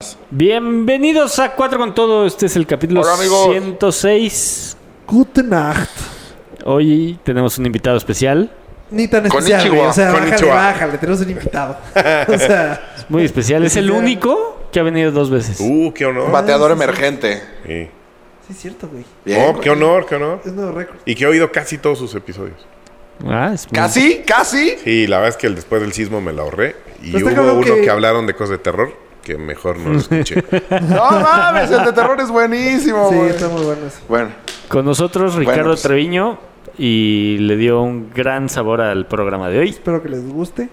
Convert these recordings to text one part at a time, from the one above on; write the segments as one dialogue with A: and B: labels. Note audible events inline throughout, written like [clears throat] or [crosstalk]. A: más.
B: Bienvenidos a Cuatro con Todo. Este es el capítulo
A: Hola, amigos.
B: 106.
C: Guten Nacht.
B: Hoy tenemos un invitado especial.
C: Ni tan especial,
A: Konnichiwa,
C: güey. O sea, bájale,
A: konnichiwa.
C: bájale. Tenemos un invitado.
A: [laughs]
C: O sea,
B: Muy especial. Es el
C: Especial.
B: único que ha venido dos veces.
D: Uh, qué honor.
A: Bateador emergente.
D: Sí.
C: sí es cierto, güey.
A: Bien,
D: Oh,
A: güey.
D: qué honor, qué honor.
C: Es nuevo récord.
D: Y que he oído casi todos sus episodios.
B: Ah, es muy-
A: Casi, casi.
D: Sí, la verdad es que el, después del sismo me la ahorré. Y
C: Pero Pues está
D: hubo
C: cabrón
D: uno
C: que-
D: que... hablaron de cosas de terror que mejor no
C: [laughs]
D: lo escuché.
A: No mames, el de terror es buenísimo,
C: Sí,
A: güey.
C: está muy bueno eso.
A: Bueno,
B: Con nosotros
A: Bueno,
B: Ricardo
A: pues.
B: Treviño y le dio un gran sabor al programa de hoy.
C: Espero que les guste.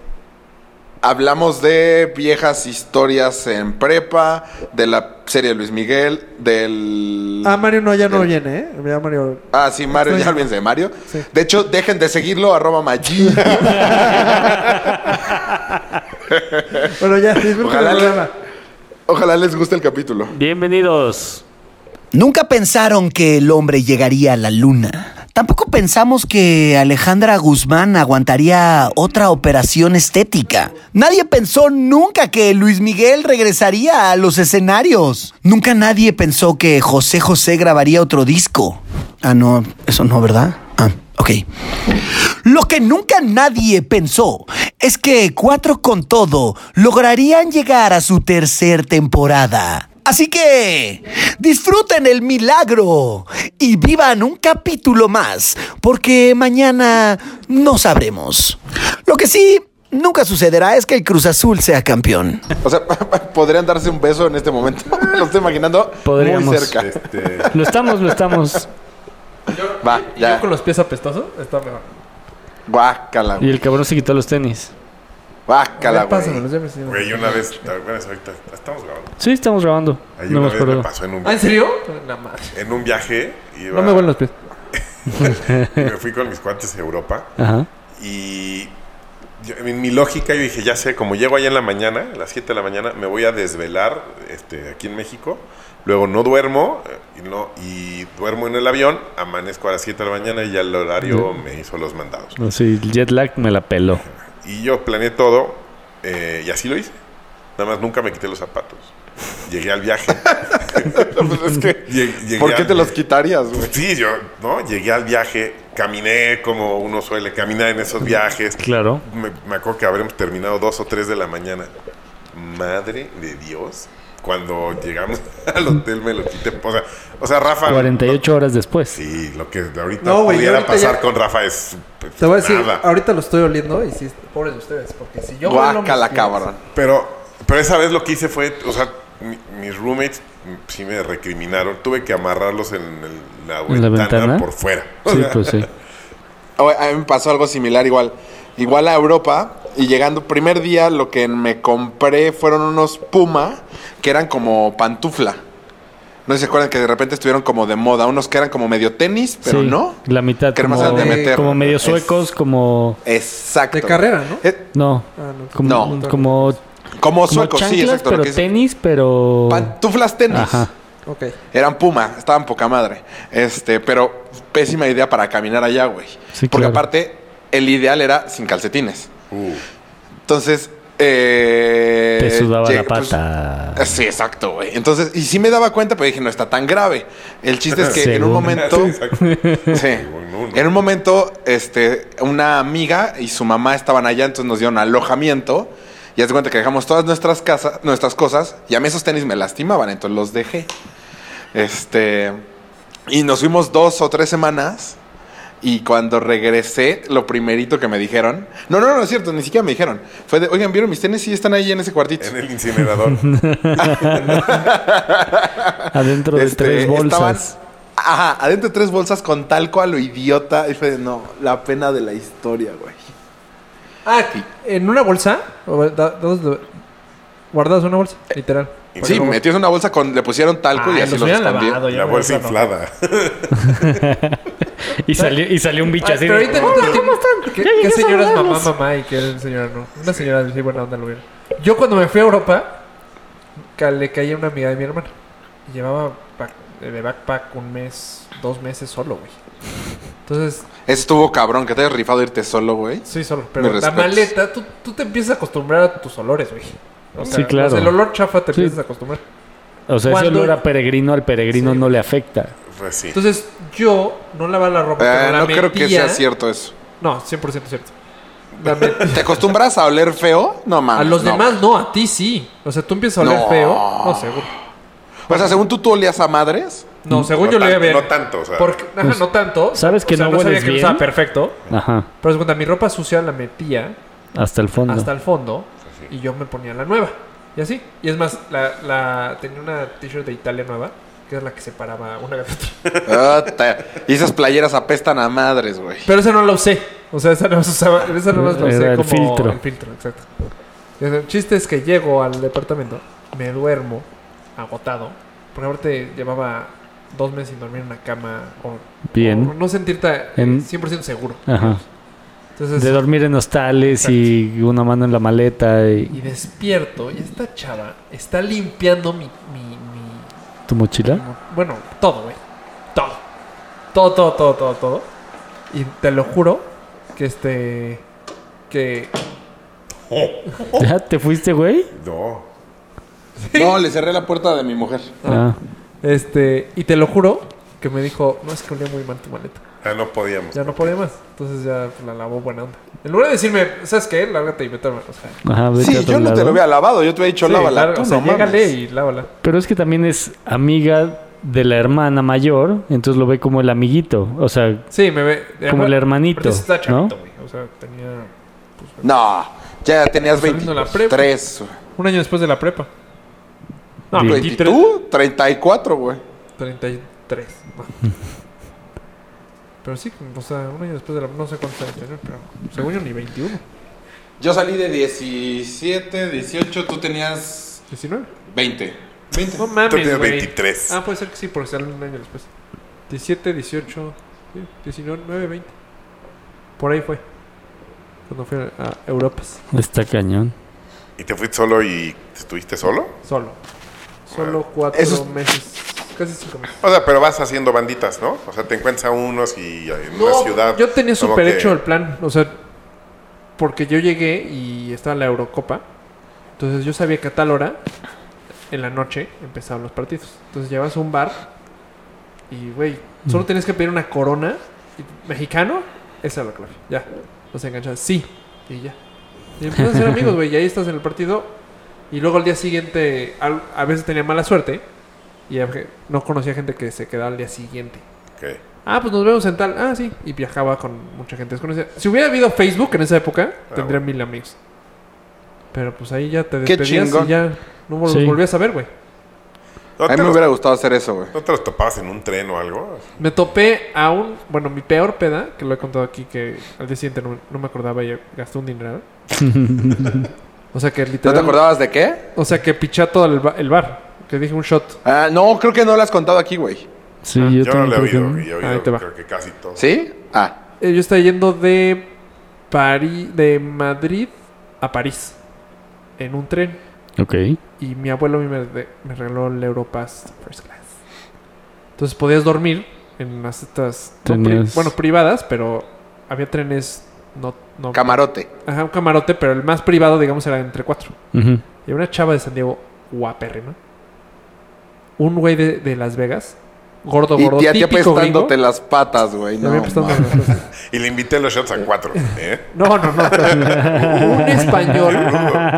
A: hablamos de viejas historias en prepa, de la serie de Luis Miguel, del...
C: Ah, Mario no, ya no viene, ¿eh? Ya Mario.
A: Ah, sí, Mario, ya
C: Extraño.
A: olvídense de Mario.
C: Sí.
A: De hecho, dejen de seguirlo, arroba
C: [laughs]
A: Maggi.
C: Bueno, ya, disfruten el
A: Ojalá le-
C: programa.
A: Ojalá les guste el capítulo.
B: Bienvenidos.
E: Nunca pensaron que el hombre llegaría a la luna. Tampoco pensamos que Alejandra Guzmán aguantaría otra operación estética. Nadie pensó nunca que Luis Miguel regresaría a los escenarios. Nunca nadie pensó que José José grabaría otro disco. Ah, no, eso no, ¿verdad? Ah, ok. Lo que nunca nadie pensó es que Cuatro con Todo lograrían llegar a su tercer temporada. Así que disfruten el milagro y vivan un capítulo más, porque mañana no sabremos. Lo que sí nunca sucederá es que el Cruz Azul sea campeón.
A: O sea, [laughs] podrían darse un beso en este momento. [laughs] Lo estoy imaginando muy
B: Podríamos.
A: cerca.
D: Este,
B: Lo estamos, lo estamos.
A: Va,
F: Y
A: ya.
F: yo con los pies apestosos, está mejor.
A: Guácala,
B: Y el cabrón se quitó los tenis.
A: guácala,
F: Ya pásamelos,
A: güey.
F: ya me siguen.
D: güey, una vez, bueno, eso ahorita estamos grabando.
B: Sí, estamos grabando.
D: Ahí
B: No
D: una
B: me
D: vez
B: acuerdo.
D: me pasó en un,
F: Ah, ¿en serio? La madre.
D: en un viaje. Iba,
F: No me vuelven los pies.
D: [laughs] y me fui con mis cuates a Europa.
B: Ajá.
D: Y yo- en mi lógica yo dije, ya sé, como llego allá en la mañana, a las 7 de la mañana, me voy a desvelar este, aquí en México. Luego no duermo eh, y, no, y duermo en el avión, amanezco a las 7 de la mañana y ya el horario me hizo los mandados.
B: No, sí, el jet lag me la peló.
D: Y yo planeé todo eh, y así lo hice. Nada más nunca me quité los zapatos. Llegué al
A: [laughs]
D: viaje.
A: Pues es que, [laughs]
D: Lleg- llegué
A: ¿Por qué
D: al-
A: te los quitarías, güey?
D: Pues sí, yo, ¿no? Llegué al viaje, caminé como uno suele caminar en esos viajes.
B: Claro.
D: Me, me acuerdo que habremos terminado dos o tres de la mañana. Madre de Dios. Cuando llegamos [laughs] al hotel me lo quité. O sea, o sea Rafa.
B: 48 horas después.
D: Sí, lo que ahorita
C: No, güey,
D: pudiera
C: ahorita
D: pasar
C: ya-
D: con Rafa es. pues,
C: Te voy a decir,
D: nada.
C: ahorita lo estoy oliendo y sí.
F: Pobres de ustedes, porque si yo vuelo mis
A: Guácala,
F: pies-
A: cabrón.
D: Pero, pero esa vez lo que hice fue. O sea, mi- mis roommates sí me recriminaron. Tuve que amarrarlos en, el- la,
B: ¿En la
D: ventana
B: ventana?
D: por fuera. O
B: Sí,
D: sea,
B: pues sí.
A: O- Oh, A mí me pasó algo similar igual. Igual a Europa y llegando primer día lo que me compré fueron unos Puma que eran como pantufla. No sé si se acuerdan que de repente estuvieron como de moda, unos que eran como medio tenis, pero
B: Sí,
A: no.
B: La mitad
A: Que nomás
B: como,
A: eran de meter.
B: como medio
A: Es-
B: suecos, como.
A: Exacto.
C: De carrera, ¿no?
A: Eh,
B: No.
C: Ah, no.
B: Como,
A: No.
B: como,
A: como
B: como
A: suecos,
B: chanclas,
A: sí, exacto. lo
B: pero
A: que dice.
B: tenis, pero.
A: Pantuflas tenis.
B: Ajá.
C: Ok.
A: Eran Puma, estaban poca madre. Este, pero pésima idea para caminar allá, güey.
B: Sí,
A: Porque
B: claro.
A: aparte, el ideal era sin calcetines.
D: uh,
A: Entonces, eh.
B: Te sudaba la
A: llegué- pues,
B: pata.
A: Sí, exacto, güey. Entonces, y sí me daba cuenta, pero dije, no está tan grave. El chiste es que en
B: Según.
A: un
D: [laughs]
A: momento.
D: exacto.
A: sí. En un momento, este, una amiga y su mamá estaban allá, entonces nos dieron alojamiento. Y haz de cuenta que dejamos todas nuestras casas, nuestras cosas, y a mí esos tenis me lastimaban, entonces los dejé. Este. Y nos fuimos dos o tres semanas. Y cuando regresé, lo primerito que me dijeron. No, no, no, es cierto, ni siquiera me dijeron. Fue de, oigan, ¿vieron mis tenis? Sí, están ahí en ese cuartito.
D: En el incinerador.
B: Adentro de
A: Este,
B: tres
A: estaban-
B: bolsas.
A: ajá, adentro de tres bolsas con talco a lo idiota. Y fue de, no, la pena de la historia, güey.
F: Ah, en una bolsa. o da- dos de- Guardas una bolsa, literal.
A: Sí,
F: Bueno,
A: metió en una bolsa con. Le pusieron talco y
F: Ay,
A: así
F: los
A: los
F: hubieran
A: escondió.
F: lavado, ya
D: la
F: me
D: bolsa
F: acuerdo.
D: inflada. [laughs]
B: Y salió, y salió un bicho
F: Ah,
B: así.
F: pero
B: de-
F: ahorita no ¿Cómo están? ¿Qué, qué señora es mamá, mamá y qué señora no? Una señora de sí, buena onda lo hubiera. Yo cuando me fui a Europa, ca- le caí a una amiga de mi hermana. Y llevaba back- de backpack un mes, dos meses solo, güey. Entonces,
A: Eso estuvo cabrón, que te hayas rifado irte solo, güey.
F: sí, solo.
A: Mis
F: Pero la
A: respetos.
F: maleta, tú, tú te empiezas a acostumbrar a tus olores, güey. O
B: Sí,
F: sea, los-
B: claro.
F: el olor chafa te
B: Sí.
F: empiezas a acostumbrar.
B: O sea, ese
F: Cuando-
B: olor a peregrino al peregrino no le afecta.
D: Pues sí.
F: Entonces, yo no lavaba la ropa.
A: Eh,
F: pero la
A: no creo que sea
F: metía-
A: cierto eso.
F: No, 100% cierto. La
A: [laughs]
F: metí-
A: ¿Te acostumbras a oler feo? No
F: a
A: mames.
F: los
A: Ah, no.
F: demás no, a ti sí. O sea, tú empiezas a oler
A: No.
F: feo. No, seguro.
A: O sea, según tú, tú olías a madres.
F: No, según
D: Mm. No
F: yo le voy a
D: tan-
F: ver.
D: no tanto, o sea.
F: Porque, ajá,
B: Pues,
F: no tanto.
B: ¿sabes que
F: O sea,
B: no
F: sabía
B: hueles
F: que lo
B: bien?
F: estaba perfecto.
B: Ajá.
F: Pero es cuando mi ropa sucia la metía
B: Hasta el fondo.
F: hasta el fondo
D: Pues
F: y yo me ponía la nueva. Y así. Y es más, la, la- tenía una t-shirt de Italia nueva, que es la que separaba una de otra.
B: [laughs]
A: Ota. Ah, y esas playeras apestan a madres, güey.
F: Pero esa no la usé. O sea, esa no se usaba. Esa no la usé
B: Era el
F: como
B: filtro.
F: el filtro, exacto. El chiste es que llego al departamento, me duermo, agotado. Porque aparte llevaba dos meses sin dormir en una cama. O, o
B: Bien.
F: no sentirte eh,
B: En-
F: 100% seguro.
B: Ajá.
F: Entonces,
B: De dormir en hostales y una mano en la maleta
F: y
B: y
F: despierto y esta chava está limpiando mi- mi- mi,
B: tu mochila.
F: Como- Bueno, todo, güey. Todo. Todo, todo, todo, todo, todo. Y te lo juro que este. Que.
A: Oh.
B: ¿Ya te fuiste, güey?
D: No.
A: No, le cerré la puerta de mi mujer.
B: Ah.
F: Este. Y te lo juro que me dijo: No es que olía muy mal tu maleta.
D: Ah, no podíamos.
F: Ya no podía más. Entonces ya la lavó buena onda. En lugar de decirme, ¿sabes qué? Lárgate y vete a O sea,
B: Ah, Ajá, vete a
A: Sí,
B: otro
A: yo no te
B: lado.
A: lo había lavado. Yo te había dicho,
F: sí,
A: lávala.
F: larga-
A: tú,
F: o sea,
A: no mames.
F: llégale y lávala.
B: Pero es que también es amiga de la hermana mayor, entonces lo ve como el amiguito. O sea,
F: Sí, me ve.
B: Como el hermanito,
F: Pero sí está chavito,
B: ¿no?
F: güey. O sea, tenía. pues,
A: No, ya tenías
F: Saliendo la
A: 23.
F: un año después de la prepa. No,
B: Bien.
F: 23.
A: ¿Tú? 34, güey.
F: 33. no.
B: [laughs]
F: pero sí, o sea, un año después de la. No sé cuántos años tenía, pero según yo ni 21.
A: Yo salí de 17, 18, tú tenías
F: 19.
A: 20. 20.
F: No mames.
D: Tú tienes
F: güey.
D: 23.
F: Ah, puede ser que sí, porque salen un año después. 17, 18, sí, 19, 9, 20. Por ahí fue. Cuando fui a Europas.
B: está cañón.
D: ¿Y te fuiste solo y estuviste solo?
F: Solo. Solo cuatro
A: Eso es-
F: meses. Casi cinco meses.
D: O sea, pero vas haciendo banditas, ¿no? O sea, te encuentras a unos y eh, en una ciudad.
F: Yo tenía
D: como
F: súper
D: que-
F: hecho el plan. O sea, porque yo llegué y estaba la Eurocopa. Entonces yo sabía que a tal hora, en la noche, empezaban los partidos. Entonces llevas a un bar y, güey, solo tenías que pedir una corona y- mexicano. Esa es la clave. Ya. Los enganchas. Sí. Y ya. Y empiezas a ser amigos, güey. Y ahí estás en el partido. Y luego al día siguiente, al- a veces tenía mala suerte. Y a- no conocía gente que se quedaba al día siguiente.
D: Ok.
F: Ah, pues nos vemos en tal. Ah, sí. Y viajaba con mucha gente desconocida. Si hubiera habido Facebook en esa época,
D: Ah,
F: tendría
D: bueno.
F: mil amigos. Pero pues ahí ya te
A: Qué
F: despedías
A: chingón.
F: y ya no los
B: Sí.
F: volvías a ver, güey.
D: ¿No,
A: A
D: te
A: mí me
D: los,
A: hubiera gustado hacer eso, güey.
D: no te los topabas en un tren o algo?
F: Me topé a un... Bueno, mi peor peda, que lo he contado aquí, que al día siguiente no, no me acordaba y gasté un dineral. o sea que
A: ¿No te
F: literal...
A: acordabas de qué?
F: O sea que piché todo el, ba- el bar. Que dije un shot.
A: Ah, no, creo que no lo has contado aquí, güey.
B: Sí,
F: Ah,
B: yo,
D: Yo, no
B: también
D: lo he
B: creo que
D: oído.
B: no.
D: y he oído
F: Ahí te va.
D: creo que casi todo.
A: ¿Sí? Ah.
F: Eh, Yo estaba yendo de París... De Madrid a París. En un tren.
B: Ok.
F: Y mi abuelo a mí me, de- me regaló el Europass First Class. Entonces podías dormir en las estas. no pri-
B: Tenías-
F: bueno, privadas, pero había trenes. No, no,
A: Camarote.
F: Ajá, un camarote, pero el más privado, digamos, era entre cuatro.
B: Ujú.
F: Y una chava de San Diego guapérrima. Un güey de, de Las Vegas. Gordo, gordo.
A: y ya te
F: típico
A: apestándote
F: gringo.
A: las patas, güey.
F: Ya
A: No,
F: me apestando
A: mames.
F: las cosas.
D: Y le invité los shots a cuatro. ¿eh?
F: No, no, no. un español.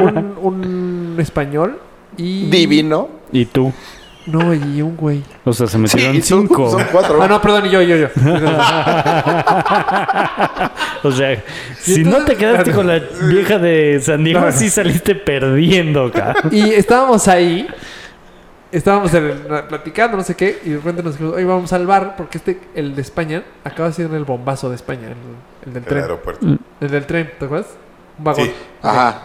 F: Un, un español. Y.
A: Divino.
B: ¿Y tú?
F: No, y un güey.
B: O sea, se metieron
A: Sí, son,
B: cinco.
A: son cuatro.
F: Ah, no, perdón, y yo, yo, yo.
B: [laughs] O sea, si no te
F: entonces-
B: quedaste con la vieja de San Diego,
F: No.
B: sí saliste perdiendo, cabrón.
F: Y estábamos ahí. Estábamos en el- platicando, no sé qué, y de repente nos dijimos, hoy vamos al bar, porque este, el de España, acaba siendo el bombazo de España, el, el del
D: En el
F: tren.
D: aeropuerto.
F: El del tren, ¿te acuerdas? Un vagón.
D: Sí.
A: Ajá.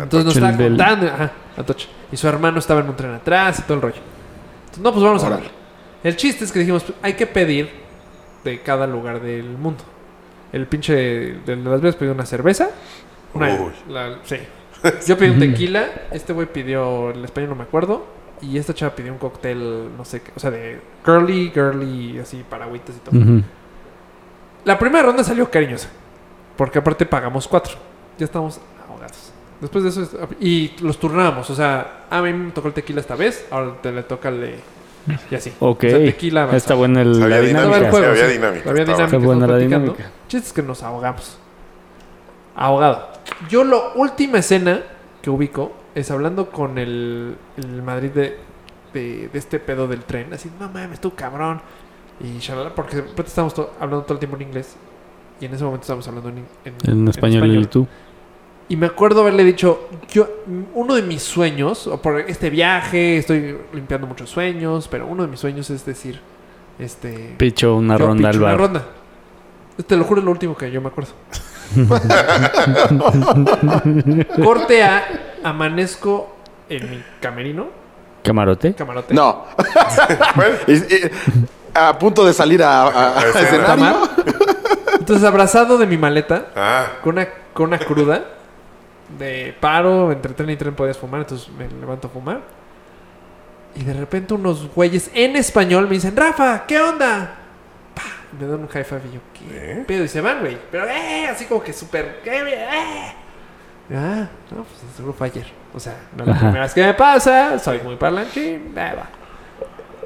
F: Entonces nos
B: El
F: estaba
B: del-
F: contando, ajá, Atocha. Y su hermano estaba en un tren atrás y todo el rollo. Entonces, no, pues vamos a
A: Órale.
F: hablar. El chiste es que dijimos, pues, hay que pedir de cada lugar del mundo. El pinche de las veces pidió una cerveza. Una,
D: Uy.
F: la- sí. Yo pedí un tequila, este güey pidió, el español no me acuerdo, y esta chava pidió un cóctel, no sé qué, o sea, de girly, girly, así, paragüitas y todo.
B: Ujú.
F: La primera ronda salió cariñosa. Porque aparte pagamos cuatro. Ya estamos ahogados. Después de eso, es- y los turnábamos. O sea, a mí me tocó el tequila esta vez, ahora te le toca el. de- Y así.
B: Ok.
F: O sea, tequila. avanzada.
B: Está buena el-
D: Sabía
B: la
D: dinámica.
F: Estaba el
B: dinámica.
D: juego.
F: sí.
D: había dinámica,
F: Había
D: estaba.
F: dinámica.
B: Qué buena la
F: estaba platicando.
B: dinámica.
F: El chiste es que nos ahogamos. Ahogado. Yo la última escena que ubico es hablando con el, el Madrid de, de, de este pedo del tren. Así, no mames, tú cabrón. Y shalala, porque de repente estábamos to- hablando todo el tiempo en inglés. Y en ese momento estábamos hablando en, in-
B: En español, y tú.
F: y me acuerdo haberle dicho, yo, uno de mis sueños, o por este viaje, estoy limpiando muchos sueños, pero uno de mis sueños es decir, este...
B: Picho una
F: yo
B: ronda al
F: picho
B: bar.
F: Una ronda. Te lo juro, es lo último que yo me acuerdo. Corte a, amanezco en mi camerino,
B: Camarote.
F: camarote.
A: No. Y- y- a punto de salir a, a- a
D: escena.
A: escenario.
F: Entonces, abrazado de mi maleta,
D: Ah,
F: con una, con una cruda, de paro, entre tren y tren podías fumar, entonces me levanto a fumar. Y de repente unos güeyes en español me dicen, Rafa, ¿qué onda? Pa, y me dan un high five y yo, ¿qué
D: ¿Eh?
F: pedo? Y se van, güey. Pero, eh, así como que súper, ¿qué? eh. Ah, no, pues seguro fue ayer. O sea, no es la
B: Ajá.
F: primera vez que me pasa, soy muy parlanchín, eh, va.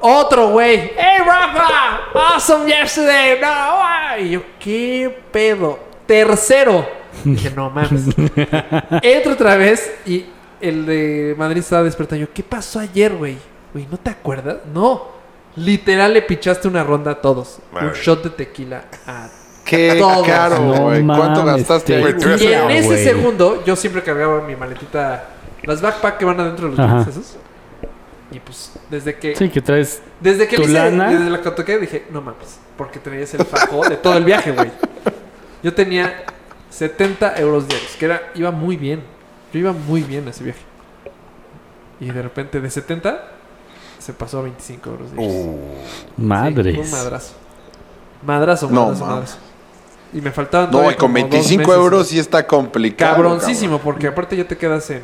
F: Otro güey, ¡Hey Rafa! ¡Awesome yesterday! No, ah", y yo, ¿qué pedo? Tercero. Dije, no mames. Entro otra vez y el de Madrid estaba despertando. Yo, ¿qué pasó ayer, güey? Güey, ¿no te acuerdas? No. Literal le pichaste una ronda a todos. Un
D: Madre.
F: shot de tequila a
A: Qué
F: Todos.
A: caro,
B: No
A: güey. ¿Cuánto
B: mames,
A: gastaste?
B: te-
A: ahí?
D: Güey, tú-
F: Y en
D: güey.
F: ese segundo, yo siempre cargaba mi maletita, las backpack que van adentro de los
B: Ajá.
F: jeans, esos. Y pues, desde que,
B: Sí, que traes.
F: desde que
B: tu
F: le hice,
B: lana.
F: desde la que toqué, dije, no mames, porque traías el fajo de todo el viaje, güey. Yo tenía 70 euros diarios, que era, iba muy bien. Yo iba muy bien a ese viaje. Y de repente, de 70, se pasó a 25 euros
A: Oh,
F: diarios.
D: uh, [laughs]
F: Sí,
B: Madres.
F: un madrazo. Madrazo,
A: No,
F: madrazo,
A: mames.
F: madrazo. Y me faltaban
A: No, y
F: todavía
A: con
F: como dos
A: 25
F: meses,
A: euros
F: güey.
A: sí está complicado.
F: Cabroncísimo, porque aparte ya te quedas en...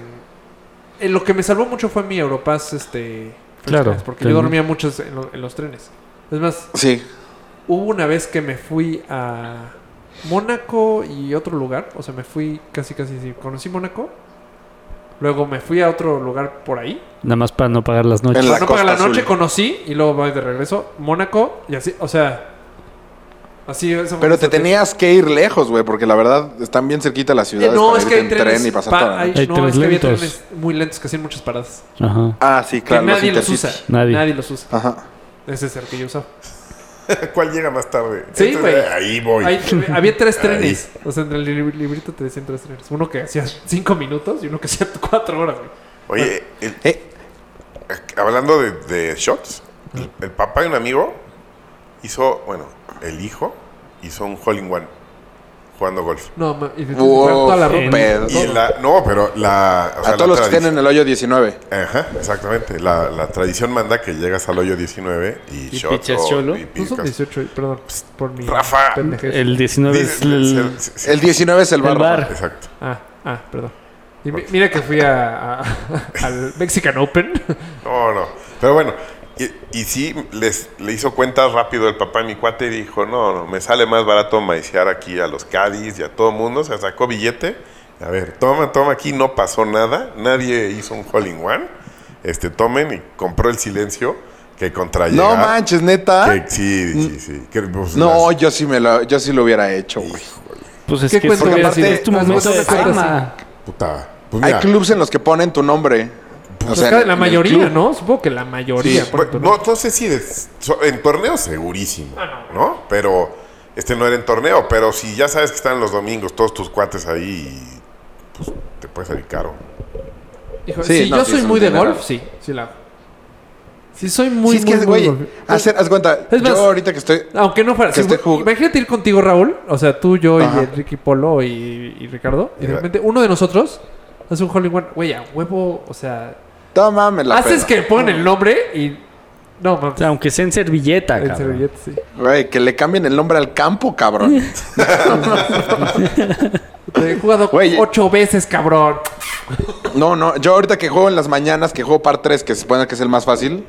F: en lo que me salvó mucho fue mi Europass, este... First
B: Claro,
F: Class, porque yo
B: también.
F: dormía mucho en, lo- en los trenes. Es más,
A: cabrón. Sí.
F: hubo una vez que me fui a Mónaco y otro lugar. O sea, me fui casi, casi, sí. Conocí Mónaco. Luego me fui a otro lugar por ahí.
B: Nada más para no pagar las noches.
A: En la
F: no para la
A: Costa
F: noche
A: Azul.
F: conocí y luego voy de regreso. Mónaco y así, o sea... Así, eso fue
A: Pero te
F: bastante-
A: tenías que ir lejos, güey, porque la verdad están bien cerquita las
F: Eh,
A: ciudades.
F: no,
A: para
F: es
A: irte
F: que hay
A: en
F: trenes,
A: tren y pasar
F: pa-
A: toda la
F: hay-
A: noche.
B: Hay
F: no,
B: trenes
F: es que había
B: lentos.
F: trenes muy lentos que hacían muchas paradas.
B: Ajá.
A: Ah, sí, claro. Ah.
F: que nadie los
A: Intercity.
F: usa.
B: Nadie.
F: los usa.
A: Ajá.
F: Ese es el que yo usaba.
D: ¿Cuál llega más tarde?
F: Sí,
D: Entonces,
F: güey.
D: Ahí voy.
F: Ahí- había tres trenes. O sea, entre el lib- librito te decían tres trenes. Uno que hacía cinco minutos y uno que hacía [laughs] cuatro horas, güey.
D: Oye, el-
A: Eh, Mm.
D: hablando de, de shots, el, el papá de un amigo hizo, bueno, el hijo hizo un hole in one jugando golf.
F: No, ma- y te tienes que
A: Wow,
F: jugar toda la
A: qué
F: ropa.
A: pedo.
D: Y la, no, pero la. o sea,
A: A
D: la
A: todos los que
D: tradici-
A: estén en el hoyo 19.
D: Ajá, exactamente. La, la tradición manda que llegas al hoyo 19 y,
B: Y
D: shots
B: pichas
D: o-
B: cholo.
D: y
F: No son
D: picas.
F: 18, perdón, pst, por mi
D: Rafa.
F: pendejez.
B: El 19 es
D: Dice-
B: el.
D: se- se-
A: El 19 es el
B: El
A: bar.
B: bar.
A: Rafa.
D: Exacto.
F: Ah, ah, perdón. Y mi- mira que fui a, [laughs] a- al Mexican Open.
D: No, no. Pero bueno, y, y sí, les, le hizo cuentas rápido el papá a mi cuate y dijo, no, no, me sale más barato maiciar aquí a los Cádiz y a todo mundo. Se sacó billete. A ver, toma, toma aquí, no pasó nada. Nadie hizo un hole in one. Este, tomen y compró el silencio que contra
A: No
D: llegar-
A: manches, neta.
D: que- sí, sí, sí. que, pues,
A: No,
D: las-
A: yo sí, me lo, yo sí lo hubiera hecho, güey.
B: Pues es
F: ¿Qué
B: que
F: cuento?
B: porque
A: Porque aparte-
B: es tu
A: las
B: momento de
A: cosas de
B: fama.
D: puta. Pues
A: Hay
D: mira, Pues
A: clubs en los que ponen tu nombre. O sea, en
F: la
A: el
F: mayoría,
A: club.
F: ¿no? Supongo que la mayoría.
D: Sí,
F: por
D: bu-
F: tu-
D: no, no sé si des- so- en torneo segurísimo, ¿no? Pero este no era en torneo, pero si ya sabes que están los domingos todos tus cuates ahí, pues te puede salir caro.
F: Hijo,
A: Sí,
F: si
A: no,
F: yo
A: sí
F: soy
A: es un
F: muy de
A: dinero.
F: golf, sí, sí la hago. Si soy
A: sí,
F: muy,
A: es que,
F: muy, muy
A: güey,
F: golf.
A: hacer, haz cuenta,
F: Es más-
A: yo ahorita que estoy...
F: Aunque no fuera.
A: que
F: si
A: esté
F: fu-
A: jug-
F: imagínate ir contigo, Raúl. O sea, tú, yo
A: Ajá.
F: y Ricky Polo y, y Ricardo. Y de
D: Ya.
F: repente uno de nosotros hace un hole in one. Güey, a huevo. O sea,
A: No mames, la
F: haces
A: peda.
F: que pongan el nombre y. No,
B: O
F: mames.
B: sea, aunque sea en servilleta,
F: El
B: cabrón.
F: servillete, sí.
A: Güey, que le cambien el nombre al campo,
F: [laughs]
A: cabrón.
F: Te he jugado
A: Güey.
F: ocho veces, cabrón.
A: No, no, yo ahorita que juego en las mañanas, que juego par 3, que se supone que es el más fácil.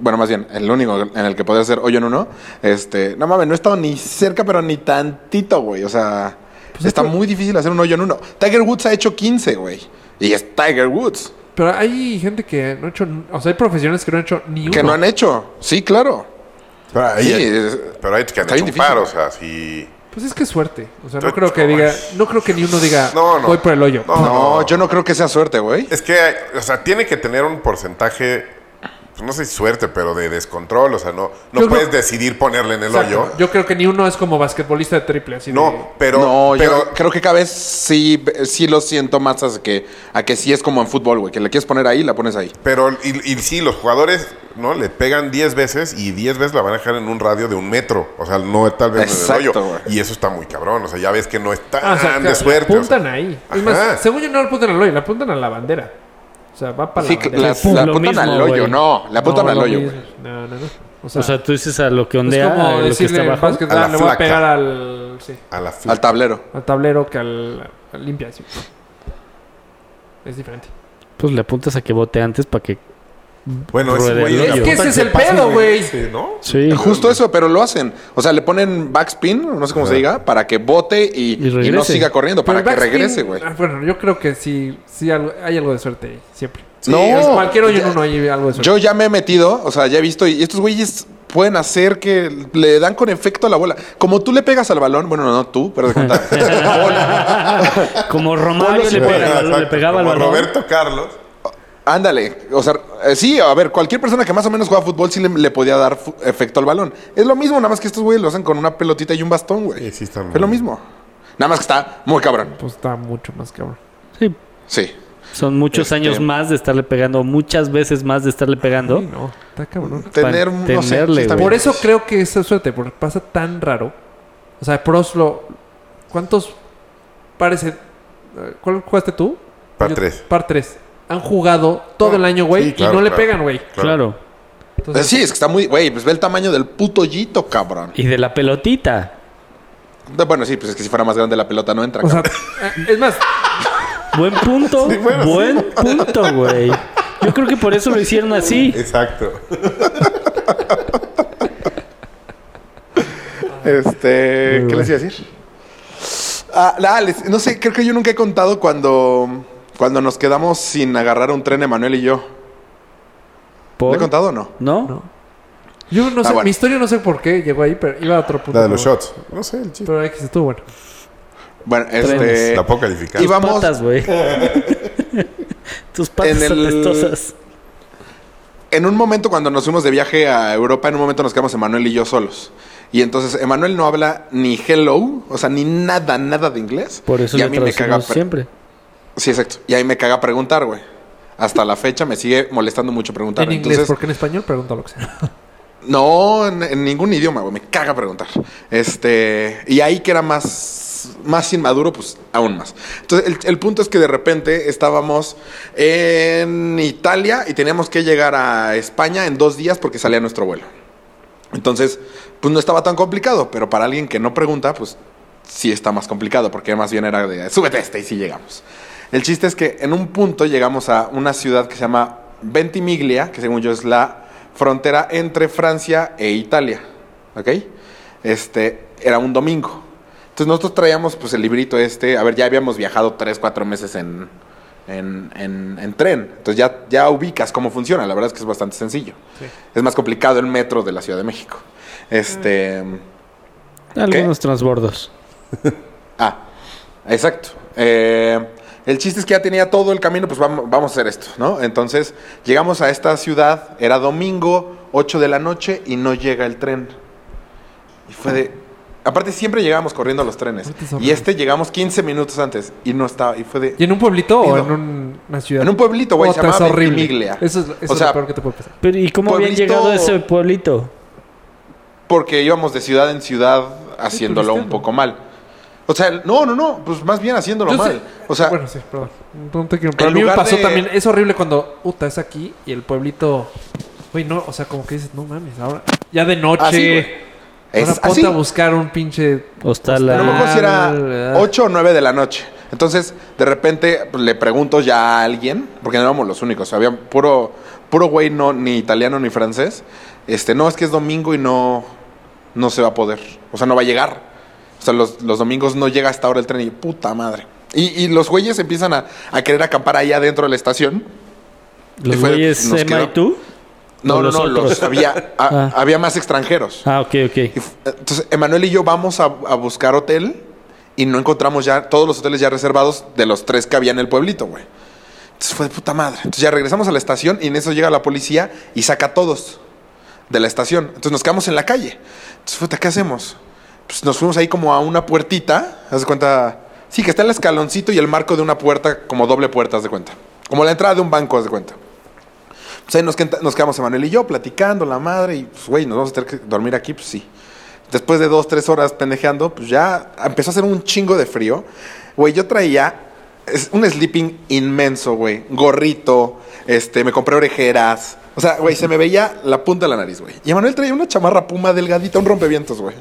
A: Bueno, más bien, el único en el que podría ser hoyo en uno. Este, no mames, no he estado ni cerca, pero ni tantito, güey. O sea, está muy difícil hacer un hoyo en uno. Tiger Woods ha hecho 15, güey. Y es Tiger Woods.
F: Pero hay gente que no ha hecho. O sea, hay profesiones que no han hecho ni uno.
A: Que no han hecho. Sí, claro.
D: Pero hay,
A: Sí, es-
D: pero hay que han
A: está bien
D: hecho un par, o
A: difícil,
D: sea, si...
F: Pues es que es suerte. O sea, no creo que diga. No creo que ni uno diga.
D: No, no.
F: Voy por el hoyo.
D: No.
A: No, yo no creo que sea suerte, güey.
D: Es que, hay- o sea, tiene que tener un porcentaje, pues, no sé si suerte, pero de descontrol, o sea, no, no
F: Yo
D: puedes
F: creo-
D: decidir ponerle en el
F: Exacto.
D: hoyo.
F: Yo creo que ni uno es como basquetbolista de triple. Así de-
D: No, pero...
A: no,
D: pero
A: yo creo que cada vez sí, sí lo siento más a que, a que sí es como en fútbol, güey. Que le quieres poner ahí, la pones ahí.
D: Pero, y, y sí, los jugadores, ¿no? Le pegan 10 veces y 10 veces la van a dejar en un radio de un metro. O sea, no tal vez en el
A: Exacto,
D: hoyo.
A: güey.
D: Y eso está muy cabrón. O sea, ya ves que no es tan
F: Ah, o sea,
D: de
F: la-
D: suerte.
F: La
D: o sea.
F: apuntan ahí. Es
D: Ajá.
F: más, según yo no la apuntan al hoyo, la apuntan a la bandera. O sea, va para
A: Sí,
F: la
A: que
F: bandera.
A: la,
B: Pum,
A: la
B: lo
A: apuntan
B: mismo,
A: al hoyo,
B: güey.
A: no. La apuntan
F: No,
A: al
F: lo
A: hoyo,
F: mismo.
A: güey.
F: No, no, no. O sea,
B: O sea, tú dices a lo que
F: es
B: ondea,
F: como
B: a lo que está
F: decirle en
B: abajo.
F: básquet,
D: A la
F: ah, le voy a
D: flaca.
F: pegar al, sí,
D: A la fl-
A: Al tablero.
F: al tablero que al, al limpia. sí. Es diferente.
B: Pues le apuntas a que vote antes para que...
D: Bueno, ese
B: Rueda
D: güey.
B: el
D: le
B: hoyo.
F: Es que ese
D: apuntan
F: es
D: se
F: el
D: pasa,
F: pedo, güey.
D: Sí, ¿no?
B: [laughs] Sí.
A: Justo eso, pero lo hacen. O sea, le ponen backspin, no sé cómo se diga, para que bote y,
B: Y
A: y no
B: regrese.
A: siga corriendo,
F: Pero
A: para
F: el
A: que
F: backspin-
A: regrese, güey.
F: ah, bueno, yo creo que sí, sí algo- hay algo de suerte ahí, siempre.
A: No.
F: es cualquier hoyo en
A: Ya-
F: uno hay algo de suerte.
A: Yo ya me he metido, o sea, ya he visto, y estos güeyes pueden hacer que le dan con efecto a la bola. Como tú le pegas al balón, bueno, no tú, pero de cuenta. la
F: [laughs]
A: bola.
B: como Romario Ah, le,
D: Sí,
B: pega al balón,
D: exacto,
B: le pegaba al
D: como
B: balón.
D: Roberto Carlos.
A: Ándale, o sea, eh, sí, a ver, cualquier persona que más o menos juega fútbol sí le, le podía dar fu- efecto al balón. Es lo mismo, nada más que estos güeyes lo hacen con una pelotita y un bastón, güey.
D: Sí, sí está muy-
A: es lo mismo. Nada más que está muy cabrón.
F: Pues está mucho más cabrón.
B: Sí,
A: Sí.
B: son muchos
A: Este-
B: años más de estarle pegando, muchas veces más de estarle pegando.
F: Sí, no, está cabrón.
A: Tener,
B: Para
A: no sé,
B: tenerle,
A: sí está
B: güey.
A: bien.
F: Por eso creo que esa suerte, porque pasa tan raro. O sea, pros lo. ¿Cuántos parece. ¿Cuál jugaste tú?
D: Par
F: Yo-
D: tres.
F: Par 3. Han jugado
A: Ah,
F: todo el año, güey,
D: Sí, claro,
F: y no le
D: claro.
F: pegan, güey.
B: Claro.
A: Eh,
F: Entonces,
A: Sí, es que está muy, güey, pues ve el tamaño del puto yito, cabrón.
B: Y de la pelotita.
A: No, Bueno, sí, pues es que si fuera más grande la pelota no entra.
F: O sea,
A: cabrón.
F: eh, es más,
B: Buen
D: [laughs]
B: punto, buen punto, güey. Yo creo que por eso lo hicieron así.
D: Exacto.
B: Pues
A: Este, ¿qué les iba a decir? Ah, la- les- no sé, creo que yo nunca he contado cuando, cuando nos quedamos sin agarrar un tren Emanuel y yo.
B: ¿Por?
A: ¿Le he contado o no?
B: ¿No?
F: yo no
A: Ah,
F: sé,
A: bueno.
F: mi historia no sé por qué llegó ahí, pero iba a otro punto.
D: La de los
F: pero-
D: shots. No sé, el chiste.
F: Pero X estuvo bueno.
A: Bueno, este.
B: Trenes.
D: La puedo calificar.
A: Y va-
B: Tus
A: Vamos-
B: patas, güey.
A: [laughs]
B: Tus patas
A: En el-
B: apestosas.
A: En un momento cuando nos fuimos de viaje a Europa, en un momento nos quedamos Emanuel y yo solos. Y entonces Emanuel no habla ni hello, o sea, ni nada, nada de inglés.
B: Por eso
A: y a
B: lo
A: mí me caga
B: traducimos
A: pre-
B: siempre.
A: Sí, exacto. Y a mí me caga preguntar, güey. Hasta la fecha me sigue molestando mucho preguntar.
F: en inglés,
A: Entonces,
F: porque en español pregunta lo que sea.
A: No, en, en ningún idioma, güey. Me caga preguntar. Este. Y ahí que era más, más inmaduro, pues aún más. Entonces, el, el punto es que de repente estábamos en Italia y teníamos que llegar a España en dos días porque salía nuestro vuelo. Entonces, pues no estaba tan complicado, pero para alguien que no pregunta, pues sí está más complicado, porque más bien era de súbete a este y sí llegamos. El chiste es que en un punto llegamos a una ciudad que se llama Ventimiglia, que según yo es la frontera entre Francia e Italia. ¿Ok? Este, era un domingo. Entonces nosotros traíamos pues el librito este, a ver, ya habíamos viajado tres, cuatro meses en, en, en- en tren. Entonces ya, ya ubicas cómo funciona, la verdad es que es bastante sencillo. Es más complicado el metro de la Ciudad de México. Este...
B: Algunos transbordos.
A: Ah, exacto. Eh, el chiste es que ya tenía todo el camino, pues vamos, vamos a hacer esto, ¿no? Entonces llegamos a esta ciudad, era domingo, 8 de la noche, y no llega el tren. Y fue de... Aparte siempre llegábamos corriendo a los trenes.
F: Ahorita sobre-
A: Y este llegamos 15 minutos antes y no estaba, y fue de...
F: ¿Y en un pueblito o
A: Pido.
F: en un- una ciudad?
A: En un pueblito, güey, se
F: Puta, es
A: llamaba
F: horrible.
A: Ventimiglia.
F: Eso es, eso
A: O
F: es
A: sea,
F: lo peor que te puede pasar.
B: Pero ¿y cómo habían
A: Pueblito-
B: llegado a ese pueblito?
A: porque íbamos de ciudad en ciudad haciéndolo un
F: turisteando.
A: poco mal. O sea, no, no, no, pues más bien haciéndolo
F: Yo
A: mal.
F: sé-
A: o sea,
F: bueno, sí, perdón. No te quiero- Pero a
A: en
F: mí me
A: lugar
F: pasó
A: de-
F: también. Es horrible cuando, puta, es aquí y el pueblito. Güey, no, o sea, como que dices, no mames, ahora. Ya de noche.
A: Así, güey. es
F: ahora ponte
A: así.
F: a buscar un pinche.
B: Hostal.
A: No me acuerdo si
F: Ah,
A: era
F: ah.
A: 8 o 9 de la noche. Entonces, de repente pues, le pregunto ya a alguien, porque no éramos los únicos, había puro puro güey no ni italiano ni francés. Este, no, es que es domingo y no no se va a poder. O sea, no va a llegar. O sea, los, los domingos no llega hasta ahora el tren y puta madre. Y, y los güeyes empiezan a, a querer acampar ahí adentro de la estación.
B: ¿Los
A: Y fue-
B: güeyes
A: nos quedó-
B: MI2?
A: No,
B: ¿O
A: no,
B: los
A: no,
B: otros?
A: los había, a-
B: Ah.
A: había más extranjeros.
B: Ah, ok,
A: Y
B: ok.
A: f- Entonces, Emanuel y yo vamos a, a buscar hotel y no encontramos ya todos los hoteles ya reservados de los tres que había en el pueblito, güey. Entonces fue de puta madre. Entonces ya regresamos a la estación y en eso llega la policía y saca a todos de la estación. Entonces nos quedamos en la calle. Entonces, puta, ¿qué hacemos? Pues nos fuimos ahí como a una puertita, haz de cuenta. Sí, que está el escaloncito y el marco de una puerta, como doble puerta, haz de cuenta. Como la entrada de un banco, haz de cuenta. Pues ahí nos, quenta- nos quedamos Emanuel y yo platicando, la madre, y pues, güey, nos vamos a tener que dormir aquí, pues sí. Después de dos, tres horas pendejeando, pues ya empezó a hacer un chingo de frío. Güey, yo traía es- un sleeping inmenso, güey. Gorrito, este, me compré orejeras. O sea, güey, se me veía la punta de la nariz, güey. Y Emanuel traía una chamarra puma delgadita, un rompevientos, güey.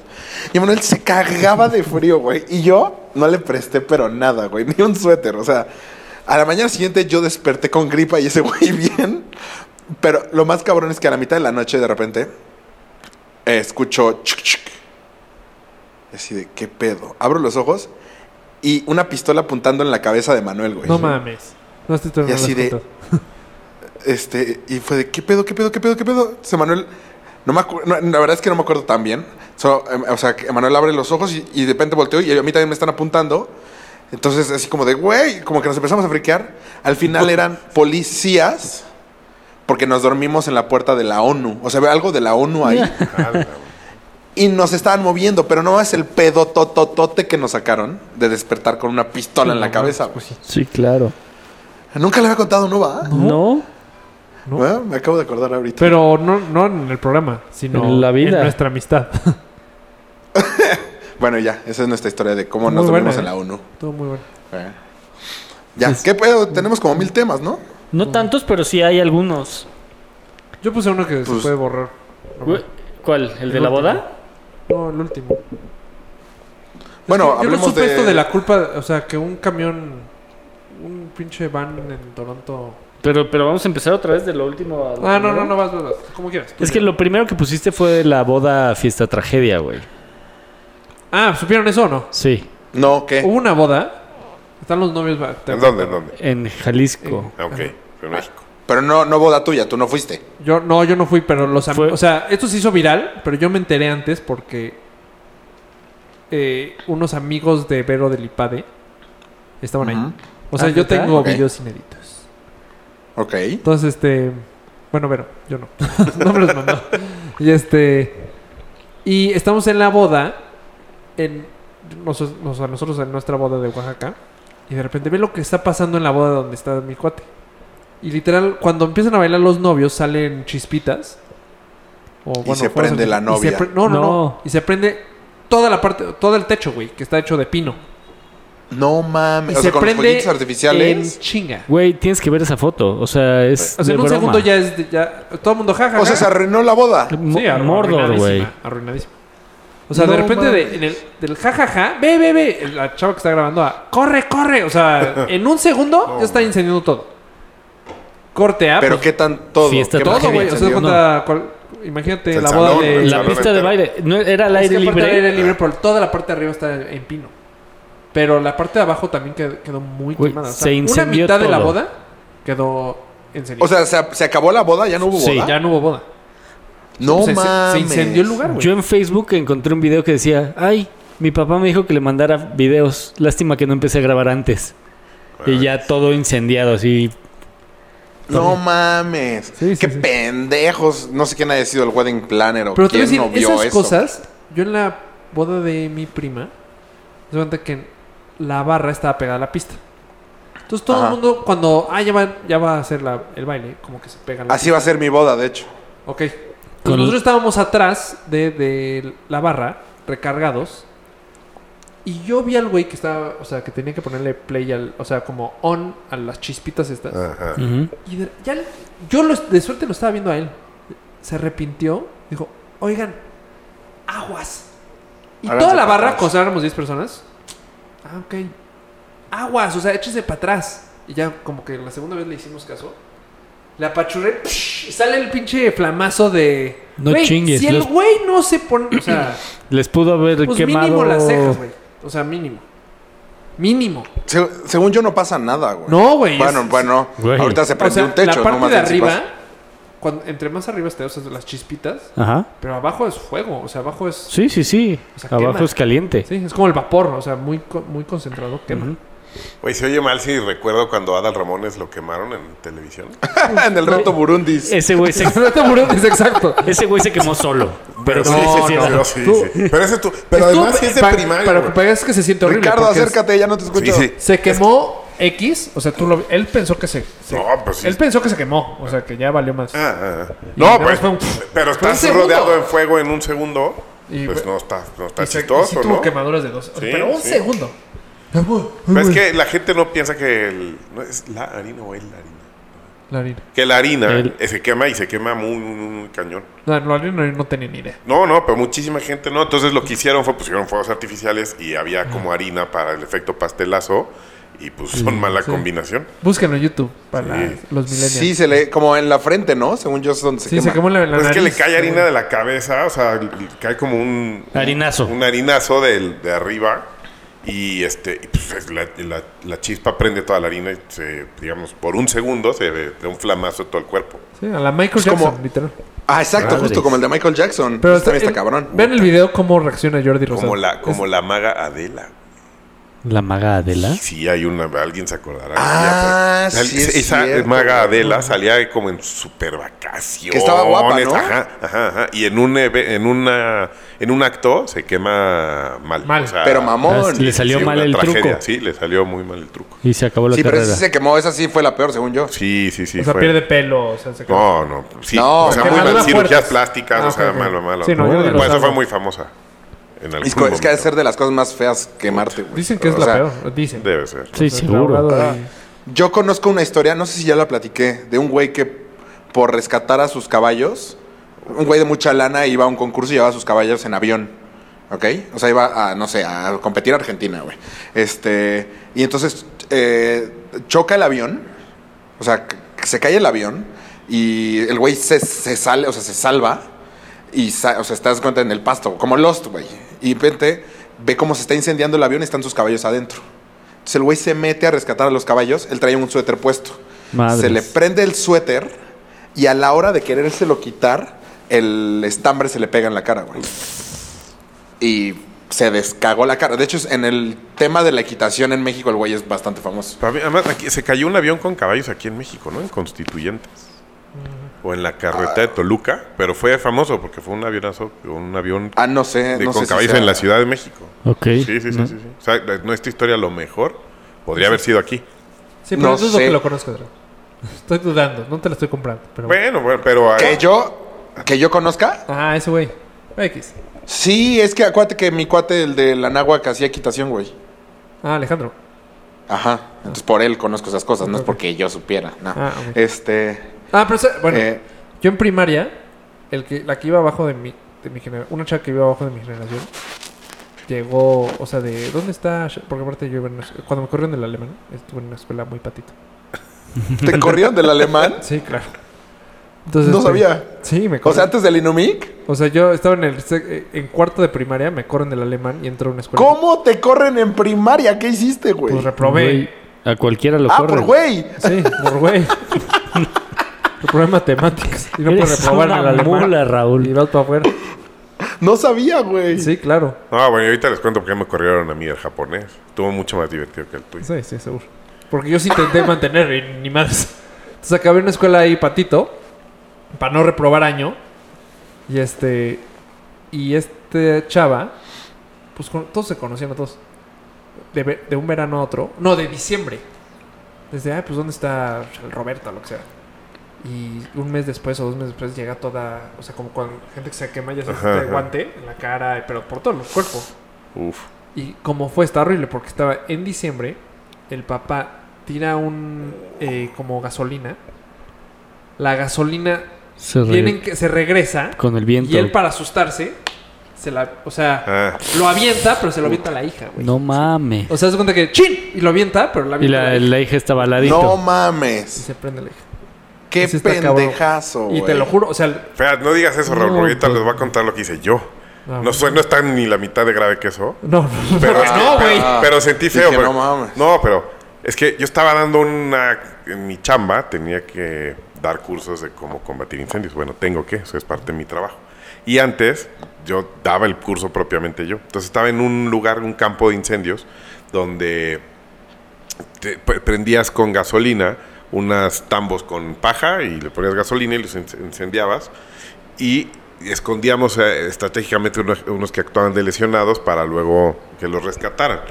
A: Y Emanuel se cagaba de frío, güey. Y yo no le presté, pero nada, güey. [laughs] Ni un suéter, o sea. A la mañana siguiente yo desperté con gripa y ese [laughs] güey bien. Pero lo más cabrón es que a la mitad de la noche de repente eh, escucho chuc, chuc. Y Así de qué pedo. Abro los ojos y una pistola apuntando en la cabeza de Manuel, güey.
F: No mames. No estoy
A: Pues Y
F: tomando
A: así de- Este, y fue de qué pedo, qué pedo, qué pedo, qué pedo. Entonces Manuel, no me acu- no, la verdad es que no me acuerdo tan bien. Solo, em, o sea, que Manuel abre los ojos y, y de repente volteo y a mí también me están apuntando. Entonces, así como de, güey, como que nos empezamos a friquear. Al final
F: Pues,
A: eran policías, porque nos dormimos en la puerta de la ONU. O sea, ve algo de la ONU
F: [laughs]
A: ahí. y nos estaban moviendo, pero no es el pedo tototote que nos sacaron de despertar con una pistola en la cabeza.
F: pues
A: güey.
B: Sí, claro.
A: Nunca le había contado, ¿no va?
B: ¿No?
F: ¿No?
A: Bueno, ¿Eh? me acabo de acordar ahorita.
F: Pero no, no en el programa, sino
B: En la vida.
F: en nuestra amistad. [laughs]
A: Bueno, ya, esa es nuestra historia de cómo
F: Muy
A: nos dormimos
F: buena,
A: en
F: ¿eh?
A: la ONU.
F: Todo muy bueno.
A: Eh. Ya, ¿qué pedo? Tenemos como mil temas, ¿no?
B: No tantos, pero sí hay algunos.
F: Yo puse uno que se
A: Pues-
F: puede borrar. No,
B: Güey, ¿Cuál? ¿El de
F: El
B: la
F: último.
B: boda?
F: no, el último.
A: Bueno,
F: yo no
A: hablemos
F: supe
A: de...
F: esto de la culpa, o sea, que un camión, un pinche van en Toronto.
B: Pero, pero vamos a empezar otra vez de lo último. a lo
F: Ah, no,
B: primero.
F: no, no vas, vas, vas. Como quieras. tú
B: Es que
F: dime.
B: lo primero que pusiste fue la boda fiesta tragedia, güey.
F: Ah, ¿supieron eso o no?
B: Sí,
A: No, ¿qué?
F: Hubo una boda. Están los novios. va, te-
D: ¿En dónde? ¿En dónde?
B: en Jalisco.
D: Ah, ok. Pero en México.
A: Pero no, no boda tuya, tú no fuiste.
F: Yo, no, yo no fui, pero los am-
B: Fue-
F: O sea, esto se hizo viral, pero yo me enteré antes porque eh, unos amigos de Vero del IPADE estaban ahí.
A: Ujú.
F: O sea,
B: Ah,
F: yo
B: ¿neta?
F: tengo
A: Ok.
F: videos inéditos.
A: Ok.
F: Entonces, este. Bueno, Vero, yo no. [laughs] no me los mandó. Y este. Y estamos en la boda. En, nos- o sea, nosotros en nuestra boda de Oaxaca. Y de repente ve lo que está pasando en la boda donde está mi cuate. Y literal, cuando empiezan a bailar los novios, salen chispitas. O,
A: se
F: fuegos
A: prende la
F: artificiales. Y se
A: novia.
F: pre- no, no,
B: No.
F: no. Y se prende toda la parte, todo el techo, güey, que está hecho de pino.
A: No mames.
F: Y
A: o
F: se
A: sea, con los
F: prende
A: fueguitos artificiales.
F: en chinga.
B: Güey, tienes que ver esa foto. O sea, es.
F: O sea,
B: de
F: en un
B: broma.
F: segundo ya es. de- ya, todo el mundo jaja.
A: O sea, se arruinó la boda.
B: Mo-
F: Sí, arru-
B: Mordor,
F: arruinadísima,
B: güey.
F: Arruinadísima. O sea,
B: No
F: de repente
B: mames.
F: de, en el, del jajaja, ve, ve, ve, la chava que está grabando a, corre, corre.
B: [laughs]
F: O sea, en un segundo ya está incendiando todo. Corte A.
A: Pero
F: pues,
A: qué tan todo.
B: Fiesta
A: ¿Qué
B: todo,
A: magia
F: todo, güey. O sea,
A: incendió?
F: cuenta, cual- imagínate
D: El
F: la
D: salón,
F: boda de.
D: el
B: La
D: salón
B: pista de
D: entero.
B: baile. No, era al
F: es que
B: aire
F: aparte
B: libre.
F: del aire libre, pero toda la parte de arriba está en pino. Pero la parte de abajo también qued- quedó muy
B: Güey,
F: quemada. O
B: se
F: sea, una
B: incendió
F: mitad de la
B: todo.
F: boda quedó encendida.
A: O sea, se, se acabó la boda, ya no hubo boda.
B: Sí,
F: ya no hubo boda.
A: No
F: se, se-
A: mames.
F: se incendió el lugar, güey.
B: Yo en Facebook encontré un video que decía, ay, mi papá me dijo que le mandara videos. Lástima que no empecé a grabar antes. Y ya todo incendiado, así.
A: No mames.
F: Sí, sí,
A: qué
F: sí.
A: pendejos. No sé quién haya sido el wedding planner o
F: Pero te voy a
A: quién
F: decir,
A: no vio
F: esas
A: eso.
F: cosas, yo en la boda de mi prima, se cuenta que la barra estaba pegada a la pista. Entonces todo
A: Ajá.
F: el mundo, cuando, ah, ya va, ya va a hacer la- el baile, como que se pega la
A: Así va a ser mi boda, de hecho.
F: Ok. Entonces
B: Con-
F: nosotros estábamos atrás de, de la barra, recargados. Y yo vi al güey que estaba, o sea, que tenía que ponerle play al, o sea, como on a las chispitas estas.
D: Ajá.
B: ujú.
F: Y de- ya, le- yo lo- de suerte lo estaba viendo a él. Se arrepintió. Dijo, oigan, aguas. Y
A: Háganse
F: toda la
A: para
F: barra,
A: atrás.
F: cuando éramos 10 personas. Ah, ok. Aguas, o sea, échese para atrás. Y ya como que la segunda vez le hicimos caso. La apachurré. psh, y sale el pinche flamazo de...
B: No
F: Güey,
B: chingues,
F: Si el
B: los-
F: güey
B: [clears throat]
F: no se pone... O sea,
B: Les pudo haber
F: pues
B: quemado.
F: mínimo las cejas, güey. O sea, mínimo. Mínimo.
A: Se- según yo no pasa nada, güey.
F: No, güey,
A: Bueno,
F: es-
A: bueno.
B: Güey.
A: Ahorita se
F: O
A: prendió
F: sea,
A: un techo.
F: la parte
A: no más
F: de
A: bien si
F: arriba,
A: pasa.
F: cuando- entre más arriba esté, o sea, las chispitas,
B: Ajá.
F: pero abajo es fuego, o sea, abajo es...
B: Sí, sí, sí.
F: O sea,
B: Abajo
F: quema.
B: es caliente.
F: Sí, es como el vapor, o sea, muy, co- muy concentrado, quema.
D: Güey, se oye mal si recuerdo cuando a Adal Ramones lo quemaron en televisión.
A: en el reto Burundis.
B: Ese güey se,
F: No [laughs] te murió, es exacto.
B: ese güey se quemó solo. Pero
D: sí,
B: sí,
D: sí,
B: se
D: sí,
B: siente-
D: pero sí,
F: Tú-
D: sí. Pero ese tú- [laughs] pero
F: Estuvo-
D: además sí es de
F: pa-
D: primaria.
F: Para
D: güey.
F: que veas que se siente horrible.
A: Ricardo,
F: porque es-
A: acércate, ya no te escucho.
D: Sí, sí.
F: Se quemó X, o sea, tú lo Él pensó que se. se-
D: No, pues sí.
F: Él pensó que se quemó, o sea, que ya valió más.
D: Ah, ah, ah.
F: Y
D: No,
F: nada
D: pues,
F: más fue un-
D: pero estás
F: Fue un segundo.
D: rodeado en fuego en un segundo.
F: Y-
D: pues no está, no está
F: Y se- y sí
D: chistoso,
F: tuvo
D: ¿no?
F: quemaduras de dos.
D: Sí,
F: pero un
D: sí.
F: segundo.
D: Pero es que la gente no piensa que el, no es la harina o el harina.
F: La harina.
D: Que la harina
B: El-
D: eh, se quema y se quema muy, muy, muy, muy cañón.
F: No, no, la harina no tenía ni idea.
D: No, no, pero muchísima gente no. Entonces lo que hicieron fue pusieron fuegos artificiales y había como harina para el efecto pastelazo y pues son mala combinación.
F: Búsquenlo en YouTube para
D: Sí.
F: las- los millennials.
A: Sí, se le, como en la frente, ¿no? Según yo es donde se
F: Sí,
A: quema.
F: se quemó en la, en la
D: Pero Pues es que le
F: nariz.
D: cae harina de la cabeza, o sea, le- le cae como un... un-
B: Harinazo.
D: Un harinazo del- de arriba y este y, pues, es la, la- la chispa prende toda la harina y se, digamos, por un segundo se ve de un flamazo todo el cuerpo.
F: Sí, a la Michael
A: Es como-
F: Jackson, literal.
A: Ah, exacto,
B: Madres.
A: justo como el de Michael Jackson.
F: Pero
A: Pero está,
F: está-
A: está
F: el-
A: cabrón.
F: Vean el video cómo reacciona Jordi Rosado.
D: Como la, como la maga Adela.
B: La maga Adela.
D: Sí, hay una, alguien se acordará.
A: Ah,
D: Sal-
A: sí es
D: Esa
A: cierto.
D: maga Adela salía como en super vacaciones.
A: Que estaba guapa, ¿no?
D: Ajá, ajá, ajá. Y en un, eve- en una, en un acto se quema mal.
F: Mal.
A: Pero
B: Ah,
A: mamón.
B: Le salió mal
D: una
B: el truco.
D: Sí, le salió muy mal el truco.
B: Y se acabó la
A: Sí, pero
B: carrera.
A: esa sí se quemó. Esa sí fue la peor, según yo.
D: Sí, sí, sí.
F: o sea,
D: fue-
F: pierde pelo. O sea, se
D: No, no. Sí,
A: No,
D: o sea,
A: que
D: muy mal.
F: maduras
D: Cirugías
F: fuertes.
D: plásticas,
F: Ah,
D: o sea,
F: ok, ok.
D: malo, malo.
F: Sí, no, yo
D: Por
F: de
D: eso
F: los
D: fue
F: amo.
D: muy famosa. En algún
A: Es, co- es que ha de
D: momento.
A: ser de las cosas más feas quemarte, güey.
F: Dicen que es
A: O
F: la
A: sea, Ah,
F: peor. Dicen.
D: Debe ser.
B: Sí,
F: O sea, el
B: seguro.
F: abogado y-
A: Yo conozco una historia, no sé si ya la platiqué, de un güey que por rescatar a sus caballos, un güey de mucha lana iba a un concurso y llevaba sus caballos en avión. ¿Ok? O sea, iba a, no sé, a competir a Argentina, güey. Este. Y entonces eh, choca el avión. O sea, c- se cae el avión. Y el güey se, se sale, o sea, se salva. Y, sa- o sea, estás cuenta en el pasto, como Lost, güey. Y de repente ve cómo se está incendiando el avión y están sus caballos adentro. Entonces el güey se mete a rescatar a los caballos, él traía un suéter puesto.
B: Madres.
A: Se le prende el suéter y a la hora de querérselo quitar, el estambre se le pega en la cara, güey. Y se descagó la cara. De hecho, en el tema de la equitación en México, el güey es bastante famoso.
D: Pero a mí- Además, aquí- se cayó un avión con caballos aquí en México, ¿no? En Constituyentes. O en la carretera de Toluca, pero fue famoso porque fue un avionazo, un avión
A: Ah, no sé,
D: de-
A: no sé.
D: con
A: si
D: caballos
A: sea-
D: en la Ciudad de México.
B: Ok.
D: Sí, sí, sí,
B: No.
D: sí, sí. O sea, la- nuestra historia a lo mejor podría haber sido aquí.
F: Sí, pero
A: No
F: eso es lo
A: sé.
F: que lo conozco, Adrián. [laughs] Estoy dudando, no te la estoy comprando. Pero bueno.
D: Bueno, bueno, pero
A: ¿Que yo, que yo conozca?
F: Ah, ese güey. X.
A: Sí, es que acuérdate que mi cuate, el de la náhuac, hacía equitación, güey.
F: Ah, Alejandro.
A: Ajá. Entonces por él conozco esas cosas, no es porque yo supiera, no.
F: Ah, ok.
A: Este.
F: Ah, pero ese- bueno,
A: eh,
F: yo en primaria, el que, la que iba abajo de mi, de mi generación, una chava que iba abajo de mi generación, llegó, o sea, de ¿dónde está? Sh-? Porque aparte yo iba en una- cuando me corrieron del alemán, estuve en una escuela muy patito.
A: ¿Te corrieron del alemán?
F: Sí, claro. Entonces,
A: No
F: este,
A: sabía.
F: Sí, me
A: O sea,
F: corrieron.
A: antes del Inumic.
F: O sea, yo estaba en el sec- eh, en cuarto de primaria, me corren del alemán y entro a una escuela.
A: ¿Cómo te corren en primaria? ¿Qué hiciste, güey?
F: Pues reprobé.
B: Güey, a cualquiera lo
A: Ah,
B: corre.
A: por güey.
F: Sí, por [laughs] güey. Reprobé matemáticas. Y no puedo
B: Eres
F: reprobar en
B: una
F: el alemán.
B: mula, Raúl.
F: Y vas para afuera.
A: No sabía, güey.
F: Sí, claro.
D: Ah, bueno, y ahorita les cuento por qué me corrieron a mí el japonés. Estuvo mucho más divertido que el tuyo.
F: Sí, sí, seguro. Porque yo sí intenté
D: [laughs]
F: mantener y ni más. Entonces acabé en una escuela ahí, patito. Para no reprobar año. Y este. Y este chava. Pues con- todos se conocían a todos. De, ve- de un verano a otro. No, de diciembre. Desde, ah, pues ¿dónde está el Roberto? Lo que sea. Y un mes después o dos meses después llega toda. O sea, como con gente que se quema, ya se
D: Ajá, ajá.
F: guante en la cara, pero por todo el cuerpo.
D: Uf.
F: Y como fue, está horrible porque estaba en diciembre, el papá tira un eh, como gasolina. La gasolina
B: Se re-
F: tienen que, se regresa
B: Con el viento.
F: y él para asustarse, se la, o sea,
D: Ah,
F: lo avienta, pero se lo avienta a la hija, güey.
B: No mames.
F: O sea, se cuenta que chin y lo avienta, pero la
B: Y
F: avienta. a
B: la,
F: la hija.
B: la hija estaba al ladito.
A: No
F: Y
A: mames.
F: se prende la hija.
A: Qué
F: Ese está cabrón.
A: pendejazo, güey.
F: Y te lo juro, o sea,
D: Fea, no digas eso, Raúl,
F: No,
D: porque ahorita
F: pero-
D: les voy a contar lo que hice yo.
F: No,
D: No, sé, no está ni la mitad de grave que eso.
F: No, no,
D: Pero, es que-
F: no, güey.
D: pero- pero sentí
A: Ah, Dije,
D: feo. pero-
A: "No mames".
D: No, pero es que yo estaba dando una... En mi chamba tenía que dar cursos de cómo combatir incendios. Bueno, tengo que, eso es parte de mi trabajo. Y antes yo daba el curso propiamente yo. Entonces estaba en un lugar, un campo de incendios, donde te pre- prendías con gasolina unas tambos con paja y le ponías gasolina y los en- incendiabas y escondíamos eh, estratégicamente unos, unos que actuaban de lesionados para luego que los rescataran.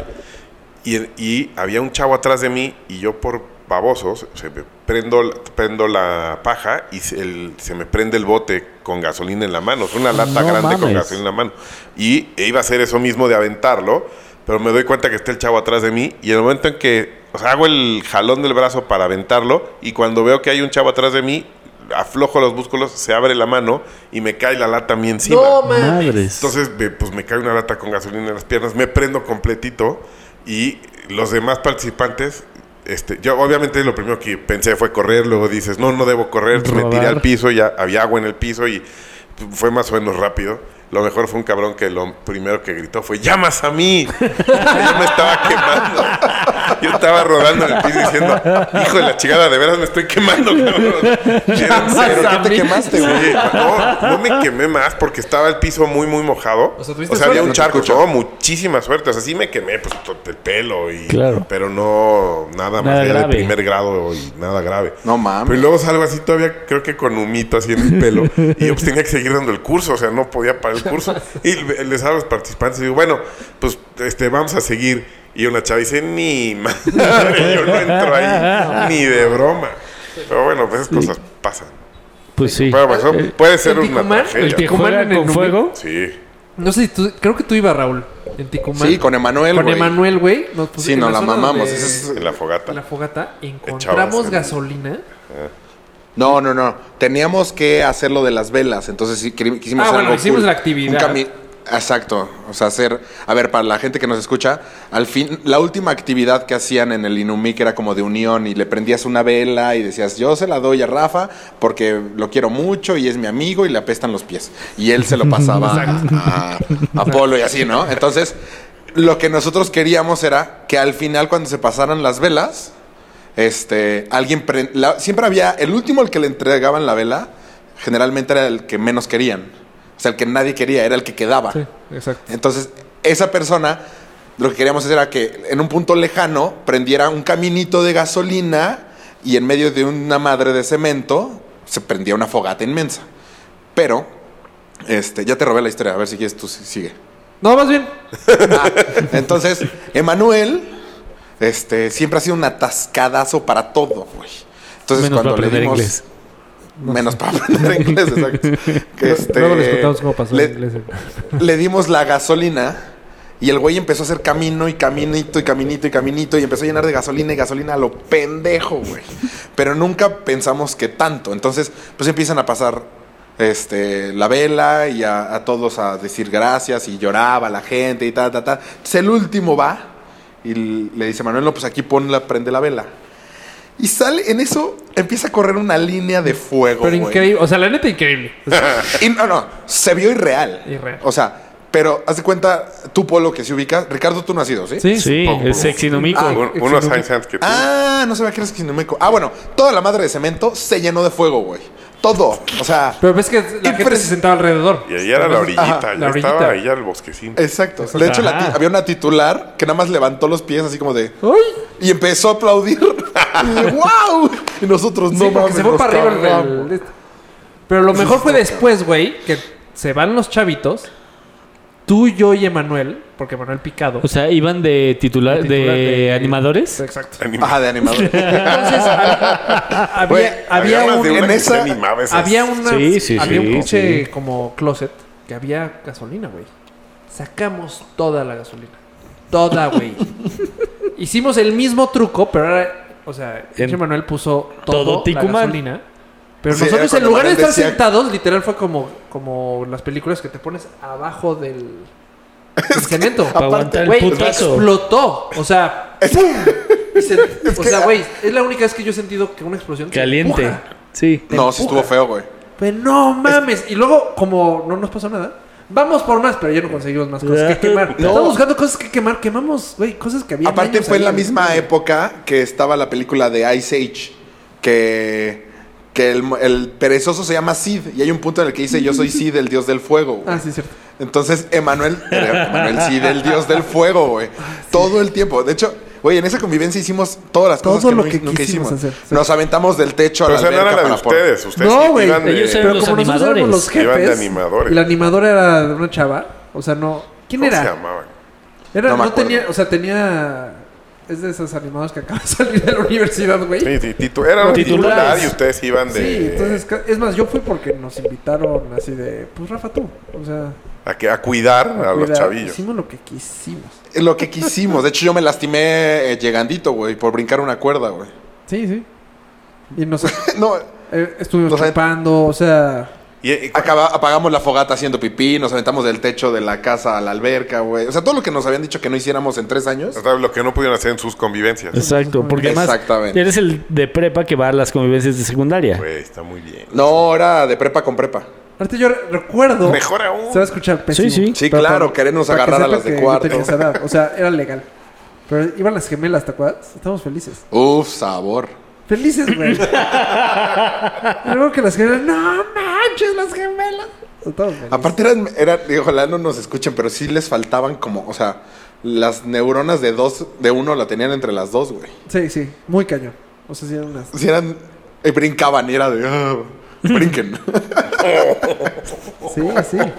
D: Y, y había un chavo atrás de mí y yo por babosos se me prendo, prendo la paja y se, el- se me prende el bote con gasolina en la mano. Fue una lata
B: No
D: grande con
B: mames.
D: gasolina en la mano. Y e iba a hacer eso mismo de aventarlo, pero me doy cuenta que está el chavo atrás de mí y en el momento en que o sea, hago el jalón del brazo para aventarlo y cuando veo que hay un chavo atrás de mí, aflojo los músculos, se abre la mano y me cae la lata a mí encima.
F: No, man.
B: Madres.
D: Entonces, me- pues me cae una lata con gasolina en las piernas, me prendo completito y los demás participantes, este, yo obviamente lo primero que pensé fue correr, luego dices, no, no debo correr, pues, me tiré
B: Rodar.
D: al piso, ya había agua en el piso y fue más o menos rápido. Lo mejor fue un cabrón que lo primero que gritó fue, llamas a mí. [laughs] yo me estaba quemando. Yo estaba rodando en el piso diciendo, hijo de la chingada, de veras me estoy quemando, cabrón. Y era en serio.
A: ¿Pero qué te quemaste,
D: Sí,
A: güey?
D: no, no me quemé más porque estaba el piso muy, muy mojado.
F: O sea,
D: O sea,
F: ¿tuviste
D: había
F: suerte?
D: un charco. No, muchísima suerte. O sea, sí me quemé, pues, to- el pelo y...
B: Claro.
D: Pero no
B: Nada
D: nada, más allá de
B: grave.
D: primer grado y nada grave.
A: No mames.
D: Pero luego salgo así todavía, creo que con humito así en el pelo. y yo pues tenía que seguir dando el curso, o sea, no podía parar el curso. Y le- les hablo a los participantes y digo, bueno, pues, este, vamos a seguir. Y una chava dice, ni madre, [laughs] yo no entro ahí, ni de broma. Pero bueno, pues esas cosas pasan.
B: pues sí.
D: Pero bueno,
B: El-
D: puede ser
F: el
D: una
F: Ticumán,
D: tragedia.
B: El que
F: Tucumán
B: juega
F: en el
B: con
F: Numi-
B: fuego.
D: Sí.
F: No sé si tú, creo que tú ibas, Raúl, en Ticumán.
A: Sí, con Emanuel,
F: Con
A: güey.
F: Emanuel, güey. nos pusimos
A: Sí,
F: en
A: no, la
F: zona
A: mamamos,
F: donde-
A: ese es-
D: En la fogata.
F: la fogata encontramos
D: Echabas el-
F: gasolina.
A: No, no, no. Teníamos que hacer lo de las velas. Entonces sí, queri- quisimos
F: Ah,
A: hacer
F: bueno,
A: algo
F: hicimos
A: cool.
F: la actividad.
A: Un cami- Exacto. O sea, hacer... A ver, para la gente que nos escucha, al fin... La última actividad que hacían en el Inumic era como de unión y le prendías una vela y decías, yo se la doy a Rafa porque lo quiero mucho y es mi amigo y le apestan los pies. Y él se lo pasaba a, a Apolo y así, ¿no? Entonces, lo que nosotros queríamos era que al final cuando se pasaran las velas... Este, alguien pre- la- siempre había el último al que le entregaban la vela, generalmente era el que menos querían, o sea, el que nadie quería, era el que quedaba.
F: Sí, exacto.
A: Entonces, esa persona lo que queríamos hacer era que en un punto lejano prendiera un caminito de gasolina y en medio de una madre de cemento se prendía una fogata inmensa. Pero este, ya te robé la historia, a ver si quieres tú si- sigue.
F: No, más bien.
A: Entonces, Emanuel, este, siempre ha sido un atascadazo para todo, güey. Entonces,
B: Menos
A: cuando
B: para
A: le
B: aprender
A: dimos.
B: inglés.
A: Menos para [laughs] aprender inglés, exacto. Que, este,
F: [laughs] Luego les contamos cómo pasó
A: le- Oh,
F: en inglés.
A: le dimos la gasolina y el güey empezó a hacer camino y caminito y caminito y caminito y empezó a llenar de gasolina y gasolina a lo pendejo, güey. Pero nunca pensamos que tanto. Entonces, pues empiezan a pasar este, la vela y a, a todos a decir gracias y lloraba la gente y ta, ta, ta. Entonces el último va y le dice Manuel, no, pues aquí pon la, prende la vela. Y sale, en eso empieza a correr una línea de fuego.
F: Pero
A: güey.
F: increíble. O sea, la neta, increíble.
A: Y no, no, se vio irreal.
F: Irreal.
A: O sea, pero haz de cuenta, tú, Polo, que se ubica. Ricardo, tú no has ido, ¿sí?
F: Sí.
B: Sí, el sexy
D: Un-
B: nomico.
D: unos años antes que tú.
A: Ah, no se que eres quinomeco. Ah, bueno, toda la madre de cemento se llenó de fuego, güey. Todo. O sea,
F: Pero ves que la gente
A: Impres-
F: se sentaba alrededor.
D: Y ahí era la orillita.
A: Ajá,
D: ya
F: Ah, la orillita.
D: estaba ahí el bosquecín.
A: exacto. De hecho, la ti-
B: Ajá.
A: había una titular que nada más levantó los pies así como de.
F: ¡Uy!
A: Y empezó a
F: [laughs]
A: aplaudir. y ¡Wow! Y nosotros
F: Sí,
A: no
F: porque
A: mames.
F: se fue
A: nos
F: para arriba el-
A: cagamos".
F: el- Pero lo mejor fue después, güey, que se van los chavitos. Tú, yo y Emanuel, porque Emanuel picado.
B: O sea, iban de titular,
F: titular
B: de animadores.
F: Exacto.
D: Anima-
A: Ajá, de animador.
F: [laughs] Entonces,
A: [laughs]
F: había, había-
A: Güey,
F: había
D: más
F: un,
D: de una
A: en
D: que
A: esa-
D: se animaba esas-
F: había una,
B: Sí, sí,
F: había
B: sí,
F: un pinche
B: sí.
F: como closet que había gasolina, güey. Sacamos toda la gasolina.
B: [laughs]
F: Toda, güey. Hicimos el mismo truco, pero ahora, o sea, pinche Manuel puso
B: todo
F: todo, la
B: Ticumán.
F: gasolina. Pero
A: Sí, era
F: nosotros en
A: cuando
F: lugar de
A: Manuel
F: estar
A: decía-
F: sentados, literal fue como, como las películas que te pones
A: [laughs]
F: abajo del del cemento.
B: Para aguantar el
F: Güey,
B: putazo.
F: explotó. O sea, ¡pum! Y se- o sea, güey, es la única vez que yo he sentido que una explosión te
B: Caliente.
F: empuja. Pues
B: Sí.
A: No, sí estuvo feo, güey.
F: Pero no mames. Y luego, como no nos pasó nada, Vamos por más, pero ya no conseguimos más cosas que quemar.
B: No.
F: Estamos buscando cosas que quemar. Quemamos, güey, cosas que había.
A: Aparte
F: años
A: fue en la
F: ahí.
A: misma época que estaba la película de Ice Age, que, que el, el perezoso se llama Sid, y hay un punto en el que dice, yo
C: [laughs]
A: soy Sid, el dios del fuego. güey.
F: Ah, sí, cierto.
A: Entonces, Emanuel, era Emanuel Cid, el dios del fuego, güey.
C: Ah,
A: Todo el tiempo. De hecho, güey, en esa convivencia hicimos todas las
C: Todo
A: cosas que,
C: lo
A: nu-
C: que
A: nunca
C: quisimos
A: hicimos.
C: hacer.
A: Nos aventamos del techo a
D: Pero
A: la
D: esa no era
A: alberca
D: la de
A: para por-
D: ustedes. Ustedes
F: No, güey.
D: iban de-
B: Ellos eran-
F: Pero
B: los
F: como nosotros
B: animadores.
F: éramos los
D: Iban de
F: jefes.
D: animadores.
F: Y la animadora era de una chava. O sea, no. ¿Quién
D: ¿Cómo se
F: era?
D: llamaban?
F: Era,
A: No
F: no
A: me acuerdo.
F: tenía, o sea, tenía. Es de esas animadas que acaban de salir de la universidad, güey. Sí.
D: Sí, sí, titu- era una
B: Titulares.
D: titular y ustedes iban de...
F: entonces, ca- es más, yo fui porque nos invitaron así de, pues Rafa, tú. O sea,
D: a, que- a cuidar a, los
F: cuidar.
D: chavillos.
F: Hicimos lo que quisimos.
A: Lo que quisimos. De hecho, yo me lastimé eh, llegandito, güey, por brincar una cuerda, güey.
F: Sí, sí. Y nos
A: No,
F: eh, estuvimos
A: Nos avent-
F: chupando, o sea.
D: Y- eh, y-
A: acaba- apagamos la fogata haciendo pipí, nos aventamos del techo de la casa a la alberca, güey. O sea, todo lo que nos habían dicho que no hiciéramos en tres años.
D: hasta lo que no pudieron hacer en sus convivencias.
B: Exacto, porque además
A: Exactamente.
B: eres el de prepa que va a las convivencias de secundaria.
D: Güey, está muy bien.
A: No, era de prepa con prepa.
F: Ahorita yo re- recuerdo.
D: Mejor aún.
F: Se va a escuchar pésimo.
B: Sí, sí.
A: Sí, claro, querernos
F: para que
A: agarrar a
F: sepa
A: las de
F: que yo
A: cuarto.
F: tenía esa edad, O sea, era legal. Pero iban las gemelas, ¿te acuerdas? Estábamos felices.
A: Uf, sabor.
F: Felices, güey. Luego que las gemelas. No manches, las gemelas. Estábamos felices.
A: Aparte eran, eran- digo, ojalá no nos escuchen, pero sí les faltaban como, o sea, las neuronas de dos, de uno la tenían entre las dos, güey.
F: Sí, sí. Muy cañón. O sea, sí eran unas.
A: Si eran, y brincaban y era de, "Ah,
D: [laughs]
A: brinquen. [laughs]
F: Sí, sí.
A: Eh,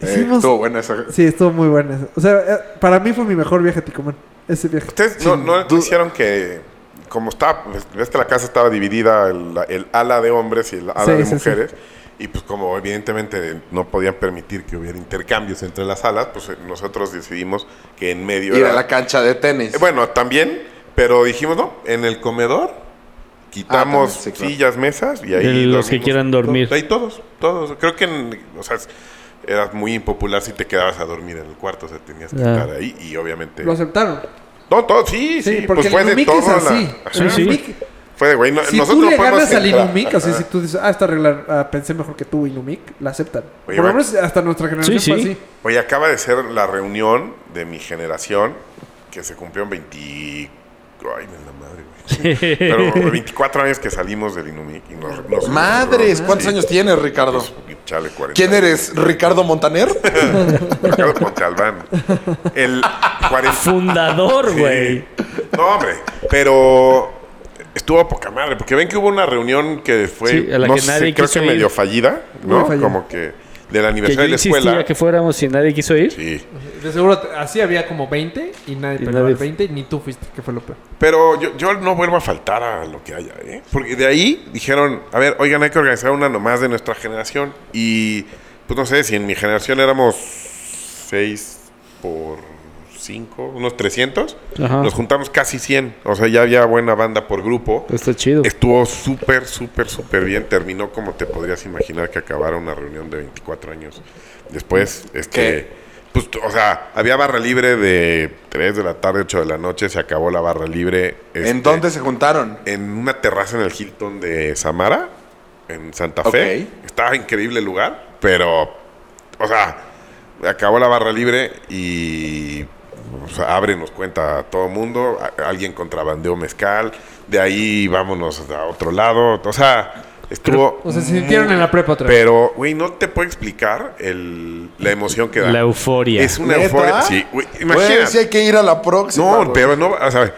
F: Hicimos-
A: estuvo buena esa.
F: Sí, estuvo muy buena. esa. O sea, eh, para mí fue mi mejor viaje a Ticumán. Ese viaje.
D: Ustedes no, no hicieron que... Como está, ves que la casa estaba dividida, el, el ala de hombres y el ala
F: Sí,
D: de
F: sí, sí.
D: mujeres, y pues como evidentemente no podían permitir que hubiera intercambios entre las alas, pues eh, nosotros decidimos que en medio
A: Ir a la cancha de tenis.
D: Eh, Bueno, también, pero dijimos, ¿no? En el comedor quitamos
A: Ah, también, sí, claro.
D: sillas, mesas y ahí...
B: De los que
D: dormimos
B: quieran dormir.
D: Ahí todos, todos. Creo que, en- o sea, es- era muy impopular si te quedabas a dormir en el cuarto, o sea, tenías que
B: Ah.
D: estar ahí y obviamente...
F: Lo aceptaron.
D: No, todo,
F: Sí,
D: sí, sí,
F: porque
D: pues fue
F: el
D: de
F: Inumic
D: todo.
F: es
D: la-
F: así.
D: Ajá.
B: Sí, sí.
F: Inumic-
D: Fue de, güey, no-
F: si
D: nosotros
F: tú
D: no
F: le
D: podemos
F: ganas al
D: entrar.
F: Inumic, o sea,
D: Ajá.
F: si tú dices, ah, esta regla ah, pensé mejor que tú, Inumic, la aceptan.
D: Oye,
F: Por lo
D: bueno.
F: menos hasta nuestra generación
B: Sí,
F: fue
B: sí.
F: así.
D: Oye, acaba de ser la reunión de mi generación que se cumplió en 20. Ay, me la madre, güey. Pero 24 años que salimos del Inumic y nos. nos-
A: Madres, ¿cuántos
D: Sí.
A: años tienes, Ricardo?
D: Pues, chale, 40.
A: ¿Quién eres, Ricardo Montaner?
D: Este, Ricardo Montalbán.
F: [laughs]
D: El 40.
B: Fundador, güey.
D: No, hombre, pero estuvo poca madre, porque ven que hubo una reunión que fue,
B: Sí, a la
D: no
B: que
D: sé,
B: nadie
D: creo
B: quiso
D: que
B: ir.
D: medio fallida, ¿no?
F: Muy fallida.
D: Como que
B: Que
D: del
B: yo
D: aniversario de la
B: insistía
D: escuela.
B: que fuéramos y nadie quiso ir.
D: Sí.
F: De seguro, así había como 20 y nadie
B: Y peleó nadie- al
F: 20 ni tú fuiste, que fue lo peor.
D: Pero yo, yo no vuelvo a faltar a lo que haya, ¿eh? Porque de ahí dijeron, a ver, oigan, hay que organizar una nomás de nuestra generación. Y, pues no sé, si en mi generación éramos 6 por 5, unos 300,
B: Ajá.
D: nos juntamos casi 100. O sea, ya había buena banda por grupo.
B: Pues Está chido.
D: Estuvo súper, súper, súper bien. Terminó como te podrías imaginar que acabara una reunión de 24 años. Después, este. Pues, t- o sea, había barra libre de 3 de la tarde, 8 de la noche. Se acabó la barra libre. este,
A: ¿En dónde se juntaron?
D: En una terraza en el Hilton de Samara, en Santa Fe.
A: Ok.
D: Estaba increíble el lugar, pero. O sea, acabó la barra libre y. O sea, ábrenos cuenta a todo mundo. a- alguien contrabandeó mezcal. De ahí vámonos a otro lado. O sea, estuvo.
F: O sea, se sintieron
D: muy-
F: en la prepa otra vez.
D: Mm. Pero, güey, no te puedo explicar el, la emoción que da.
B: La euforia.
D: Es una
A: ¿Neta?
D: euforia. Sí, güey,
A: Güey,
D: imagínate.
A: sí hay que ir a la próxima.
D: No,
A: güey.
D: pero no, o sea,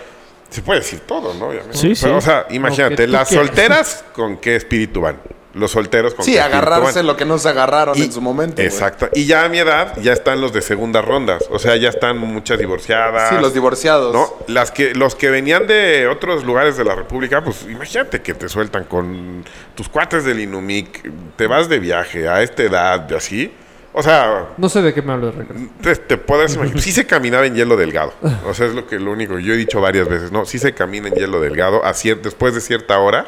D: se puede decir todo, ¿no? Obviamente.
B: Sí, sí.
D: Pero, O sea, imagínate,
F: Lo que tú
D: las
F: quieras.
D: solteras con qué espíritu van. Los solteros con
A: Sí,
D: qué espíritu
A: agarrarse
D: van.
A: lo que no se agarraron
D: Y-
A: en su momento. güey.
D: Exacto. Y ya a mi edad ya están los de segundas rondas. O sea, ya están muchas divorciadas.
A: Sí, los divorciados.
D: ¿no? Las que, los que venían de otros lugares de la República, pues imagínate que te sueltan con tus cuates del Inumic, te vas de viaje a esta edad, de así. O sea,
F: No sé de qué me hablas, Ricardo.
D: te, te podrás imaginar. Sí se caminaba en hielo delgado. O sea, es lo que lo único que yo he dicho varias veces, ¿no? Sí se camina en hielo delgado. A cier- después de cierta hora,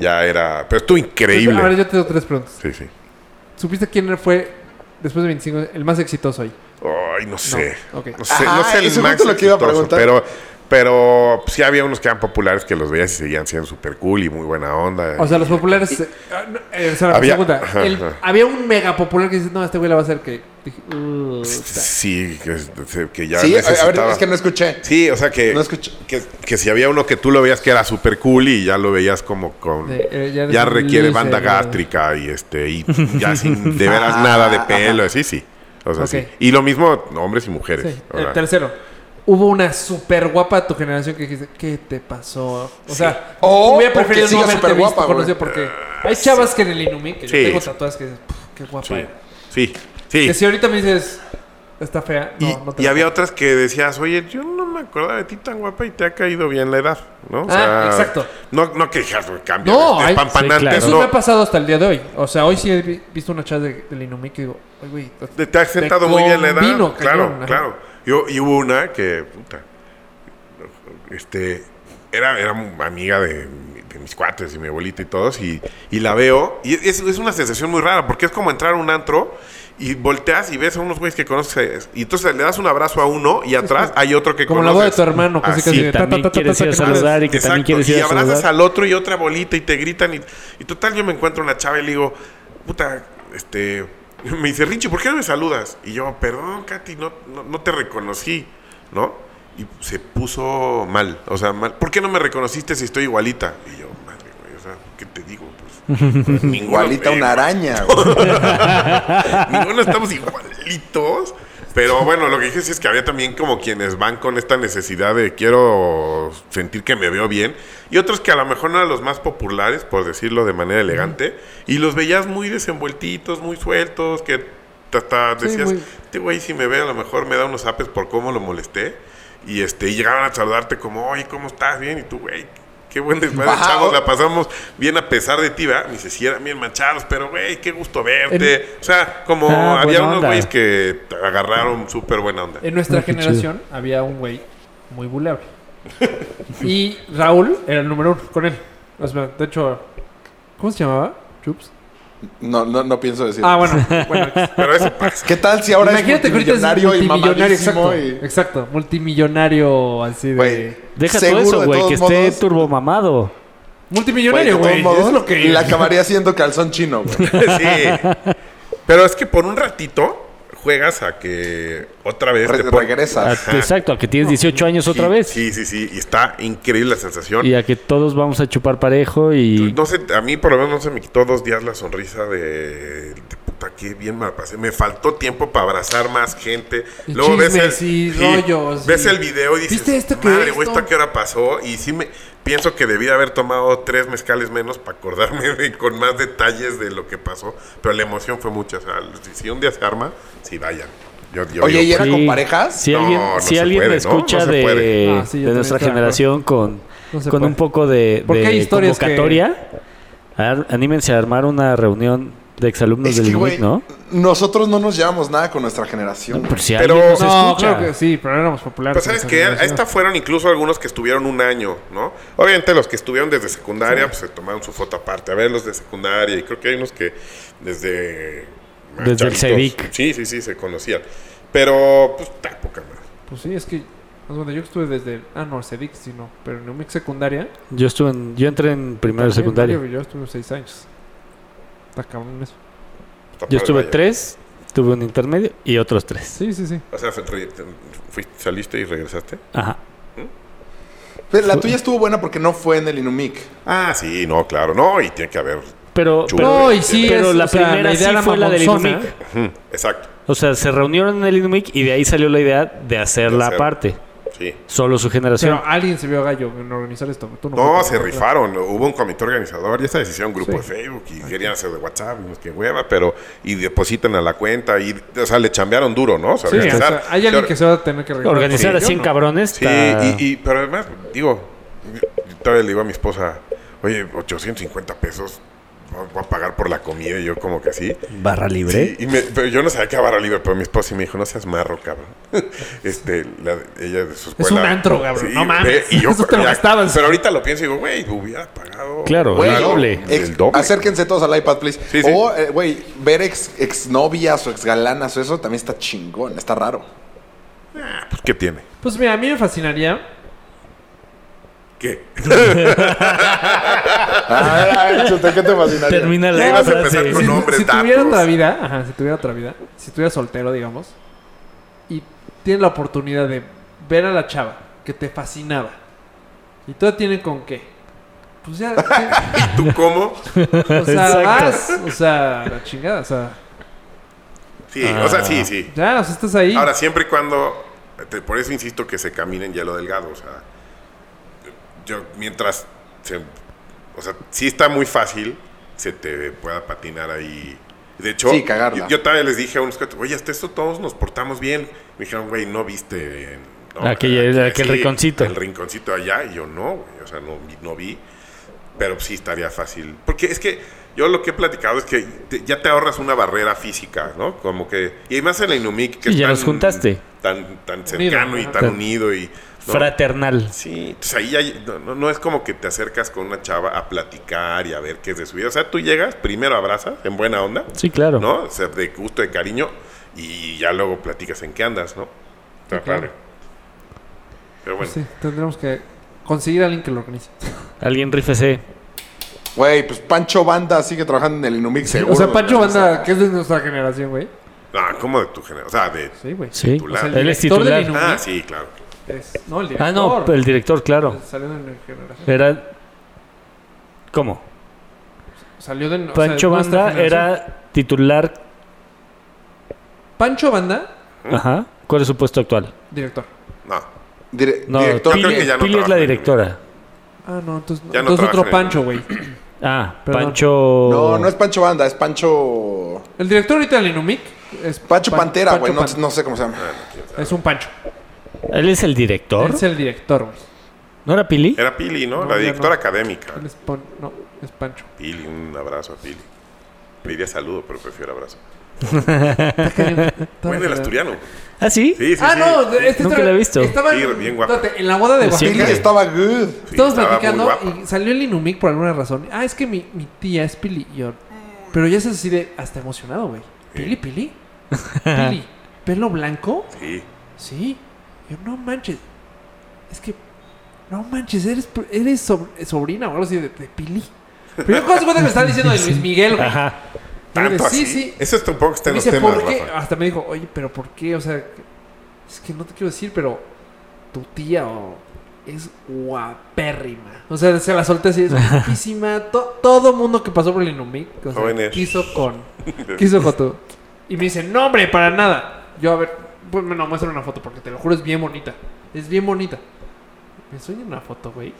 D: ya era. Pero estuvo increíble.
F: A ver, yo te doy tres preguntas.
D: Sí, sí.
F: ¿Supiste quién fue, después de 25, el más exitoso ahí?
D: Ay, no sé.
F: No, ok.
D: No sé, no
A: Ajá,
D: sé el
A: eso
D: más
A: justo lo que iba a
D: exitoso,
A: preguntar.
D: Pero Pero pues, sí había unos que eran populares que los veías y seguían siendo súper cool y muy buena onda.
F: O sea, los populares. eh, ah, no, eh, o sea, había,
D: Había-
F: segunda,
D: Ajá,
F: el-
D: ajá.
F: había un mega popular que dices, no, este güey la va a hacer que. Dije, "Uh, está".
D: sí, que, que ya
A: Sí, a- a ver,
D: necesitaba.
A: es que no escuché.
D: Sí, o sea que,
A: No escuché.
D: que, que si había uno que tú lo veías que era súper cool y ya lo veías como con...
F: Eh, eh, ya
D: ya
F: eres un
D: requiere
F: loser,
D: banda
F: ¿no?
D: gástrica y este y ya
F: [laughs]
D: sin de veras nada de pelo, sí, sí. O sea,
F: Ok.
D: sí. Y lo mismo hombres y mujeres.
F: Sí.
D: o
F: El
D: sea.
F: tercero. Hubo una súper guapa de tu generación que dijiste, ¿qué te pasó? O sea,
D: Oh,
A: O-
F: hubiera
A: o que
F: preferido
A: siga
F: no haberte
A: superguapa,
F: visto,
A: güey.
F: conocido, porque hay chavas que en el Inumi, que
D: Sí.
F: yo tengo tatuajes que dices, "Puf, qué guapa.
D: Sí.
F: era".
D: Sí.
F: Que
D: Sí.
F: si ahorita me dices, está fea, no,
D: y,
F: no te
D: y
F: la
D: había
F: compro.
D: otras que decías, oye, yo no me acordaba de ti tan guapa y te ha caído bien la edad, ¿no? O
F: Ah, exacto.
D: No, no que dijeras, "Güey, cambia.
F: No,
D: este,
F: hay-
D: espampanante,
B: sí,
F: Eso
D: no.
F: me ha pasado hasta el día de hoy. O sea, hoy sí he vi- visto una chat de- del Inumi que digo, "Ay, güey,
D: Te, te has sentado muy bien la edad.
F: combino,
D: claro,
F: cañón, ajá.
D: claro. Yo, y hubo una que, puta, este, era, era amiga de, mi- de mis cuates y mi abuelita y todos, y, y la veo, y es, es una sensación muy rara, porque es como entrar a un antro y volteas y ves a unos güeyes que conoces, y entonces le das un abrazo a uno y atrás hay otro que
F: Como la
D: conoces.
F: boda de tu hermano, casi
D: Así.
F: casi. de ta,
B: También
F: ta, ta, ta,
B: quieres
F: ta,
B: ir a
F: que
B: saludar.
F: madres.
B: y que también quieres ir
D: y
B: a
D: abrazas
B: saludar.
D: al otro y otra bolita y te gritan. Y, y total, yo me encuentro una chava y le digo, puta, este. [laughs] Me dice, Richie, ¿por qué no me saludas? Y yo, perdón, Katy, no, no, no te reconocí, ¿no? Y se puso mal, o sea, mal. ¿Por qué no me reconociste si estoy igualita? Y yo, madre, güey, o sea, ¿qué te digo? Pues, pues, ninguno,
A: Igualita
D: güey,
A: una
D: [laughs]
A: araña. güey.
F: [laughs]
D: Ninguno estamos igualitos. Pero bueno, lo que dije sí es que había también como quienes van con esta necesidad de quiero sentir que me veo bien. Y otros que a lo mejor no eran los más populares, por decirlo de manera elegante. Y los veías muy desenvueltitos, muy sueltos, que hasta
F: Sí,
D: decías,
F: muy-
D: este güey si me ve a lo mejor me da unos apes por cómo lo molesté. Y, este, y llegaban a saludarte como, oye, ¿cómo estás? Bien. Y tú, güey, qué buen desmadre,
A: Wow.
D: chavos, la pasamos bien a pesar de ti, ¿verdad? Me dice, sí, eran bien manchados, pero, güey, qué gusto verte. O sea, como
B: Ah,
D: había
B: buena
D: unos
B: onda.
D: güeyes que te agarraron súper buena onda.
F: En nuestra
B: Ah, qué
F: generación había un güey muy vulnerable. y Raúl era el número uno con él. O sea, de hecho, ¿cómo se llamaba? Chups.
A: No, no, no pienso decir.
F: Ah, bueno. bueno
D: [laughs] Pero eso pasa.
A: ¿Qué tal si ahora
F: imagínate
A: es
F: que ahorita es
A: multimillonario y
F: multimillonario,
A: mamadísimo?
F: exacto.
A: y-
F: Exacto, multimillonario así de...
A: Güey,
B: Deja todo
A: seguro, de
B: eso, güey,
A: todos
B: que esté
A: modos,
B: turbomamado.
A: güey, de
F: Multimillonario,
A: todos
F: güey.
A: modos,
F: Es lo que...
A: La acabaría siendo calzón chino,
D: [laughs]
A: güey.
D: sí. Pero es que por un ratito juegas a que otra vez
A: Re-
D: pon-
B: A-
F: Ah,
A: regresas.
B: exacto, a que tienes 18 años
D: Sí,
B: otra vez.
D: Sí, sí, sí. Y está increíble la sensación.
B: Y a que todos vamos a chupar parejo y...
D: No sé, a mí por lo menos no se me quitó dos días la sonrisa de, de puta, qué bien me la pasé. Me faltó tiempo para abrazar más gente.
F: Y
D: Luego ves el,
F: chismes y rollos
D: ves
F: y-
D: el video y dices,
F: ¿Viste esto que
D: madre,
F: esto?"
D: güey, ¿esto a qué hora pasó? Y sí me pienso que debí de haber tomado tres mezcales menos para acordarme de- con más detalles de lo que pasó. Pero la emoción fue mucha. O sea, si, si un día se arma, sí vayan. Yo, yo
A: Oye, ¿y
D: digo,
A: era con parejas?
B: Si
D: No,
B: alguien,
D: no
B: si
D: se
B: alguien
D: puede,
B: me
D: ¿no? No
B: escucha
D: se
B: de,
D: puede.
F: Ah, sí, yo
B: de
F: también
B: nuestra
F: estoy de
B: generación con,
F: No se
B: con
F: puede.
B: un poco de,
F: Porque hay
B: de
F: historias que-
B: convocatoria, ar- anímense a armar una reunión de exalumnos
A: Es
B: del
A: que,
B: INUIT,
A: güey,
B: ¿no?
A: nosotros no nos llevamos nada con nuestra generación. güey.
B: Pero si
D: Pero-
B: alguien nos
F: No,
B: escucha.
F: claro que sí, pero éramos
B: Ah,
F: populares.
D: Pues sabes que a esta fueron incluso algunos que estuvieron un año, ¿no? Obviamente los que estuvieron desde secundaria, pues se tomaron su foto aparte. A ver, los de secundaria, y creo que hay unos que desde. más
B: Desde el
D: chavitos.
B: CEDIC.
D: Sí, sí, sí, se conocían. Pero, pues, está poca madre.
F: Pues sí, es que... Bueno, yo estuve desde... Ah, no, CEDIC, sí, no. Pero en UMIC secundaria...
B: Yo, estuve en- yo entré en primero de
F: También,
B: secundaria.
F: Mario, Yo estuve seis años. Está cabrón eso.
D: Está padre,
B: Yo estuve
D: vaya.
B: tres, tuve un intermedio y otros tres.
F: Sí, sí, sí.
D: O sea, re- fuiste- saliste y regresaste.
B: Ajá.
A: Pero la tuya estuvo buena porque no fue en el Inumic.
D: Ah, sí, no, claro. No, y tiene que haber.
B: Pero,
D: Chulo.
B: pero,
D: No,
F: y sí
B: pero
F: es,
B: la
F: o sea,
B: primera
F: la idea
B: sí
F: era
B: fue la del
F: mamonzona.
B: INUMIC.
D: Ujú, Exacto.
B: O sea, se reunieron en el INUMIC y de ahí salió la idea de hacerla
D: hacer.
B: aparte.
D: Sí.
B: Solo su generación.
F: Pero alguien se vio gallo en organizar esto. Tú no,
D: No,
F: fuiste,
D: se
F: ¿verdad?
D: rifaron. Hubo un comité organizador y esta decisión, un grupo de Facebook y querían hacer de WhatsApp, y no sé qué hueva, pero y depositan a la cuenta y, o sea, le chambearon duro, ¿no? O sea,
F: Sí, o
D: organizar.
F: sea, hay alguien que se va a tener que arreglar.
B: Organizar a
F: Sí,
B: 100
F: yo no.
B: cabrones.
D: Sí,
B: está-
D: y, y- pero además, digo, yo todavía le digo a mi esposa, oye, 850 pesos voy a pagar por la comida y yo como que sí.
E: Barra libre.
D: Sí, y me- pero yo no sabía que era barra libre, pero mi esposa sí me dijo, no seas marro, cabrón. [laughs] este, la- ella de su escuela.
F: un antro, cabrón, no
D: ve,
F: mames.
D: Y yo,
F: Eso te lo
D: ya-
F: gastabas.
D: Pero ahorita lo pienso y digo, güey, hubiera pagado.
B: Claro,
A: Güey,
B: el doble.
A: Ex-
D: Pues El doble.
A: Acérquense todos al iPad, please.
D: Sí, sí.
A: O, eh, güey, ver ex, exnovias o exgalanas o eso también está chingón, está raro.
D: Pues, ¿Qué tiene?
F: Pues mira, a mí me fascinaría
D: ¿Qué? [laughs] a ver, a ver, Chute, ¿qué te fascinaría?
B: Termina la
D: Ya ibas a
B: frase.
D: empezar con
B: Si-
D: nombres,
F: si
D: datos.
F: tuviera otra vida, ajá, si tuviera otra vida, si estuviera soltero, digamos, y tienes la oportunidad de ver a la chava que te fascinaba y todo tiene con qué. Pues
D: [laughs]
F: ya, ¿qué?
D: ¿Tú cómo?
F: o sea,
B: Exacto.
F: vas, o sea, la chingada, o sea,
D: Sí, o sea, sí, sí.
F: ya, o sea, estás ahí.
D: Ahora, siempre y cuando. te- por eso insisto que se camina en hielo delgado. O sea, yo mientras. se- o sea, sí está muy fácil se te pueda patinar ahí. De hecho,
A: Sí, cagarla.
D: Yo, yo todavía les dije a unos cuates, oye, hasta esto todos nos portamos bien. Me dijeron, güey, no viste. eh, no,
B: Aquel-
D: aquí-
B: aquel rinconcito.
D: El rinconcito allá. Y yo no, güey. O sea, no, vi- no vi. Pero sí estaría fácil. Porque es que yo lo que he platicado es que te- ya te ahorras una barrera física, ¿no? Como que. Y además en la Inumic. Que
B: Sí, ya
D: es
B: los juntaste.
D: Tan, tan cercano y
F: ajá.
D: tan
B: Tan-
D: unido y. ¿no?
B: Fraternal.
D: Sí, entonces ahí ya- no, no- no es como que te acercas con una chava a platicar y a ver qué es de su vida. O sea, tú llegas, primero abrazas, en buena onda,
B: Sí, claro.
D: ¿no? O sea, de gusto, de cariño, y ya luego platicas en qué andas, ¿no? Está padre. Pero bueno,
F: pues Sí, tendremos que conseguir a alguien que lo organice.
B: Alguien rífese.
A: Güey, pues Pancho Banda sigue trabajando en el Inumix, seguro.
F: O sea, Pancho
A: güey.
F: Banda, que es de nuestra generación, güey.
D: ah, ¿cómo de tu generación? O sea, de...
F: Sí, güey.
B: Sí.
D: Titular.
F: O sea, el
B: Él es
F: director del
B: titular.
F: Inútil.
D: Ah, sí, claro.
F: Es- no, el director.
B: Ah, no, el director, claro.
F: Salió de nuestra generación.
B: Era. ¿Cómo?
F: Salió de o sea,
B: Pancho
F: nuestra
B: Banda
F: generación.
B: era titular.
F: Pancho Banda,
B: Ajá. ¿Cuál es su puesto actual?
F: director.
D: No,
A: Dire-
B: No,
A: director,
B: Pili,
D: creo que ya no
B: Pili es
D: trabaja
B: la
D: en el
B: directora.
F: Ah, no, entonces, no-
D: Ya no
F: entonces
D: trabaja en
F: otro
D: el-
F: Pancho, güey.
B: Ah,
F: Perdón.
B: Pancho.
A: No, no es Pancho Banda, es Pancho.
F: El director ahorita del Inumic es
A: Pancho
F: Pan-
A: Pantera,
F: Pancho
A: güey. No,
F: Pan-
A: no sé cómo se llama.
F: Es un Pancho.
B: Él es el director.
F: Él es el director, güey.
B: ¿No era Pili?
D: era Pili, ¿no?
F: No,
D: la
F: ya
D: directora
F: no.
D: académica.
F: Él es Pon- no, es [laughs] Pancho.
D: Pili, un abrazo a Pili. Le diría saludo, pero prefiero abrazo.
F: Está
D: Bueno, el
F: genial.
D: asturiano.
B: ¿Ah, sí?
D: Sí, sí,
F: Ah,
D: sí.
F: no, este
B: Nunca
F: estaba-
B: la he visto.
F: Estaba
D: Sí, bien guapa.
F: espérate, en la boda de
B: Sí,
F: Oaxaca.
A: Pili
B: güey.
A: estaba good.
D: Sí,
F: Estamos
D: estaba muy
F: platicando
D: guapa.
F: y salió el Inumic por alguna razón. Ah, es que mi, mi tía es Pili. Y yo, pero ya se así de hasta emocionado, güey. Pili, Pili.
B: [laughs]
F: Pili. ¿Pelo blanco?
D: Sí.
F: Sí. Yo, no manches. Es que, no manches, eres, pr- eres sobre- sobrina o algo así de, de Pili. Pero yo cuando cuenta que me estaba
D: [laughs]
F: diciendo de Luis Miguel, güey.
B: Ajá.
F: Y yo de,
D: Tanto
F: sí,
D: así.
F: sí.
D: Eso es tampoco está
F: Me
D: en los
F: dice,
D: temas,
F: ¿por qué?
D: Rafa.
F: Hasta me dijo, oye, pero ¿por qué? O sea, es que no te quiero decir, pero tu tía o- es guapérrima. O sea, se la
B: [laughs]
F: solté así, es guapísima. To- todo mundo que pasó por el Inumic o sea,
D: Jóvenes.
F: quiso
D: [laughs]
F: con. Quiso con tu. Y me dice, no, hombre, para nada. Yo, a ver, pues no, muestra una foto porque te lo juro, es bien bonita. Es bien bonita. Me sueña una foto, güey.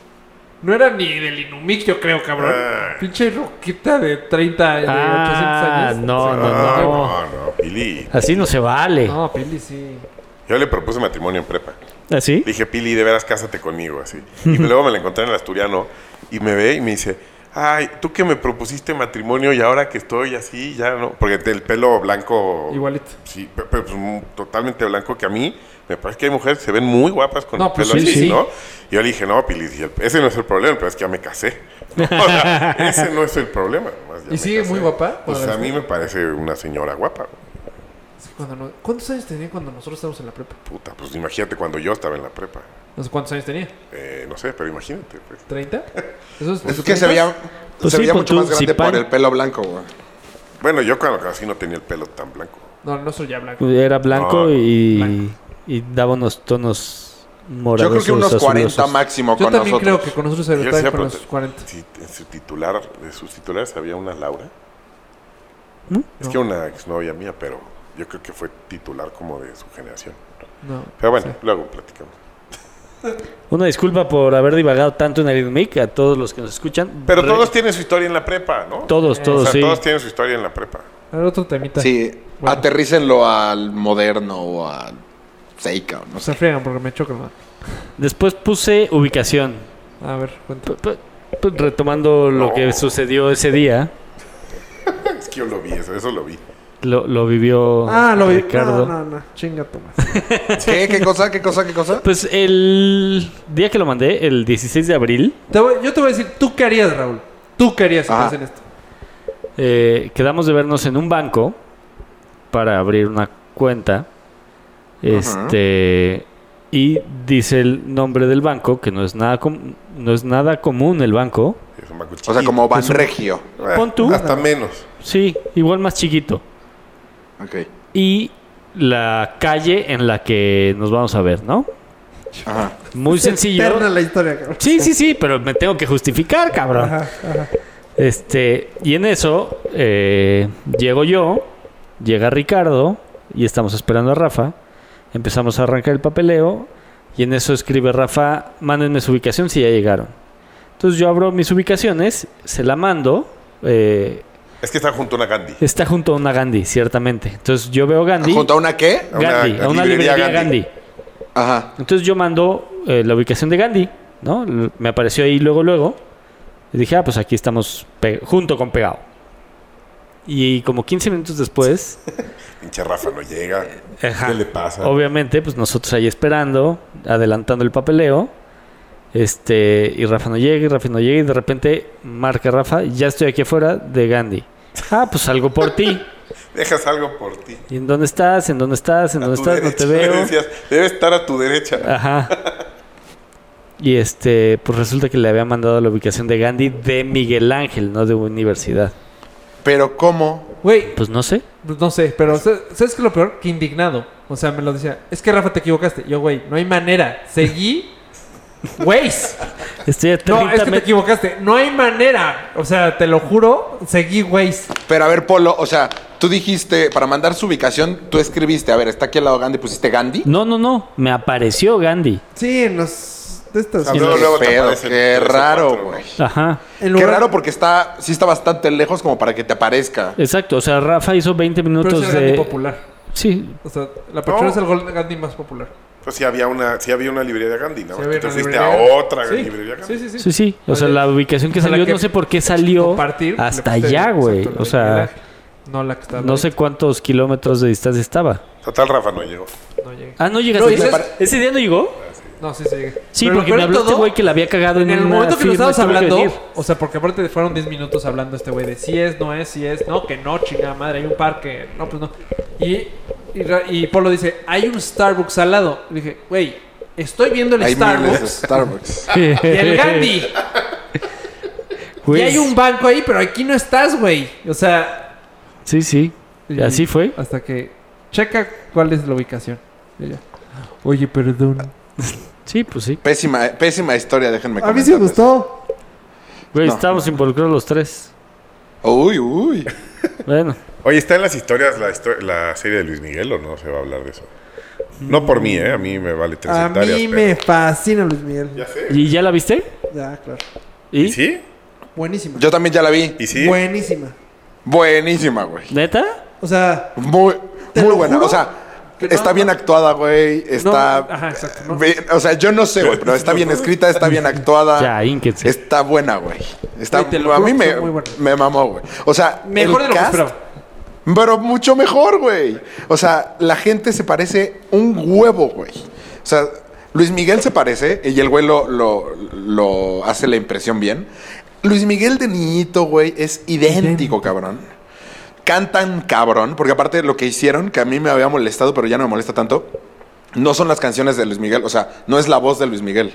F: No era ni del Inumic, yo creo, cabrón.
D: Ah.
F: Pinche roquita de 30, de 800
B: Ah,
F: años.
B: no, no,
D: Ah,
B: no.
D: no, no, Pili.
B: Así no se vale.
F: No, Pili sí.
D: Yo le propuse matrimonio en prepa.
B: ¿Así?
D: Dije, Pili, de veras, cásate conmigo, así. Y pues, luego me la encontré en el asturiano y me ve y me dice, ay, tú que me propusiste matrimonio y ahora que estoy así, ya no. Porque el pelo blanco...
F: Igualito.
D: Sí, pe- pe- pues, mm, totalmente blanco que a mí. Me parece que hay mujeres que se ven muy guapas con
F: No,
D: el
F: pues
D: pelo
F: sí,
D: así,
F: sí.
D: ¿no? Y yo le dije, no, Pili, dije, ese no es el problema, pero es que ya me casé.
F: [laughs]
D: O sea, ese no es el problema. nomás ya
F: ¿Y
D: me
F: sigue muy guapa?
D: Pues
F: Cuando
D: a
F: la-
D: mí me parece una señora guapa.
F: Es que cuando no- ¿Cuántos años tenía cuando nosotros estábamos en la prepa?
D: Puta, pues imagínate cuando yo estaba en la prepa.
F: No sé cuántos años tenía.
D: Eh, no sé, pero imagínate. pues.
F: ¿30? Eso es,
A: Es que se veía,
B: Pues
A: se
B: sí,
A: veía
B: pon
A: mucho
B: tú,
A: más grande
B: si Pan-
A: por el pelo blanco, güey.
D: Bueno, yo cuando así no tenía el pelo tan blanco.
F: No, no soy ya blanco.
B: Era blanco
D: No,
B: y,
F: blanco.
B: y daba unos tonos
A: Yo
B: morados.
A: creo que unos 40
B: azulosos.
A: máximo
F: Yo
A: con
F: también
A: nosotros.
F: creo que con nosotros se
D: Yo
F: veía con
D: decía, pero
F: los
D: te-
F: 40.
D: si- en su titular, de sus titulares había una Laura.
B: ¿Mm?
D: Es que una exnovia mía, pero yo creo que fue titular como de su generación.
F: No.
D: Pero bueno, luego platicamos.
B: Una disculpa por haber divagado tanto en el INMIC a todos los que nos escuchan.
D: Pero
B: Re-
D: todos tienen su historia en la prepa, ¿no?
F: Eh,
B: Todos,
D: O
B: todos,
D: sea,
B: sí.
D: todos tienen su historia en la prepa.
F: A ver, otro temita.
A: Sí,
F: Bueno.
A: aterrícenlo al moderno o al Seika, o no
F: Se
A: sé.
F: friegan porque me chocan. ¿no?
B: Después puse ubicación.
F: A ver, cuenta.
B: P- p- p- Retomando lo
D: No.
B: que sucedió ese día,
D: Es que yo lo vi, eso, eso lo vi.
B: lo, lo vivió
F: Ah, lo vi.
B: Oh, Ricardo.
F: No, no, no. Chinga tu madre.
A: ¿Qué? ¿Qué cosa? ¿Qué cosa? ¿Qué cosa?
B: Pues el día que lo mandé, el 16 de abril,
F: Te voy- Yo te voy a decir, tú qué harías, Raúl. Tú qué harías si te
A: Ajá.
F: hacen esto.
B: eh, quedamos de vernos en un banco para abrir una cuenta. Este. y dice el nombre del banco, que no es nada, com- no es nada común el banco.
D: Es un banco
A: O sea,
D: chiquito.
A: como Van Regio.
D: Eh,
B: pon tú.
D: Hasta menos.
B: Sí, igual más chiquito.
A: Ok.
B: Y la calle en la que nos vamos a ver, ¿no?
A: Ajá.
B: Muy sencillo.
C: Eterna la historia, cabrón.
B: Sí, sí, sí, pero me tengo que justificar, cabrón. Este, y en eso eh, llego yo, llega Ricardo y estamos esperando a Rafa. Empezamos a arrancar el papeleo y en eso escribe Rafa, mándenme su ubicación si ya llegaron. Entonces yo abro mis ubicaciones, se la mando. eh,
D: Es que está junto a una Gandhi.
B: está junto a una Gandhi, ciertamente. Entonces yo veo Gandhi,
A: ¿Junto a una qué?
D: a una
B: Gandhi, a una librería,
D: librería
B: Gandhi.
D: Gandhi.
A: Ajá.
B: Entonces yo mando eh, la ubicación de Gandhi, ¿no? L- Me apareció ahí luego, luego. Y dije, ah, pues aquí estamos pe- junto con Pegado. Y como 15 minutos después,
D: Pinche Rafa no llega.
B: ajá,
F: Eh,
D: ¿Qué le pasa?
B: obviamente, pues nosotros ahí esperando, adelantando el papeleo. Este, y Rafa no llega, y Rafa no llega, y de repente marca Rafa, ya estoy aquí afuera de Gandhi. Ah, pues salgo por ti.
D: Dejas algo por ti.
B: ¿Y en dónde estás? ¿En dónde estás? ¿En
D: A
B: dónde
D: tu
B: estás? No te
D: derecha.
B: veo.
D: Le [laughs] decías, debe estar a tu derecha.
B: Ajá. Y este, pues resulta que le había mandado la ubicación de Gandhi de Miguel Ángel, no de universidad.
A: Pero ¿cómo?
F: Güey,
B: Pues no sé.
F: pues no sé, pero sa- ¿sabes qué es lo peor? Que indignado. O sea, me lo decía. Es que Rafa te equivocaste. Yo, güey, no hay manera. Seguí. [laughs] Waze.
B: Estoy a 30
F: No, es que te
B: met-
F: equivocaste. No hay manera. O sea, te lo juro. Seguí Waze.
A: Pero a ver, Polo, o sea, tú dijiste, para mandar su ubicación, tú escribiste, a ver, está aquí al lado Gandhi, pusiste Gandhi.
B: No, no, no. Me apareció Gandhi.
C: Sí, en los. De estas.
D: Luego,
A: Qué
D: luego te
A: pedo,
D: aparecen
A: qué
D: tres o
A: raro,
D: cuatro, ¿no?
A: güey.
B: Ajá.
C: En
A: Qué
C: lugar-
A: raro porque está, sí está bastante lejos como para que te aparezca.
B: Exacto. O sea, Rafa hizo 20
F: Pero
B: minutos
F: es el Gandhi
B: de.
F: popular.
B: Sí.
F: O sea, la persona
D: No.
F: es el gol- Gandhi más popular.
D: Pues sí había una, sí había una librería de Gandhi, ¿no?
F: Sí, había
D: te
F: una
D: fuiste
F: librería.
D: a otra
F: Sí,
D: librería
F: Sí,
D: Gandhi.
F: sí, sí.
B: Sí, sí. O sea, la ubicación que
F: O sea, la
B: salió,
F: que
B: no sé por qué salió
F: Compartir, le
B: hasta
F: puse-
B: allá, güey.
F: exacto, la
B: O
F: de
B: sea,
F: Pilar. No la que está.
B: no sé cuántos kilómetros de distancia estaba.
D: Total, Rafa no llegó.
F: No llegué.
B: Ah, no
F: No,
B: llegaste.
F: dices-
B: ¿Ese día no llegó?
F: No, sí, sí llegué.
B: Sí,
F: Pero lo
B: porque
F: peor
B: me
F: de
B: habló este
F: todo,
B: güey que la había cagado en,
F: En el
B: una
F: momento que
B: firma
F: nos
B: y
F: estábamos
B: tuvo que
F: hablando,
B: venir.
F: o sea, porque aparte fueron 10 minutos hablando este güey de si es, no es, si es, no, que no, chingada madre, hay un parque, no, pues no. Y, y, Ra- y Polo dice, hay un Starbucks al lado. Y dije, güey, estoy viendo el
A: Hay miles de
F: Starbucks
A: Starbucks.
F: y
B: [laughs]
F: el Gandhi.
B: Güey,
F: Y hay un banco ahí, pero aquí no estás, güey. O sea...
B: Sí, sí.
F: y-
B: Así fue.
F: Hasta que checa cuál es la ubicación. Y ya, Oye, perdón.
B: Sí, pues sí.
A: Pésima, pésima historia, déjenme
C: A mí sí me
A: comentarles.
C: gustó.
B: Güey,
A: No.
B: estábamos involucrados los tres.
A: Uy, uy.
B: Bueno,
D: Oye, ¿está en las historias la, histo- la serie de Luis Miguel o no se va a hablar de eso? No por mí, ¿eh? A mí me vale tres
C: A
D: hectáreas.
C: mí
D: pero-
C: me fascina Luis Miguel.
D: Ya
C: Ya,
D: sé.
B: ¿y ya la viste?
C: claro.
B: ¿Y?
D: ¿Y sí?
C: Buenísima.
A: Yo también ya la vi.
D: ¿Y sí?
C: Buenísima.
A: Buenísima, güey.
B: ¿Neta?
C: O sea,
A: Muy,
C: Te
A: muy
C: lo
A: buena.
C: juro
A: O sea,
F: que no,
A: está
F: no.
A: bien actuada, güey. Está.
F: ajá, exacto, no.
A: bien- o sea, yo no sé, güey, pero está bien escrita, está bien actuada.
B: Ya, ínquense.
A: Está buena, güey. Está,
F: Güey, te lo
A: a
F: juro
A: mí
F: que
A: me,
F: está muy buena.
A: me mamó, güey. O sea,
F: Mejor
A: el
F: de lo que
A: cast,
F: esperaba.
A: Pero mucho mejor, güey. O sea, la gente se parece un huevo, güey. O sea, Luis Miguel se parece y el güey lo, lo- lo hace la impresión bien. Luis Miguel de niñito, güey, es idéntico, cabrón. Cantan cabrón, porque aparte lo que hicieron, que a mí me había molestado, pero ya no me molesta tanto, no son las canciones de Luis Miguel, o sea, no es la voz de Luis Miguel.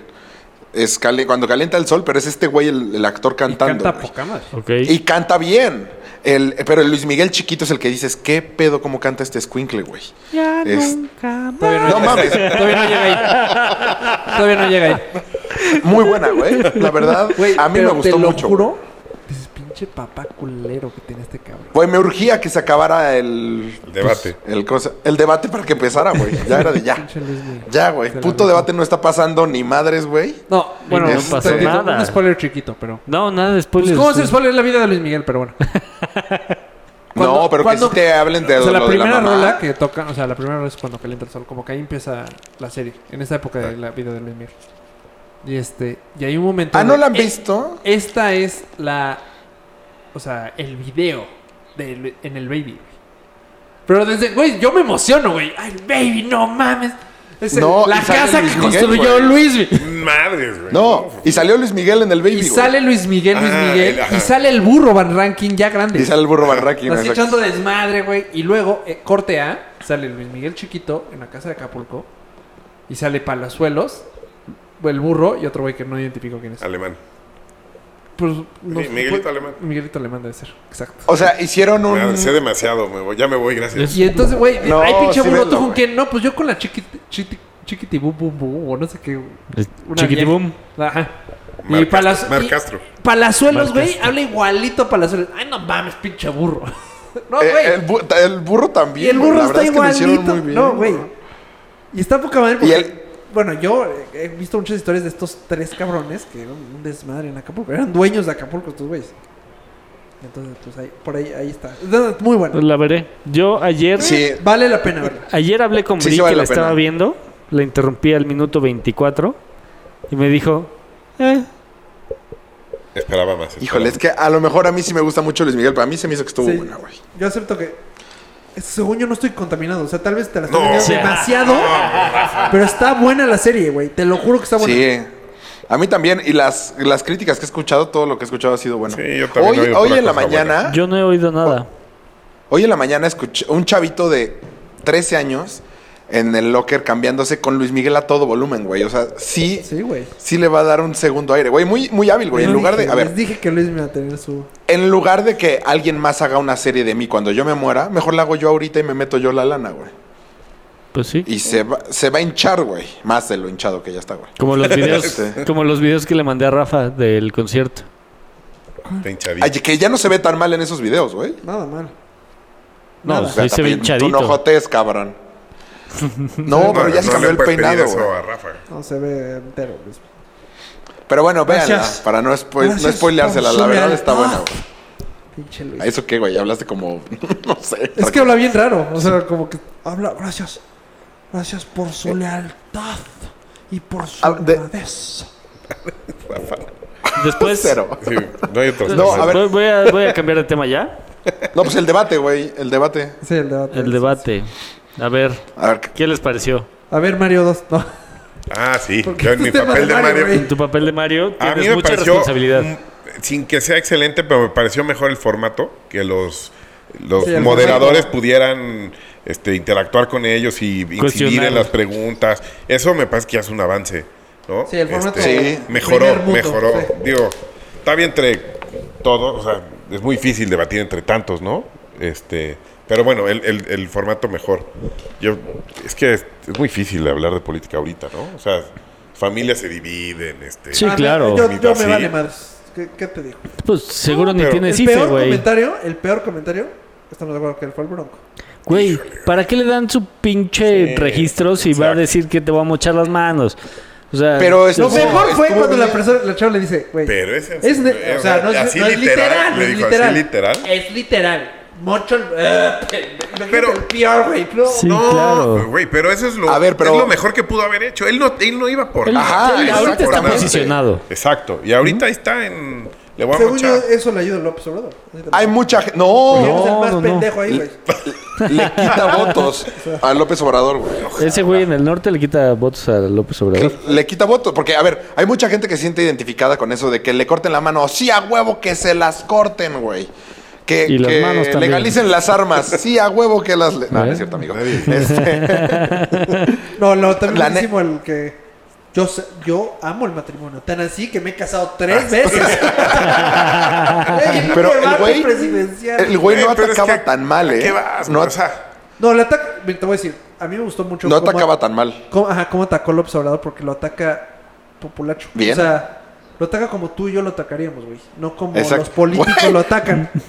A: Es cali- cuando calienta el sol, pero es este güey el, el actor cantando.
F: Canta
A: güey.
F: poca madre.
B: Ok.
A: Y canta bien. El, pero el Luis Miguel chiquito es el que dices, ¿qué pedo cómo canta este squinkle, güey?
B: Ya
A: Es-
B: nunca más.
F: Todavía
A: No
F: no, llega.
A: mames,
F: Todavía no llega ahí. Todavía no llega ahí.
A: muy buena, güey. La verdad,
F: Güey,
A: a mí me
F: pero
A: gustó
F: te lo
A: mucho.
F: Juro, dices, pinche papá culero que tiene este cabrón.
A: Güey, me urgía que se acabara el...
D: El debate.
A: El, cosa- el debate para que empezara, güey. Ya era de ya.
F: Pinche Luis Miguel.
A: Ya, güey.
F: Se la
A: Puto
F: rifó.
A: debate no está pasando ni madres, güey.
F: No, bueno,
B: no
F: este,
B: pasó
F: un-
B: nada.
F: Un spoiler chiquito, pero.
B: No, nada de
F: Pues,
B: spoilers.
F: ¿Cómo se spoiler la vida de Luis Miguel? Pero bueno. Cuando-
A: No, pero que
F: cuando-
A: sí te hablen de
F: o
A: lo
F: sea, la
A: de la
F: primera
A: mamá.
F: rola que tocan, o sea, la primera rola es cuando calienta el sol, como que ahí empieza la serie, en esa época
A: Ah.
F: de la vida de Luis Miguel. Y este, y hay un momento.
A: Ah, ¿no
F: donde-
A: la han
F: Eh,
A: visto?
F: Esta es la. O sea, el video del- en el baby. güey. Pero desde. Güey, yo me emociono, güey. Ay, el baby, no mames. Es el-
A: No,
F: la
A: y sale
F: casa
A: Luis
F: que
A: Miguel,
F: construyó
A: güey.
F: Luis. güey.
D: Madres, güey.
A: No. Y salió Luis Miguel en el baby,
F: Y
A: güey.
F: sale Luis Miguel, Luis
D: Ah,
F: Miguel.
D: el- ajá.
F: Y sale el burro Van Ranking ya grande.
A: Y sale el burro barraqui.
F: Así echando desmadre, güey. Y luego, eh, corte A, sale Luis Miguel chiquito en la casa de Acapulco.
G: y sale Palazuelos, el burro y otro güey que no identifico quién es.
D: Alemán.
G: Pues, no
D: Mi-
G: sé,
D: Miguelito
G: pues,
D: Alemán.
G: Miguelito Alemán debe ser, exacto.
A: O sea, hicieron
D: Me
A: un.
D: avancé demasiado, me voy- ya me voy, gracias.
B: Es-
G: Y entonces, güey,
A: No,
G: hay pinche
A: sí
G: burro,
A: velo,
G: tú con
A: güey.
G: quién, no, pues yo con la chiquiti, chiqui, chiquitibum, bum, bum, o no sé qué. una
B: Chiquitibum.
G: vieja. Ajá.
D: Mar
G: y Palaz-
D: Castro- Mar
G: y-
D: Castro.
G: Palazuelos,
B: Mar
G: güey, habla igualito Palazuelos. Ay, no mames, pinche
F: [laughs]
G: burro. no,
A: Eh,
G: güey.
A: el, bu- el burro también.
F: Oh, Y el
A: güey.
F: burro
A: La
F: está
A: verdad es que lo hicieron
F: igualito.
A: muy bien.
F: no, güey. Y está poca madre
A: Y
F: porque...
A: el-
F: Bueno, yo eh, he visto muchas historias de estos tres cabrones que eran un desmadre en Acapulco. Eran dueños de Acapulco estos güeyes. Entonces, pues ahí, por ahí, ahí está. Entonces, Muy bueno.
B: La veré. Yo ayer.
A: Sí,
F: Vale la pena verla.
B: Ayer hablé con
A: Sí,
B: Bri,
A: sí vale
B: que la
A: la pena.
B: estaba viendo. La interrumpí al minuto 24. Y me dijo. "Eh,
D: Esperaba más. esperaba.
A: híjole, es que a lo mejor a mí sí me gusta mucho Luis Miguel, pero a mí se me hizo que estuvo
F: Sí.
A: buena, güey.
F: Yo acepto que. Según yo no estoy contaminado. O sea, tal vez te la estoy
D: No.
F: vendiendo
A: [laughs]
D: Sí.
F: demasiado. pero está buena la serie, güey. Te lo juro que está buena.
A: Sí. A mí también, y las, las críticas que he escuchado, todo lo que he escuchado ha sido bueno.
D: Sí, yo también he
A: hoy
D: oído
A: hoy
D: pura
A: en la
D: cosa
A: mañana,
B: yo no he oído nada.
A: hoy en la mañana escuché un chavito de 13 años en el locker cambiándose con Luis Miguel a todo volumen, güey. O sea, sí,
F: Sí, güey.
A: sí le va a dar un segundo aire, güey. Muy, muy hábil, güey.
F: Yo
A: En lugar
F: dije,
A: de. A ver,
F: Les dije que Luis me iba a tener su.
A: En lugar de que alguien más haga una serie de mí cuando yo me muera, mejor la hago yo ahorita y me meto yo la lana, güey.
B: Pues sí.
A: Y se va, se va a hinchar, güey. Más de lo hinchado que ya está, güey.
B: Como
A: [laughs]
B: los videos,
A: Sí.
B: como los videos que le mandé a Rafa del
A: [laughs]
B: concierto.
D: Está hinchadito.
A: Ay, que ya no se ve tan mal en esos videos, güey.
F: Nada mal.
B: No,
F: Nada.
A: O sea,
B: sí se ve
A: también
B: hinchadito.
A: Tú no jotes, cabrón. No, pero ya se
D: no
A: cambió
D: le
A: el
D: puedes pedir
A: peinado,
D: eso
A: güey.
D: a Rafa.
F: No se ve entero, Luis.
A: Pero bueno, véanla.
F: Gracias.
A: Para no, spoil- Pues, no
F: Gracias
A: spoileársela.
F: por
A: La
F: su
A: verdad está buena,
F: lealtad.
A: güey.
F: Pinche
A: ¿A
F: Luis.
A: eso qué, güey? Hablaste como... [laughs] no sé.
F: Es que habla bien raro. O sea, como que habla. Gracias. Gracias por su lealtad. Y por su
A: Eh. Ah, de-
F: honradez.
B: Después.
A: [laughs] Cero.
D: Sí, no hay otros.
A: No, a ver.
B: Voy, voy a, voy a cambiar de tema ya.
A: No, pues el debate, güey. El debate.
F: Sí, el debate.
B: El debate. A ver,
A: A ver,
B: ¿qué les pareció?
F: A ver, Mario 2. No.
D: Ah, sí.
F: Porque
D: Yo
F: este
D: en mi
F: tema
D: papel
F: de
D: de
F: Mario,
D: Mario.
F: güey.
B: Tu papel de Mario
D: Ah, a
B: tienes
D: mí me
B: mucha
D: pareció.
B: responsabilidad.
D: mm, Sin que sea excelente, pero me pareció mejor el formato que los. Los
F: Sí, el
D: moderadores
F: formato.
D: pudieran este, interactuar con ellos y incidir
B: Cuestionar.
D: en las preguntas. Eso me parece que ya es un avance, ¿no? Este,
F: Sí, el formato
A: Sí.
D: Mejoró,
F: primer mundo,
D: mejoró.
F: sí.
D: Digo, está bien entre todos, o sea, es muy difícil debatir entre tantos, ¿no? Este, pero bueno, el, el- el formato mejor. Yo, es que es, es muy difícil hablar de política ahorita, ¿no? O sea, familias se dividen, este.
B: Sí,
F: Ah,
B: claro.
F: Yo, yo
D: Sí.
F: me vale madres. ¿Qué, qué te digo?
B: Pues seguro ni
D: pero-
B: tienes
F: el
B: IFE,
F: peor
B: güey.
F: comentario, el peor comentario, estamos de acuerdo que fue el Bronco.
B: Güey, ¿para qué le dan su pinche
D: Sí,
B: registro si va a
D: exacto.
B: decir que te va a mochar las manos? O sea,
A: Pero es-
F: Lo
A: Sí,
F: mejor fue
A: estuvo
F: cuando la
A: bien.
F: persona, la chava le dice, güey,
D: Pero es,
F: Es ne- o sea, no es-
D: así
F: no es literal,
D: le
F: es
D: dijo
F: literal.
D: así literal.
F: es literal, mocho el... Pero,
D: Pero-
F: el peor, güey, no.
B: Sí,
D: no,
B: claro.
D: güey, pero eso es lo,
A: A ver, pero-
D: es lo mejor que pudo haber hecho. Él no, él no iba por
B: Él-
A: Ajá,
B: él ahorita
A: exactamente.
B: está posicionado.
D: Exacto. Y ahorita ahí está en. Le voy a
F: Según yo,
D: mochar.
F: eso le ayuda a López Obrador.
A: hay mucha gente...
F: Porque
A: No,
F: eres el
B: No,
F: más
B: no, no.
F: pendejo ahí, güey.
A: le quita votos a López Obrador, güey.
B: Ese güey en el norte le quita votos a López Obrador.
A: Que le quita votos. Porque, a ver, hay mucha gente que se siente identificada con eso de que le corten la mano. Sí, a huevo que se las corten, güey. Que,
B: Y las
A: que
B: manos también.
A: legalicen las armas. Sí, a huevo que las... le- No, no es cierto, amigo.
B: [laughs]
A: Este,
F: No, lo también
A: La
F: lo
A: ne-
F: hicimos el que... Yo, sé- yo amo el matrimonio, tan así que me he casado tres veces. [laughs] Güey,
A: Pero el
F: debate
A: güey-
F: presidencial.
A: el güey no
D: Güey, Eh, pero es
A: atacaba
D: que-
A: tan mal,
D: ¿a
A: ¿eh?
D: ¿Qué vas?
A: no,
D: güey? O sea,
F: No, la ataca. mira, Te voy a decir, a mí me gustó mucho.
A: no
F: cómo-
A: atacaba tan mal.
F: cómo- ajá, cómo atacó López Obrador porque lo ataca populacho.
A: Bien.
F: O sea, lo ataca como tú y yo lo atacaríamos, güey. No como
A: Exacto.
F: los políticos
A: Güey.
F: lo
D: [laughs]
F: atacan. [laughs]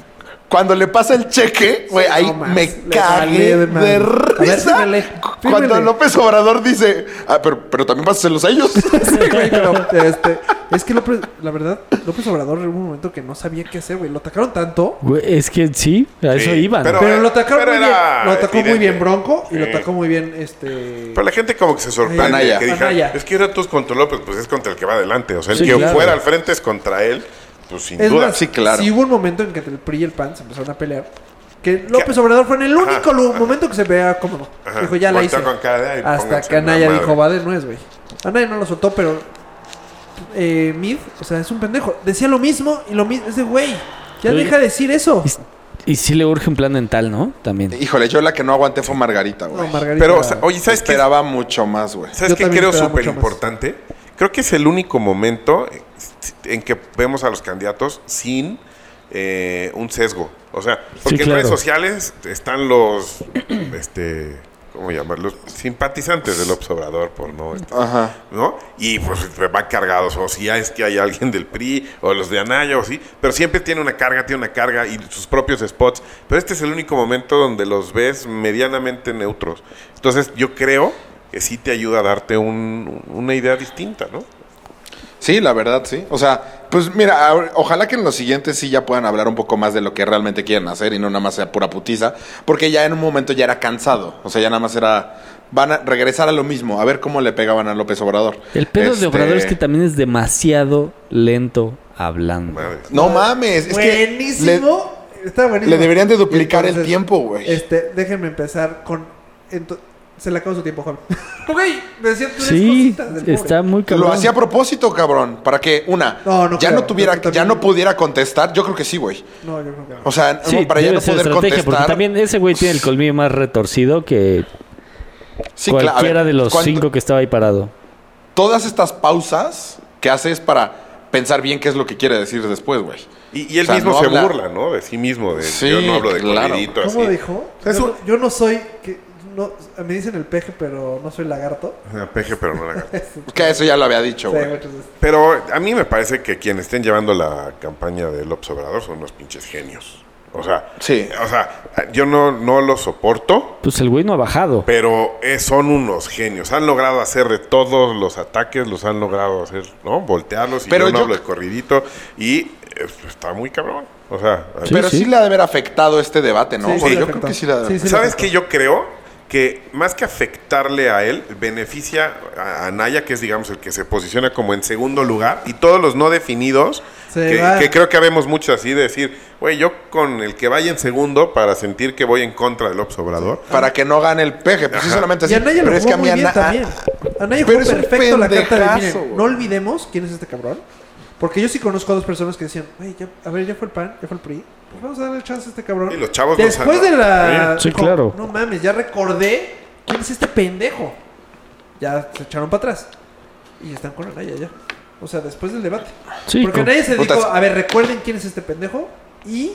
A: Cuando le pasa el cheque, güey,
F: Sí,
A: ahí
F: no más,
A: me
F: le
A: cagué
F: vale, man.
A: de
F: A ver,
A: risa.
F: fírmele,
A: Cuando
F: fírmele.
A: López Obrador dice, ah, pero, pero también pásaselos a ellos. [laughs]
F: Sí, güey, pero, este, es que López, la verdad, López Obrador en un momento que no sabía qué hacer, güey. Lo atacaron tanto.
B: Güey, es que sí, a eso
D: Sí,
B: iban.
D: pero-
F: Pero lo
D: eh,
F: atacaron
D: pero
F: muy bien.
D: era
F: Lo atacó muy
D: evidente.
F: bien Bronco y lo
D: Sí.
F: atacó muy bien este.
D: pero la gente como que se sorprende.
A: Anaya.
D: Que dijeron,
F: Anaya.
D: es que era todos contra López, pues es contra el que va adelante. O sea, el
B: Sí,
D: que
B: claro.
D: fuera al frente es contra él, pues sin
F: Es
D: duda.
F: más,
A: sí, claro.
F: si hubo un momento en que el PRI y el PAN se empezaron a pelear, que López Obrador fue en el único lu- momento que se vea cómodo.
D: Ajá.
F: Dijo, ya la
D: Voltea
F: hice.
D: con cara y
F: Hasta
D: pónganse
F: que
D: en la
F: Anaya
D: madre.
F: dijo, va de nuez, güey. Anaya no lo soltó, pero... Eh, Mid, o sea, es un pendejo. Decía lo mismo y lo mismo. Ese güey, ya
B: Oye.
F: deja de decir eso.
B: Y sí le urge un plan dental, ¿no? También.
A: Híjole, yo la que no aguanté fue Margarita, güey.
F: No, Oh, Margarita.
D: Pero, o sea, oye, ¿sabes qué?
A: Esperaba mucho más, güey.
D: ¿Sabes
F: Yo
D: qué
F: también
D: creo
F: esperaba
D: súper
F: mucho más.
D: importante? Creo que es el único momento eh, en que vemos a los candidatos sin eh, un sesgo. O sea, porque en
B: claro.
D: redes sociales están los, este, ¿cómo llamarlos? Simpatizantes del Obrador, por no... este,
A: Ajá.
D: ¿No? Y pues van cargados, o si es que hay alguien del PRI, o los de Anaya, o sí, pero siempre tiene una carga, tiene una carga y sus propios spots. Pero este es el único momento donde los ves medianamente neutros. Entonces, yo creo que sí te ayuda a darte un- una idea distinta, ¿no?
A: Sí, la verdad, sí. O sea, pues mira, ahor- ojalá que en los siguientes sí ya puedan hablar un poco más de lo que realmente quieren hacer y no nada más sea pura putiza, porque ya en un momento ya era cansado. O sea, ya nada más era. Van a regresar a lo mismo, a ver cómo le pegaban a López Obrador.
B: El pedo
A: Este,
B: de Obrador es que también es demasiado lento hablando.
D: Madre.
A: No mames, es que.
F: buenísimo. Está buenísimo.
A: le deberían de duplicar el
F: Entonces,
A: tiempo, güey.
F: Este, déjenme empezar con. ento- se le acabó su tiempo, [laughs] Juan. Güey, me decía tres
B: Sí,
F: cositas del pobre.
B: está muy cabrón.
A: Lo hacía a propósito, cabrón, para que una
F: No, no
A: ya
F: creo.
A: no tuviera,
F: Yo creo que
A: ya no
F: también-
A: pudiera contestar. Yo creo que sí, güey.
F: No, yo creo que no.
A: O sea,
B: Sí,
A: para ya
B: debe
A: no
B: ser
A: poder
B: estrategia, porque
A: contestar.
B: también ese güey tiene el colmillo más retorcido que
A: Sí, claro, a ver,
B: cualquiera de los
A: ¿cuánto-
B: cinco que estaba ahí parado.
A: Todas estas pausas que hace es para pensar bien qué es lo que quiere decir después, güey.
D: Y, y él
A: O sea,
D: mismo
A: no
D: se
A: habla-
D: burla, ¿no? De sí mismo, de
A: Sí,
D: yo no hablo de
A: claro.
D: corridito,
F: ¿Cómo
D: así.
F: dijo?
D: O sea, es
F: yo,
D: un-
F: no, yo no soy. Que, no, me dicen el peje, pero no soy lagarto. [laughs]
D: Ah, peje, pero no la gana.
A: Que eso ya lo había dicho,
F: O
A: güey.
F: sea, entonces,
D: Pero a mí me parece que quienes estén llevando la campaña de López Obrador son unos pinches genios. O sea,
A: Sí.
D: o sea yo no, no lo soporto,
B: Pues el güey no ha bajado.
D: pero eh, son unos genios. Han logrado hacer de todos los ataques, los han logrado hacer, ¿no? Voltearlos y
A: Pero
D: yo no
A: yo-
D: hablo de corridito. Y eh, está muy cabrón. O sea,
B: Sí,
A: Pero sí,
B: sí.
A: le ha de haber afectado este debate, ¿no?
F: Sí, sí
A: Porque
D: le
A: yo
F: afectó.
A: creo que sí le ha de
F: Sí, sí.
D: ¿Sabes
F: afectó.
D: qué? Yo creo que más que afectarle a él, beneficia a Anaya, que es, digamos, el que se posiciona como en segundo lugar, y todos los no definidos,
F: Se
D: que,
F: va.
D: que creo que habemos muchos así, de decir, güey, yo con el que vaya en segundo para sentir que voy en contra del López Obrador.
A: Para que no gane el peje. Pues sí, solamente
F: Y
A: así.
F: Anaya lo
A: Pero
F: jugó
A: es que ah, a mí
F: muy bien
A: Ana-
F: también. Anaya
A: pero
F: jugó
A: es un
F: perfecto la carta de
A: pendejazo,
F: miren,
A: güey.
F: no olvidemos quién es este cabrón. Porque yo sí conozco a dos personas que decían, "Güey, ya- a ver, ya fue el PAN, ya fue el PRI. Pues vamos a darle chance a este cabrón.
D: Y los chavos no
F: Después
D: saben.
F: de la...
B: Sí,
F: dijo,
B: claro.
F: No mames, ya recordé quién es este pendejo. Ya se echaron para atrás. Y están con Anaya ya. O sea, después del debate.
B: Sí,
F: Porque
B: con-
F: Anaya se dijo,
A: Puta, es-
F: a ver, recuerden quién es este pendejo. Y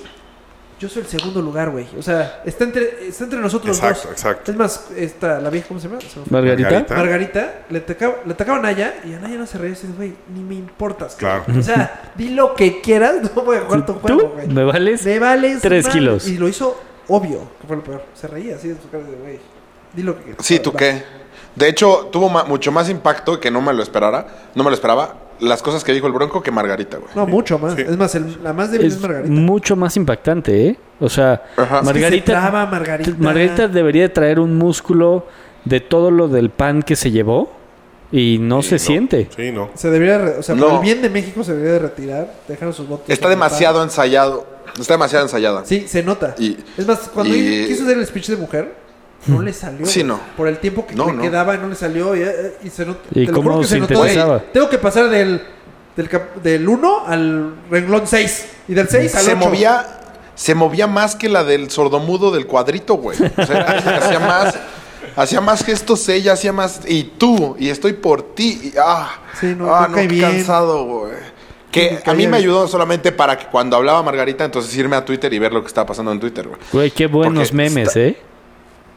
F: yo soy el segundo lugar, güey. O sea, está entre, está entre nosotros
D: Exacto,
F: dos.
D: exacto.
F: Es más, esta, la vieja, ¿cómo se llama? Se me fue.
B: Margarita.
D: Margarita.
F: Margarita, le atacaba, le atacaba a Naya y a Naya no se reía y dice, güey, ni me importas.
D: Claro.
F: cabrón". O sea, di lo que quieras, [laughs] no voy a jugar tu
B: ¿Tú
F: juego, güey.
B: me vales?
F: Me vales.
B: tres
F: madre.
B: kilos.
F: Y lo hizo obvio, que fue lo peor. Se reía así en su cara de, güey, di lo que quieras.
A: Sí, ¿tú
F: Va.
A: qué? De hecho, tuvo ma- mucho más impacto que no me lo esperara. No me lo esperaba. Las cosas que dijo el Bronco que Margarita, güey.
F: No, mucho más.
D: Sí.
F: Es más, el- la más débil es,
B: es
F: Margarita.
B: mucho más impactante, ¿eh? O sea,
A: Ajá.
F: Es que se
B: Margarita,
F: traba, Margarita.
B: Margarita debería de traer un músculo de todo lo del pan que se llevó y no
D: Sí,
B: se siente.
D: Sí, no.
F: Se debería, re- o sea,
A: No.
F: por el bien de México se debería de retirar, dejar sus votos.
A: Está
F: en el
A: demasiado ensayado. Está demasiado ensayada.
F: pan. Sí, se nota.
A: Y-
F: es más, cuando
A: y-
F: él quiso hacer el speech de mujer, no le salió.
A: Sí,
F: güey.
A: no.
F: Por el tiempo que
A: No,
F: le
A: no.
F: quedaba, no le salió. Y, eh, y se notó.
B: Y
F: te lo
B: cómo
F: juro que
B: se
F: notó.
B: interesaba.
F: Tengo que pasar del, del, cap- del 1 al renglón 6. Y del 6 al 8.
A: se movía se movía más que la del sordomudo del cuadrito, güey. O sea, era- hacía más hacía más gestos ella, hacía más y tú y estoy por ti. y, ah,
F: Sí, no,
A: ah,
F: no cae
A: qué
F: bien.
A: cansado, güey.
F: Sí,
A: Que a
F: no
A: mí
F: caía
A: me
F: bien.
A: ayudó solamente para que cuando hablaba Margarita, entonces irme a Twitter y ver lo que estaba pasando en Twitter, güey.
B: Güey, qué buenos
A: Porque
B: memes,
A: está-
B: ¿eh?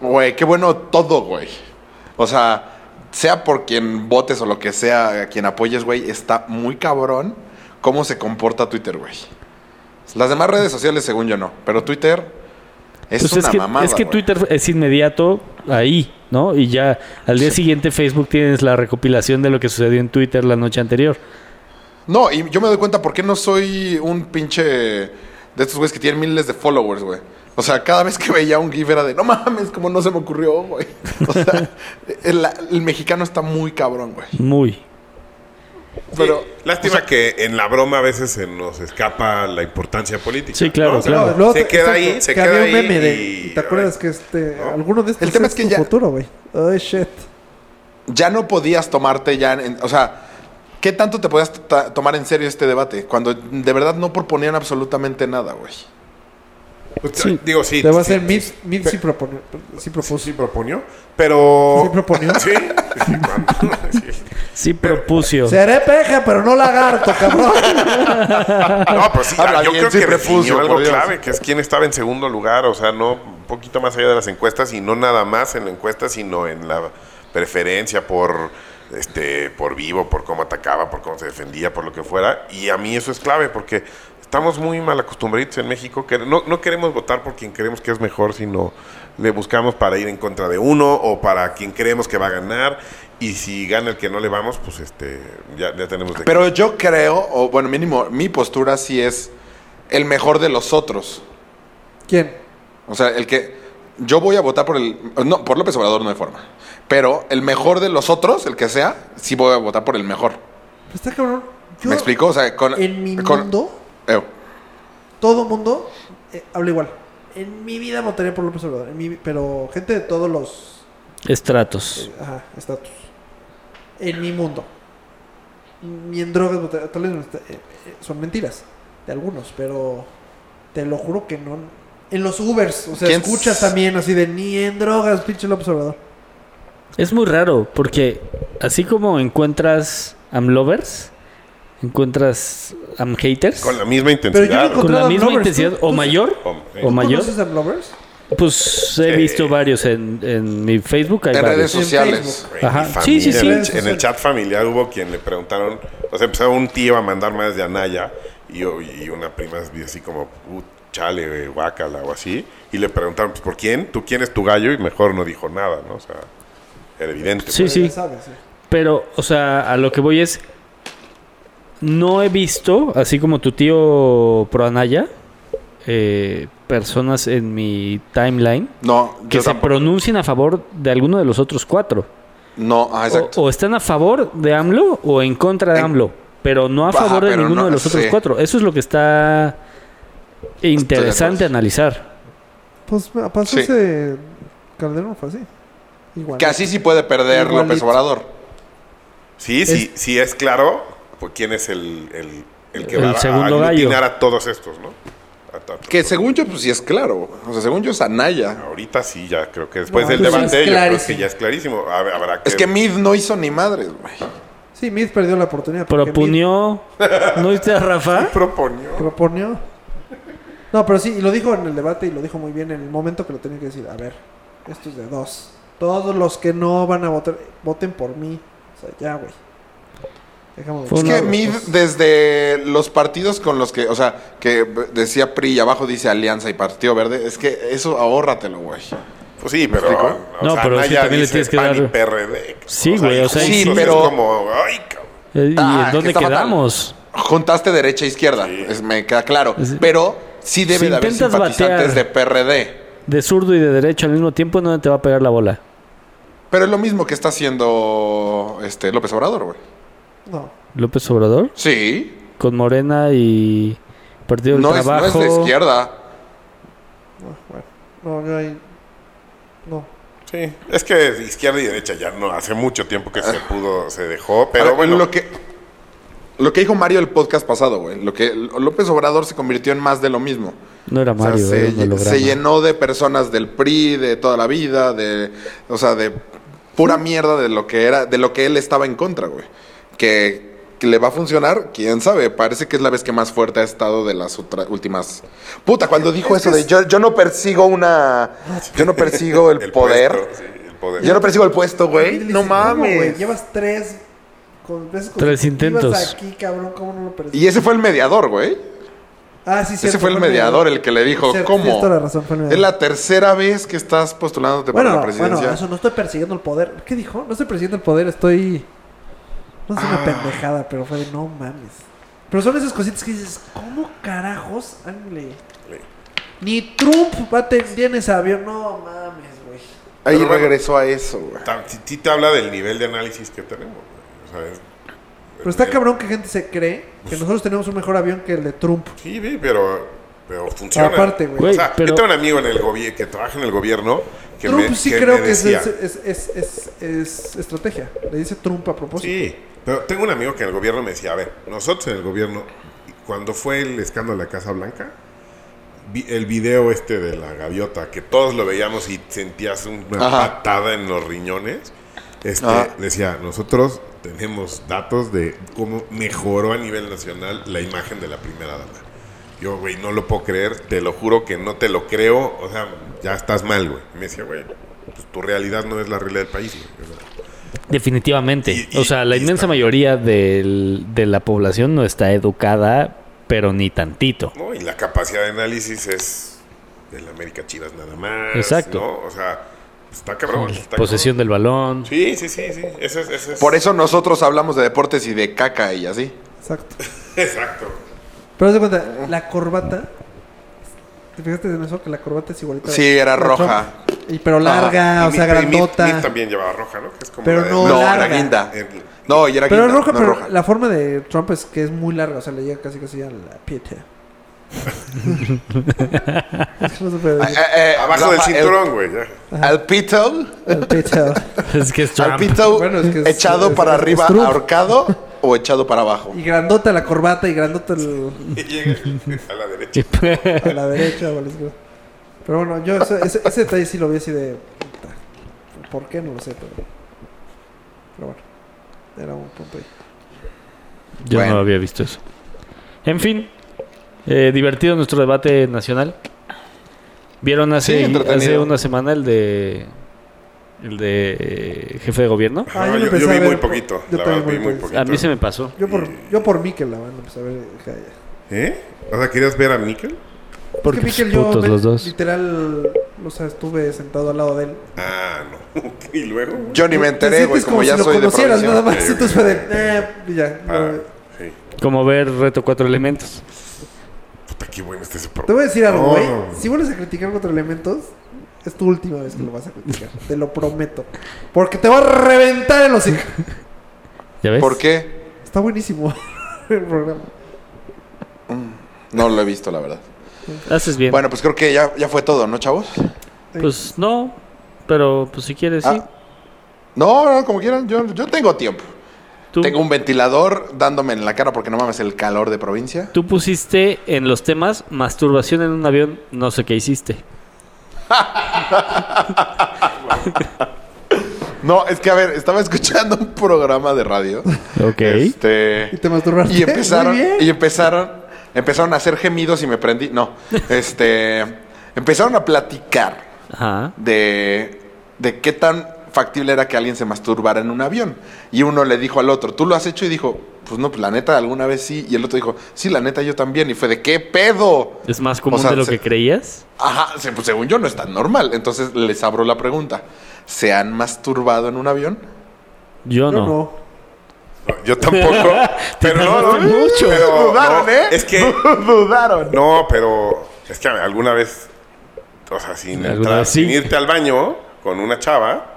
A: Güey, qué bueno todo, güey. O sea, sea por quien votes o lo que sea, a quien apoyes, güey, está muy cabrón cómo se comporta Twitter, güey. Las demás redes sociales, según yo, no. Pero Twitter es
B: Pues
A: una
B: es que,
A: mamada.
B: es que
A: güey.
B: Twitter es inmediato ahí, ¿no? Y ya al día siguiente Facebook tienes la recopilación de lo que sucedió en Twitter la noche anterior.
A: No, y yo me doy cuenta por qué no soy un pinche de estos güeyes que tienen miles de followers, güey. O sea, cada vez que veía un GIF era de, no mames, como no se me ocurrió, güey. O sea, [laughs] el, el mexicano está muy cabrón, güey.
B: Muy.
A: Pero,
D: Lástima que en la broma a veces se nos escapa la importancia política.
B: Sí, claro,
D: ¿no? O sea,
B: claro.
F: luego
D: Se
F: te-
D: queda
F: exacto,
D: ahí, se
F: que
D: queda
F: había
D: ahí.
F: un meme de-
D: y-
F: ¿Te acuerdas que este, alguno de estos
A: El tema es que
F: tu
A: ya-
F: futuro, güey? Ay, shit.
A: ya no podías tomarte ya, en- o sea, ¿qué tanto te podías ta- tomar en serio este debate? Cuando de verdad no proponían absolutamente nada, güey.
D: O sea, pues, Digo, sí.
F: Te va a
D: sí,
F: hacer mil, mil sí
D: sí.
F: propone, sí propuso.
D: Sí proponió, pero...
F: Sí proponió.
D: [laughs] Sí, sí, cuando- [laughs] sí.
B: Sí, propucio.
F: Seré peje, pero no
B: [laughs]
F: lagarto, cabrón.
D: Ah, No, pero sí,
A: Habla
D: yo
A: bien,
D: creo
A: sí,
D: que
A: prepucio,
D: definió algo
A: por Dios.
D: clave, que es quién estaba en segundo lugar, o sea, no un poquito más allá de las encuestas y no nada más en la encuesta, sino en la preferencia por este por vivo, por cómo atacaba, por cómo se defendía, por lo que fuera, y a mí eso es clave porque estamos muy mal acostumbrados en México que no, no queremos votar por quien creemos que es mejor, sino le buscamos para ir en contra de uno o para quien creemos que va a ganar y si gana el que no le vamos, pues este ya, ya tenemos de
A: Pero yo creo, o bueno, mínimo, mi postura sí es el mejor de los otros.
F: ¿Quién?
A: O sea, el que. Yo voy a votar por el. No, por López Obrador no hay forma. Pero el mejor de los otros, el que sea, sí voy a votar por el mejor.
F: Pues está cabrón. Yo-
A: ¿Me explico? O sea, con.
F: En mi
A: con-
F: mundo,
A: Eh,
F: todo mundo eh, habla igual. En mi vida votaría por López Obrador. en mi vi- pero gente de todos los eh,
B: Estratos.
F: ajá, estatus. En mi mundo. Ni en drogas votaría. Tal vez no está- eh, eh, son mentiras de algunos, pero te lo juro que no. En los Ubers, o sea,
A: ¿Quién
F: escuchas
A: s-
F: también así de ni en drogas, pinche López Obrador.
B: Es muy raro porque así como encuentras amlovers, encuentras amhaters
D: Con la misma
F: Pero
D: intensidad.
F: yo no
D: ¿no?
B: con la
F: encontré- Encontrado
B: misma
F: amlovers,
B: intensidad
F: ¿tú-
B: o
F: tú-
B: mayor.
D: Hombre.
B: O
F: ¿Tú
B: mayor.
F: conoces a Lovers?
B: Pues he
D: Sí.
B: visto varios en, en mi Facebook. Hay
A: en redes
B: varios.
F: En
A: sociales.
F: Facebook.
D: Güey,
B: Ajá.
D: mi
B: Sí, sí,
D: familia,
B: sí.
D: En el, en el chat familiar hubo quien le preguntaron, o sea, empezó un tío a mandar más de Anaya y, yo- y una prima así como, uh, chale, güey, guácala o así, y le preguntaron, pues, ¿por quién? ¿Tú quién es tu gallo? Y mejor no dijo nada, ¿no? O sea, era evidente.
B: Sí,
D: pues.
B: sí.
F: Ya sabes, eh.
B: Pero, o sea, a lo que voy es. No he visto, así como tu tío Proanaya, eh, personas en mi timeline
A: No,
B: que
A: yo
B: se
A: tampoco.
B: pronuncien a favor de alguno de los otros cuatro.
A: No, ah,
B: O,
A: exacto.
B: o están a favor de AMLO o en contra de
A: En-
B: AMLO, pero no a
A: Ajá,
B: favor de
A: pero
B: ninguno
A: no,
B: de los otros
A: sí.
B: cuatro. Eso es lo que está interesante
A: acuerdo.
B: analizar.
F: Pues pasó
A: Sí.
F: ese Calderón fue así.
B: oh.
F: Igual.
A: que así sí puede perder
F: Igualito.
A: López Obrador.
D: Sí, sí, sí es claro, pues, quién es el, el, el que
B: El
D: va
B: segundo
D: a
B: gallo.
D: aglutinar a todos estos, ¿no? A ta-
A: Que según yo, pues sí es claro. O sea, según yo es Anaya.
D: Ahorita sí, ya creo que después
F: No,
D: del
F: pues sí, es
D: debate, yo creo que
F: clarísimo.
D: ya es clarísimo. A ver, Habrá que...
A: Es que Mid no hizo ni madres, güey.
F: Sí, Mid perdió la oportunidad. porque
A: [laughs]
F: Meade
B: Proponió. ¿No viste a Rafa?
D: proponió.
F: proponió. No, pero sí, y lo dijo en el debate y lo dijo muy bien en el momento que lo tenía que decir. A ver, esto es de dos. Todos los que no van a votar, voten por mí. O sea, ya, güey. Dejamos
B: Fue
A: Es
B: una
A: que
B: de
A: Mid, desde los partidos con los que, o sea, que b- decía PRI y abajo dice Alianza y Partido Verde, es que eso ahórratelo, güey.
D: Pues sí, pero.
A: explico?
D: o
B: No,
D: sea,
B: pero es que
D: Anaya
B: también le
D: dice
B: tienes que
D: PAN y
B: dar-
D: PRD.
B: Sí, güey, o sea,
D: y
A: sí,
D: juntos
A: pero-
D: Es como, ay, cabrón.
B: Eh, ¿Y
A: Ah,
B: en
A: que
B: dónde
A: está fatal.
B: quedamos?
A: Juntaste derecha e izquierda, es- me queda claro.
B: Es-
A: Pero sí debe
B: Si
A: de haber
B: intentas
A: simpatizantes
B: batear-
A: de PRD.
B: De zurdo y de derecho al mismo tiempo, ¿en ¿dónde te va a pegar la bola?
A: Pero es lo mismo que está haciendo este López Obrador, güey.
F: No.
B: López Obrador,
A: Sí.
B: con Morena y Partido del
A: No es, no
B: Trabajo.
A: es de izquierda.
F: No, bueno. No, yo ahí. No.
D: Sí, es que izquierda y derecha ya no, hace mucho tiempo que se pudo, se dejó, pero
A: A ver,
D: bueno.
A: Lo que, lo que dijo Mario el podcast pasado, güey. Lo que López Obrador se convirtió en más de lo mismo.
B: No era
A: O sea,
B: Mario, era un
A: se,
B: holograma.
A: se llenó de personas del PRI, de toda la vida, de, o sea, de pura mierda de lo que era, de lo que él estaba en contra, güey. Que, que le va a funcionar, quién sabe. Parece que es la vez que más fuerte ha estado de las otra- últimas. Puta, cuando dijo eso de yo, yo no persigo una, yo no persigo
D: [laughs]
A: el, poder,
D: puesto, sí, el poder.
A: yo no persigo el puesto, güey.
F: Meade le
A: No
F: dice, "¿Cómo, güey?
A: mames.
F: Llevas tres. Con, veces
B: Tres
F: consecutivas
B: intentos.
F: aquí, cabrón, ¿cómo no lo perdiste?
A: Y ese fue el mediador, güey.
F: Ah, sí,
A: Ese fue el mediador el que le dijo,
F: Cierto,
A: ¿cómo?
F: tienes toda la razón, fue el
A: Es
F: mediador.
A: la tercera vez que estás postulándote para
F: Bueno,
A: la presidencia.
F: bueno, eso no estoy persiguiendo el poder. ¿Qué dijo? No estoy persiguiendo el poder, estoy. No sé,
A: Ah.
F: una pendejada, pero fue de no mames. Pero son esas cositas que dices, ¿cómo carajos? Ándale. Ni Trump va a tener tiene ese avión. No mames, güey.
A: Ahí
D: Pero bueno.
A: regresó a eso, güey.
D: Ta- Sí, sí te habla del nivel de análisis que tenemos. güey. O sea, es-
F: Pero está cabrón que gente se cree
A: Pues
F: que nosotros tenemos un mejor avión que el de Trump.
D: Sí, sí, pero, pero funciona.
F: Aparte, güey.
D: O sea,
B: Güey, pero-
D: yo tengo un amigo en el gobierno que trabaja en el gobierno que
F: Trump
D: me,
F: pues sí
D: que
F: creo
D: me
F: que es,
D: decía,
F: es, es- es- es- es estrategia. Le dice Trump a propósito.
D: Sí, pero tengo un amigo que en el gobierno me decía, a ver, nosotros en el gobierno, cuando fue el escándalo de la Casa Blanca, vi- el video este de la gaviota, que todos lo veíamos y sentías una
A: Ajá.
D: patada en los riñones, este,
A: Ajá.
D: decía, nosotros tenemos datos de cómo mejoró a nivel nacional la imagen de la primera dama. Yo, güey, no lo puedo creer, te lo juro que no te lo creo, o sea, ya estás mal, güey. Y Me decía, güey, pues tu realidad no es la realidad del país, güey. O sea,
B: Definitivamente.
D: Y- y-
B: o sea, la
D: y
B: inmensa
D: está-
B: mayoría del- de la población no está educada, pero ni tantito.
D: ¿no? Y la capacidad de análisis es del América Chivas nada más.
B: Exacto.
D: ¿no? O sea, está cabrón. Está
B: Posesión del balón.
D: cabrón. Sí, sí, sí, sí. Eso es, eso es-
A: Por eso nosotros hablamos de deportes y de caca y así.
F: Exacto.
D: Exacto.
F: Pero haz de
A: Eh.
F: cuenta, la corbata. ¿Te fijaste en eso? Que la corbata es igualita. a la-
A: Sí, era
F: a la
A: roja.
F: Trump. Y, pero larga,
D: Y
F: Ah, o
D: mi-
F: sea,
D: y mi- mi
F: grandota.
D: también llevaba roja, ¿no? Que es como
F: Pero
D: la de-
F: no,
A: No,
F: larga.
A: era guinda.
D: El-
A: No, y era
F: Pero
A: guinda,
F: roja,
A: no
F: pero
A: roja.
F: la forma de Trump es que es muy larga, o sea, le llega casi casi a la [laughs] pieta. Eso no se puede
A: Eh,
F: decir.
A: eh, eh,
D: abajo del
A: Rafa, el-
D: cinturón, güey.
F: [laughs]
D: ya.
A: Al pito,
F: Al pecho.
B: [laughs] Es que es Trump.
A: al
B: [laughs]
A: pito
F: Bueno, es que es-
A: echado
F: es-
A: para
F: es- es
A: arriba,
F: Trump. [laughs]
A: ahorcado o echado para abajo.
F: Y grandota la corbata y grandota el,
D: Y llega a la derecha.
F: [laughs] a la derecha o a la izquierda. Pero bueno, yo ese, ese- ese detalle sí lo vi así de. puta, ¿Por qué? No lo sé, pero. Pero bueno. Era un punto ahí.
B: Yo
A: Bueno.
B: no había visto eso. En fin, eh, divertido nuestro debate nacional. ¿Vieron hace,
A: Sí, entretenido.
B: hace una semana el de el de eh, jefe de gobierno?
F: Ah, yo lo
D: yo,
F: empecé a
D: vi
F: ver
D: muy
F: po-
D: poquito.
F: yo
D: la
F: también
D: verdad, vi muy
F: poquito.
D: poquito.
B: A mí se me pasó.
F: Yo
A: Eh.
F: por, yo por Mikel la van a empezar a ver. dije, "Ay, ya".
D: ¿Eh? O sea, ¿querías ver a Mikel?
B: Porque
F: es que Mikel
B: pues,
F: yo
B: putos
F: me-
B: los dos.
F: literal, o sea, estuve sentado al lado de él.
D: Ah, no. [laughs] y luego.
A: Yo ni me
F: Te
A: enteré, güey,
F: sientes
A: como, ya
F: si lo
A: soy de
F: conocieras,
A: provincia.
F: nada más. Entonces fue de. Eh, y ya. no,
D: Ah,
F: güey.
D: sí.
B: Como ver reto cuatro elementos.
D: Puta, qué bueno está ese
F: Te
D: programa.
F: voy a decir algo,
D: No,
F: güey.
D: no.
F: Si vuelves a criticar contra elementos, es tu última vez que lo vas a criticar. te lo prometo. Porque te va a reventar el hocico.
B: ¿Ya ves?
A: ¿Por qué?
F: Está buenísimo [laughs] el programa.
A: No lo he visto, la verdad.
B: Haces bien.
A: Bueno, pues creo que ya, ya fue todo, ¿no, chavos?
B: Pues no, pero pues si quieres, sí.
A: Ah, no, no, como quieran, yo, yo tengo tiempo.
B: Tú,
A: Tengo un ventilador dándome en la cara porque no mames el calor de provincia.
B: tú pusiste en los temas masturbación en un avión, no sé qué hiciste.
A: No, es que a ver, estaba escuchando un programa de radio.
B: Ok.
F: Y
A: Este.
F: te masturbaste.
A: Y empezaron,
F: Muy bien.
A: y empezaron, empezaron a hacer gemidos y me prendí. No, [laughs] este, empezaron a platicar
B: Ajá.
A: de, de qué tan factible era que alguien se masturbara en un avión. Y uno le dijo al otro, ¿tú lo has hecho? Y dijo, pues no, pues la neta alguna vez sí. Y el otro dijo, sí, la neta yo también. Y fue de, ¿qué pedo?
B: ¿Es más común
A: O sea,
B: de lo
A: se-
B: que creías?
A: Ajá, se- pues, según yo no es tan normal. Entonces les abro la pregunta, ¿se han masturbado en un avión?
B: Yo no.
F: No, no.
B: [laughs]
D: Yo tampoco. pero no, no.
B: tardaste mucho.
D: Pero,
A: Dudaron,
D: no,
A: ¿eh?
D: Es [laughs] que.
A: Dudaron.
D: No, pero es que alguna vez, o sea, sin,
B: Alguna
D: entrar,
B: vez sí.
D: sin irte al baño con una chava,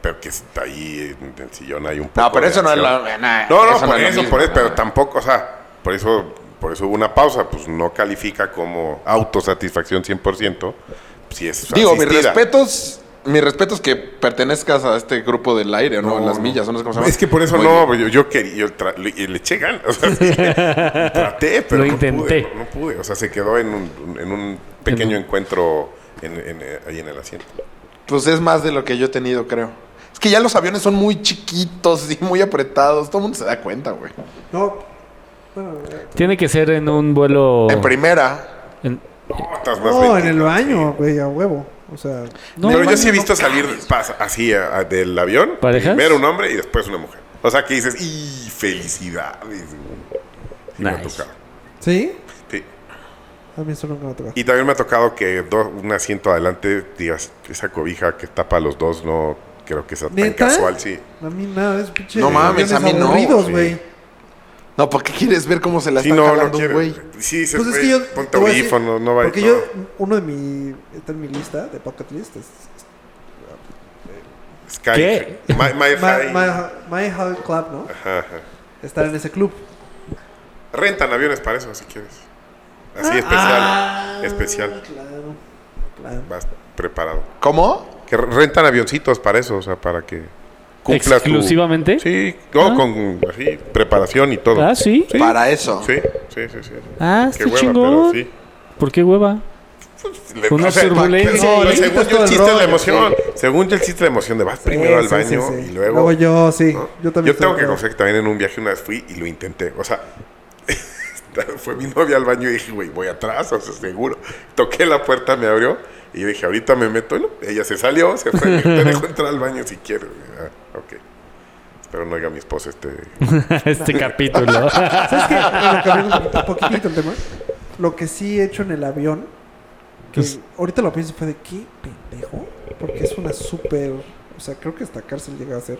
D: pero que está ahí en el sillón hay un poco
A: No, pero
D: de
A: eso no es
D: acción.
A: lo... nah,
D: No, no, por
A: es lo
D: eso,
A: mismo.
D: por eso, pero tampoco, o sea, por eso, por eso hubo una pausa, pues no califica como autosatisfacción 100%, si es
A: Digo, mis
D: asistida.
A: respetos, mis respetos que pertenezcas a este grupo del aire, ¿no? en las millas, no sé cómo se llama.
D: Es que por eso
A: Muy
D: no,
A: bien.
D: yo, yo quería, yo tra- le, y le eché ganas. O
A: [laughs]
D: sea, traté, pero
B: Lo
D: no
B: intenté.
D: pude, no, no pude. O sea, se quedó en un, en un pequeño encuentro en- en, eh, ahí en el asiento.
A: Pues es más de lo que yo he tenido, creo. Es que ya los aviones son muy chiquitos y muy apretados. Todo el mundo se da cuenta, güey.
F: No. Bueno, eh,
B: Tiene que ser en un
D: Oh.
B: vuelo.
A: En primera.
B: en-
D: No, estás más
F: no, en
D: lentito,
F: el baño,
D: sí.
F: güey, a huevo. O sea,
B: No,
D: pero
B: en
D: yo sí he visto salir pas- así a- a- del avión.
B: ¿Parejas?
D: Primero un hombre y después una mujer. O sea, que dices, ¡y felicidades! güey". Sí, me ha
B: Nice.
D: tocado.
F: ¿sí?
D: Sí.
F: A mí eso nunca me toca.
D: Y también me ha tocado que do- un asiento adelante digas, esa cobija que tapa a los dos, no creo que sea tan
F: ¿Neta?
D: casual, sí.
F: A mí nada, es pinche.
A: No mames, a mí no,
F: aburridos,
D: sí.
F: güey.
A: No, ¿por qué quieres ver cómo se la
D: Sí,
A: está
D: no, no
A: jalando un
D: quiero.
A: güey?
D: Sí, dices,
F: Pues es que
D: güey,
F: yo.
D: ponte
F: te voy a decir-
D: audífonos, no va
F: Porque yo, uno de mi. Está en mi lista de pocket list. Es
D: Sky.
B: ¿Qué?
D: My, my,
F: my,
D: High.
F: my, My High Club, ¿no?
D: Ajá, ajá.
F: Estar en ese club.
D: Rentan aviones para eso, si quieres. Así especial.
F: Ah,
D: especial.
F: Claro. Claro.
D: Vas preparado.
A: ¿Cómo?
D: Que re- rentan avioncitos para eso, o sea, para que cumplas tu-
B: ¿Exclusivamente?
D: Sí, no,
B: Ah.
D: con así, preparación y todo.
B: Ah, sí.
D: Sí.
A: Para eso.
D: Sí, sí, sí, sí.
B: Ah, está
D: Qué hueva,
B: chingón.
D: pero sí.
B: ¿Por qué hueva?
D: Le-
B: Una
D: pa-
B: turbulencia.
D: pero-
B: No,
D: pero
F: le
D: según
F: quitas
D: yo
F: todo
D: el
F: el
D: chiste de la
F: rollo,
D: emoción. Según yo el chiste de la emoción de vas primero
F: Sí,
D: al
F: sí, sí,
D: baño
F: sí.
D: y luego.
F: Luego yo, sí.
D: ¿no?
F: Yo también. estoy
D: tengo
F: de
D: que
F: acuerdo.
D: confesar que también en un viaje una vez fui y lo intenté. O sea, [laughs] fue mi novia al baño y dije, güey, voy atrás, o sea, seguro. Toqué la puerta, me abrió y yo dije, ahorita me meto. Y no, ella se salió, se fue.
F: [laughs]
D: Te dejo entrar al baño si quieres. Ah, ok. Espero no oiga mi esposo este.
B: [laughs] este capítulo.
F: ¿Sabes qué? Bueno, cambiando un poquito- poquitito el tema. Lo que sí he hecho en el avión, que ahorita lo pienso, fue de qué pendejo. Porque es una súper. O sea, creo que esta cárcel llega a ser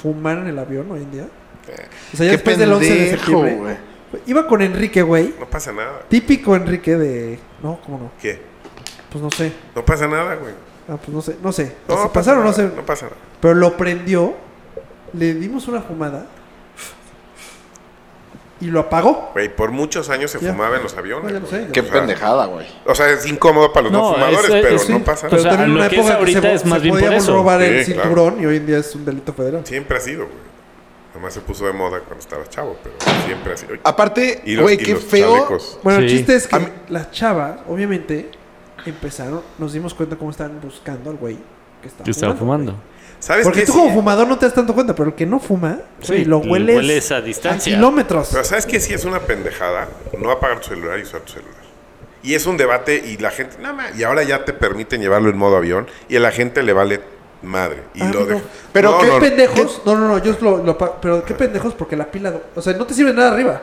F: fumar en el avión hoy en día. O sea, ya
A: Qué
F: después del 11 de
A: pendejo,
F: septiembre.
A: güey.
F: Iba con Enrique, güey.
D: No pasa nada.
F: Típico Enrique de. No, ¿cómo no?
D: ¿Qué?
F: Pues no sé.
D: No pasa nada, güey.
F: Ah, pues no sé. No sé. si
D: No, pasa
F: pasaron, no
D: nada,
F: sé.
D: No pasa nada.
F: Pero lo prendió. Le dimos una fumada. Y lo apagó.
D: Güey, por muchos años se
F: Ya.
D: fumaba en los
F: No,
D: aviones.
F: ya lo
D: güey.
F: sé, ya
A: Qué
D: O sea,
A: pendejada, güey.
D: O sea, es incómodo para los no, fumadores,
B: es-
D: pero
B: es-
D: no
B: sí.
D: pasa
B: O
D: nada.
B: sea,
F: en
B: lo que es
F: en
B: ahorita
F: vo-
B: es más bien por
F: podían
B: eso.
F: robar el
D: Sí, claro.
F: cinturón y hoy en día es un delito federal.
D: Siempre ha sido, güey. Nomás se puso de moda cuando estaba chavo, pero siempre ha sido.
A: Aparte,
D: Y los-
A: güey,
D: y
A: qué
D: los
A: feo.
D: chalecos.
F: Bueno, el
B: Sí.
F: chiste es que
A: A mí-
F: las chavas, obviamente, empezaron, nos dimos cuenta cómo estaban buscando al güey que
B: [laughs]
F: estaba,
B: Yo estaba fumando.
F: güey.
D: ¿Sabes
F: Porque
D: qué?
F: tú
D: Sí- eh?
F: como fumador no te das tanto cuenta, pero el que no fuma,
B: Sí,
F: güey, lo
B: lo
F: hueles,
B: hueles a distancia.
F: kilómetros.
D: Pero ¿sabes qué? Sí es una pendejada no apagar tu celular y usar tu celular. Y es un debate y la gente... Nada más. Y ahora ya te permiten llevarlo en modo avión y a la gente le vale madre. Y
F: Ah,
D: lo
F: no.
D: deja.
A: Pero
D: No,
A: qué
D: no, no.
F: pendejos, no, no, no, yo lo, lo pa- pero qué pendejos porque la pila, o sea, no te sirve nada arriba.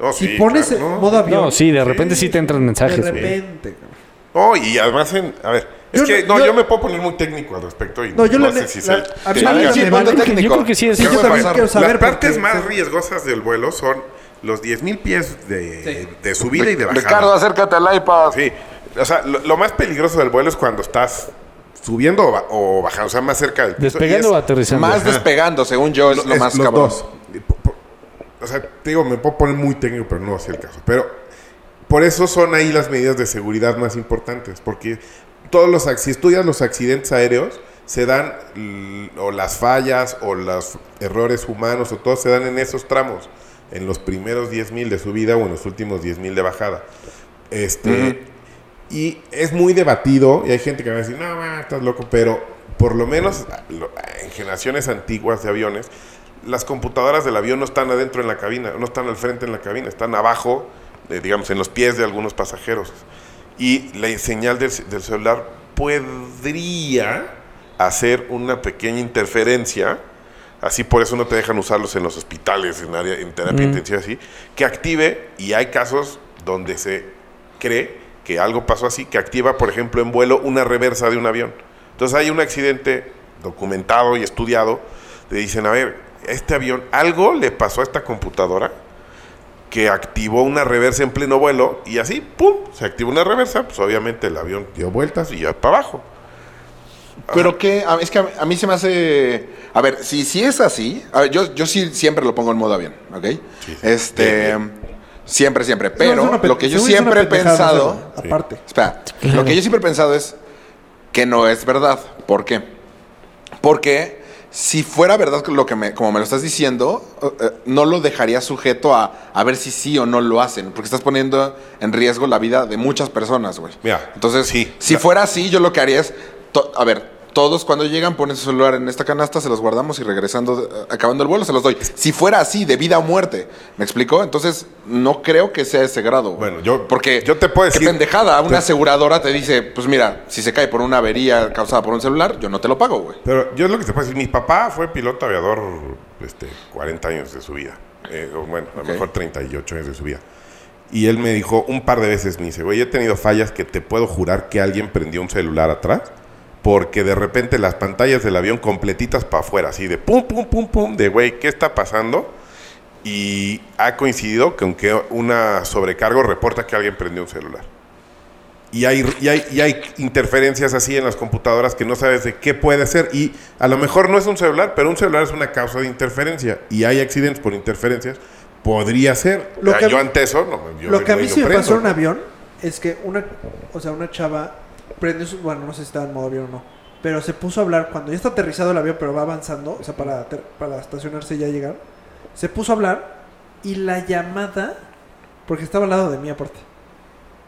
D: No,
F: Si
D: sí,
F: pones
D: claro,
F: en
D: no.
F: modo avión,
B: No, sí, de repente sí, te entran
F: de
B: mensajes. güey.
F: repente. cabrón.
D: No, y además en... A ver, es
F: Yo
D: que...
F: no-
D: No, yo,
F: yo-
D: me puedo poner muy técnico al respecto y
F: No, yo
D: no
F: la ne-
D: sé si
F: la-
D: sea-
F: a mí
D: te
F: la
D: valga
F: neta
A: Sí,
F: me
A: ponte
F: vale.
B: Yo
A: técnico.
B: creo que sí es.
F: Sí, yo
D: ¿Qué
F: también
D: pasa?
F: quiero saber
D: Las partes
F: porque-
D: más riesgosas del vuelo son los 10.000 pies de, de subida y de bajada.
A: Ricardo, acércate al iPad.
D: Sí, o sea, lo, lo más peligroso del vuelo es cuando estás subiendo o, ba- o bajando, o sea, más cerca del piso.
B: Despegando
D: Y
B: o
D: es-
B: aterrizando.
A: Más despegando, según yo, es lo
D: es
A: más
D: los
A: cabrón.
D: dos. Y po- po- O sea, te digo, me puedo poner muy técnico, pero no es el caso. Pero por eso son ahí las medidas de seguridad más importantes, porque todos los acc- si estudias los accidentes aéreos se dan l- o las fallas o los errores humanos o todo se dan en esos tramos, en los primeros 10.000 de subida o en los últimos 10.000 de bajada. Este y es muy debatido y hay gente que va a decir, "No, ma, estás loco", pero por lo menos lo- en generaciones antiguas de aviones las computadoras del avión no están adentro en la cabina, no están al frente en la cabina, están abajo, eh, digamos, en los pies de algunos pasajeros. Y la señal del, del celular podría hacer una pequeña interferencia, así por eso no te dejan usarlos en los hospitales, en, área, en terapia intensiva, así, que active, y hay casos donde se cree que algo pasó así, que activa, por ejemplo, en vuelo una reversa de un avión. Entonces hay un accidente documentado y estudiado, te dicen, a ver, este avión, algo le pasó a esta computadora que activó una reversa en pleno vuelo y así, ¡pum!, se activó una reversa, pues obviamente el avión dio vueltas y ya para abajo.
A: Pero que, a- es que a, a mí se me hace. A ver, si, si es así, a ver, yo, yo sí siempre lo pongo en modo avión, ¿ok? Este. Siempre, siempre.
F: Eso es
A: Pero
F: una pe-
A: lo que yo
F: según yo es una
A: siempre he
F: pendejada,
A: pensado.
F: no sé, Aparte.
A: Espera, lo que yo siempre he pensado es que no es verdad. ¿Por qué? Porque si fuera verdad lo que me, como me lo estás diciendo, eh, eh, no lo dejaría sujeto a, a ver si sí o no lo hacen, porque estás poniendo en riesgo la vida de muchas personas, güey.
D: Mira,
A: Entonces,
D: sí.
A: si
D: La-
A: fuera así, yo lo que haría es, to- a ver, todos cuando llegan ponen su celular en esta canasta, se los guardamos y regresando, eh, acabando el vuelo, se los doy. Si fuera así, de vida o muerte, ¿me explico? Entonces, no creo que sea ese grado. güey.
D: Bueno, yo-
A: porque
D: yo te puedo
A: qué
D: decir-
A: pendejada, una
D: te-
A: aseguradora te dice, pues mira, si se cae por una avería causada por un celular, yo no te lo pago, güey.
D: Pero yo lo que te puedo decir, mi papá fue piloto aviador este, 40 años de su vida. Eh, o bueno, a lo
A: Ok.
D: mejor 38 años de su vida. Y él me dijo un par de veces, me dice, güey, he tenido fallas que te puedo jurar que alguien prendió un celular atrás. Porque de repente las pantallas del avión completitas para afuera, así de pum, pum, pum, pum, de güey, ¿qué está pasando? Y ha coincidido con que una sobrecargo reporta que alguien prendió un celular. Y hay, y, hay, y hay interferencias así en las computadoras que no sabes de qué puede ser. Y a lo mejor no es un celular, pero un celular es una causa de interferencia. Y hay accidentes por interferencias. Podría ser.
F: Lo
D: Ah,
F: que a
D: yo
F: mí-
D: ante eso, no, yo
F: lo que a
D: voy
F: mí
D: y lo
F: sí me
D: prendo.
F: pasó en un avión es que una, o sea, una chava prende su, bueno, no sé si estaba en modo avión o no, pero se puso a hablar cuando ya está aterrizado el avión, pero va avanzando, o sea, para, ater- para estacionarse y ya llegar, se puso a hablar y la llamada, porque estaba al lado de mí aparte,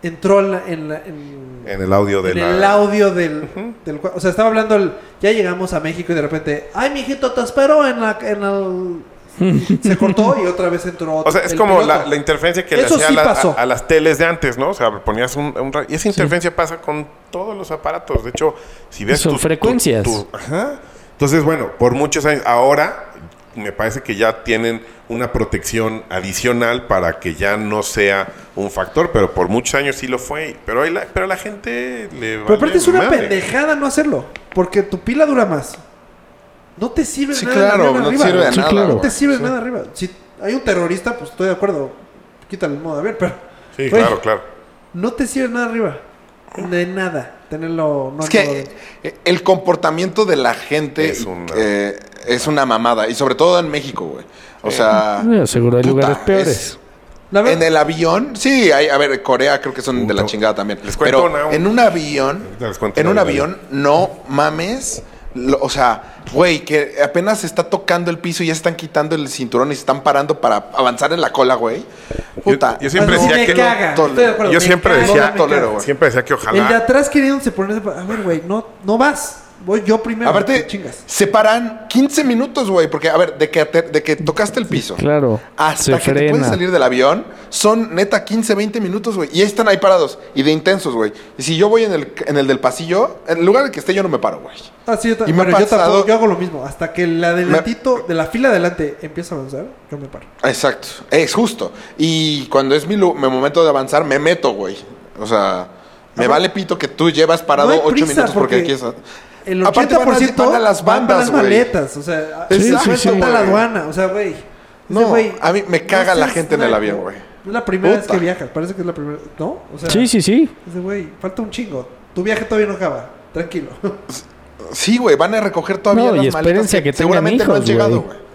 F: entró en, la- en la- en-
D: En el audio de
F: en
D: la.
F: el audio del, del cua- O sea, estaba hablando. el- ya llegamos a México y de repente. Ay, mijito, te espero en la.
A: [laughs]
F: En el... Se cortó y otra vez entró.
D: O sea, es
F: el
D: como
F: piloto.
D: la, la interferencia que le
F: Eso
D: hacía a,
F: sí
D: la-
F: pasó.
D: a- a las teles de antes, ¿no? O sea, ponías un... un ra- y esa interferencia pasa con todos los aparatos. De hecho, si ves...
B: Son frecuencias.
D: ajá. Entonces, bueno, por muchos años... Ahora me parece que ya tienen una protección adicional para que ya no sea un factor, pero por muchos años sí lo fue. Pero, ahí la, pero a la gente le...
F: Pero aparte
D: vale
F: es una
D: madre.
F: pendejada no hacerlo. Porque tu pila dura más. No te sirve
A: Sí,
F: nada.
A: claro,
F: la avión
A: no te
F: arriba.
A: sirve de
B: Sí,
A: nada.
B: claro.
F: No te
A: güey.
F: sirve nada arriba. Si hay un terrorista, pues estoy de acuerdo. Quítale el modo de avión, pero.
D: Sí,
F: Güey,
D: claro, claro.
F: No te sirve nada arriba. De nada. Tenerlo. No
A: Es
F: en modo
A: que
F: avión.
A: eh, el comportamiento de la gente
D: Es una-
A: eh, es una mamada. Y sobre todo en México, güey. O sea.
B: Eh, seguro hay lugares
A: es-
B: peores.
F: La verdad-
A: en el avión, sí, hay- a ver, Corea creo que son de la chingada también.
D: Les cuento
A: Pero
D: una-
A: en un avión,
D: Les cuento
A: en
D: una
A: un
D: de-
A: avión, no mames. lo- o sea, güey, que apenas está tocando el piso y ya están quitando el cinturón y se están parando para avanzar en la cola, güey. Puta.
D: yo siempre
F: Bueno, sí me
D: decía que-
F: caga,
A: Tol-
F: estoy de acuerdo,
D: yo
F: me
D: siempre
F: caga,
D: decía-
F: me
A: Tolero,
F: caga.
A: güey.
D: Siempre decía que ojalá...
F: El de atrás queriéndose ponerse. pa- A ver, güey, no, no vas. Voy yo primero.
A: Aparte,
F: te chingas.
A: se paran 15 minutos, güey, porque, a ver, de que, te- de que tocaste el piso.
B: Claro.
A: Hasta que
B: se
A: te puedes
B: frena.
A: salir del avión, son neta 15, 20 minutos, güey. Y ahí están ahí parados y de intensos, güey. Y si yo voy en el, en el del pasillo, en el lugar en el que esté yo no me paro, güey.
F: Ah, sí, yo, ta-
A: Y me ha
F: bueno, yo,
A: pasado-
F: tampoco- yo hago lo mismo. Hasta que el adelantito de la fila adelante empieza a avanzar, yo me paro.
A: Exacto, es justo. Y cuando es mi, lu- mi momento de avanzar, me meto, güey. O sea, me
F: Ajá.
A: vale pito que tú llevas parado
F: No hay
A: 8
F: prisa,
A: minutos porque, aquí
F: porque
A: es...
F: El 80%
A: Aparte van a- van a las
F: van para
A: bandas,
F: las
A: güey.
F: maletas, o sea,
A: Sí,
F: sí,
A: sí, sí,
F: la
A: güey.
F: aduana, o sea, güey. Ese
A: No,
F: güey,
A: a mí me caga la
F: seas
A: gente en el
F: naco.
A: avión, güey.
F: Es la primera vez
A: Puta.
F: que viajas, parece que es la primera, ¿no? O sea,
B: Sí, sí, sí.
F: ese güey, falta un chingo. Tu viaje todavía no acaba, tranquilo.
A: Sí, güey, van a recoger todavía
B: No,
A: las
B: y
A: maletas
B: espérense a que tengan
A: seguramente no han
B: hijos,
A: llegado,
B: güey.
A: güey.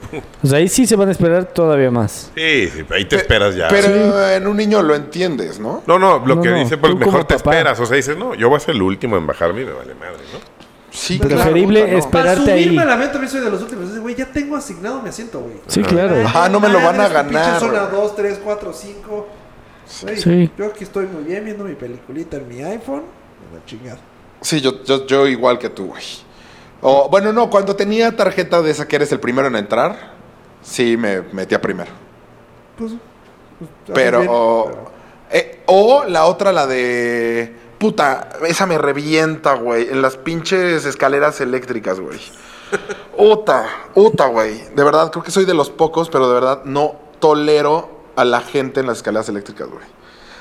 B: O sea, ahí sí se van a esperar todavía más.
D: Sí, sí, ahí te
A: Pe-
D: esperas ya.
A: Pero en un niño lo entiendes, ¿no?
D: No, no, lo
B: No,
D: que
B: no,
D: dice, pues
B: tú
D: mejor
B: como
D: te
B: papá.
D: esperas. O sea, dices, no, yo voy a ser el último en bajarme y me vale madre, ¿no?
A: Sí,
B: Pero preferible
A: puta, no.
B: es-
F: Para
B: Esperarte ahí.
F: subirme al avión también soy de los últimos, ese güey, ya tengo asignado mi asiento, güey.
B: Sí,
A: Ah.
B: claro.
A: Ajá, no me lo van a
F: Madres, pinche
A: ganar,
F: Zona
A: güey.
F: 2, 3, 4, 5. Güey,
B: Sí.
F: Yo aquí estoy muy bien viendo mi peliculita en mi iPhone. de La chingada.
A: Sí, yo, yo, yo igual que tú, güey. O, bueno, no, cuando tenía tarjeta de esa que eres el primero en entrar, sí me metía primero.
F: Pues, pues,
A: Pero,
F: bien,
A: o,
F: pero-
A: eh, o la otra, la de. Puta, esa me revienta, güey. En las pinches escaleras eléctricas, güey. Uta, uta, güey. De verdad, creo que soy de los pocos, pero de verdad no tolero a la gente en las escaleras eléctricas, güey.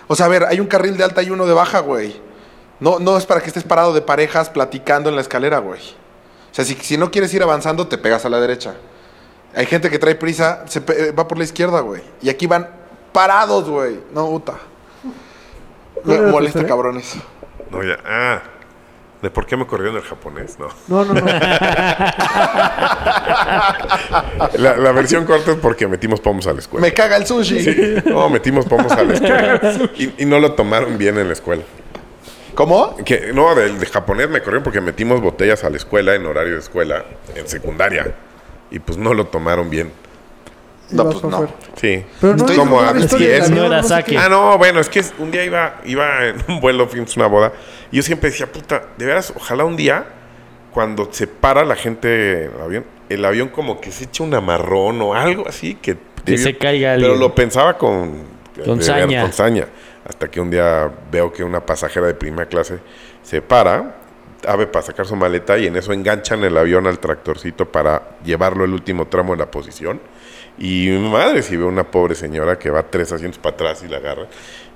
A: O sea, a ver, hay un carril de alta y uno de baja, güey. No, no es para que estés parado de parejas platicando en la escalera, güey. O sea, si, si no quieres ir avanzando, te pegas a la derecha. Hay gente que trae prisa, se pe- eh, va por la izquierda, güey. Y aquí van parados, güey. No, puta.
F: ¿Cuál
A: Me
F: era tu
A: molesta,
F: historia?
A: cabrones.
D: No, ya. Ah, ¿de por qué me corrieron el japonés?
A: [laughs]
D: No.
F: No, no, no.
D: La, la versión corta es porque metimos pomos a la escuela.
A: Me caga el sushi.
D: No, metimos pomos a la escuela. y, y no lo tomaron bien en la escuela.
A: ¿Cómo?
D: Que, no, del de japonés me corrieron porque metimos botellas a la escuela en horario de escuela, en secundaria. Y pues no lo tomaron bien.
F: Y
A: No,
F: vas
A: pues
F: pa'
A: no.
F: afuera.
D: Sí.
F: Pero no
D: Estoy
F: es
D: como
F: una
D: a-
F: historia
D: sí,
F: del
D: es-
F: avión,
B: No era
F: sé
B: saque.
F: qué.
D: Ah, no, bueno, es que es- un día iba, iba en un vuelo, fuimos a una boda. Y yo siempre decía, puta, de veras, ojalá un día, cuando se para la gente en el avión, el avión como que se eche un amarrón o algo así que.
B: Que se caiga
D: Pero
B: alguien.
D: lo pensaba con.
B: Con
D: de
B: saña.
D: con saña. Hasta que un día veo que una pasajera de primera clase se para, abre para sacar su maleta y en eso enganchan el avión al tractorcito para llevarlo el último tramo en la posición. Y madre, si veo una pobre señora que va tres asientos para atrás y la agarra.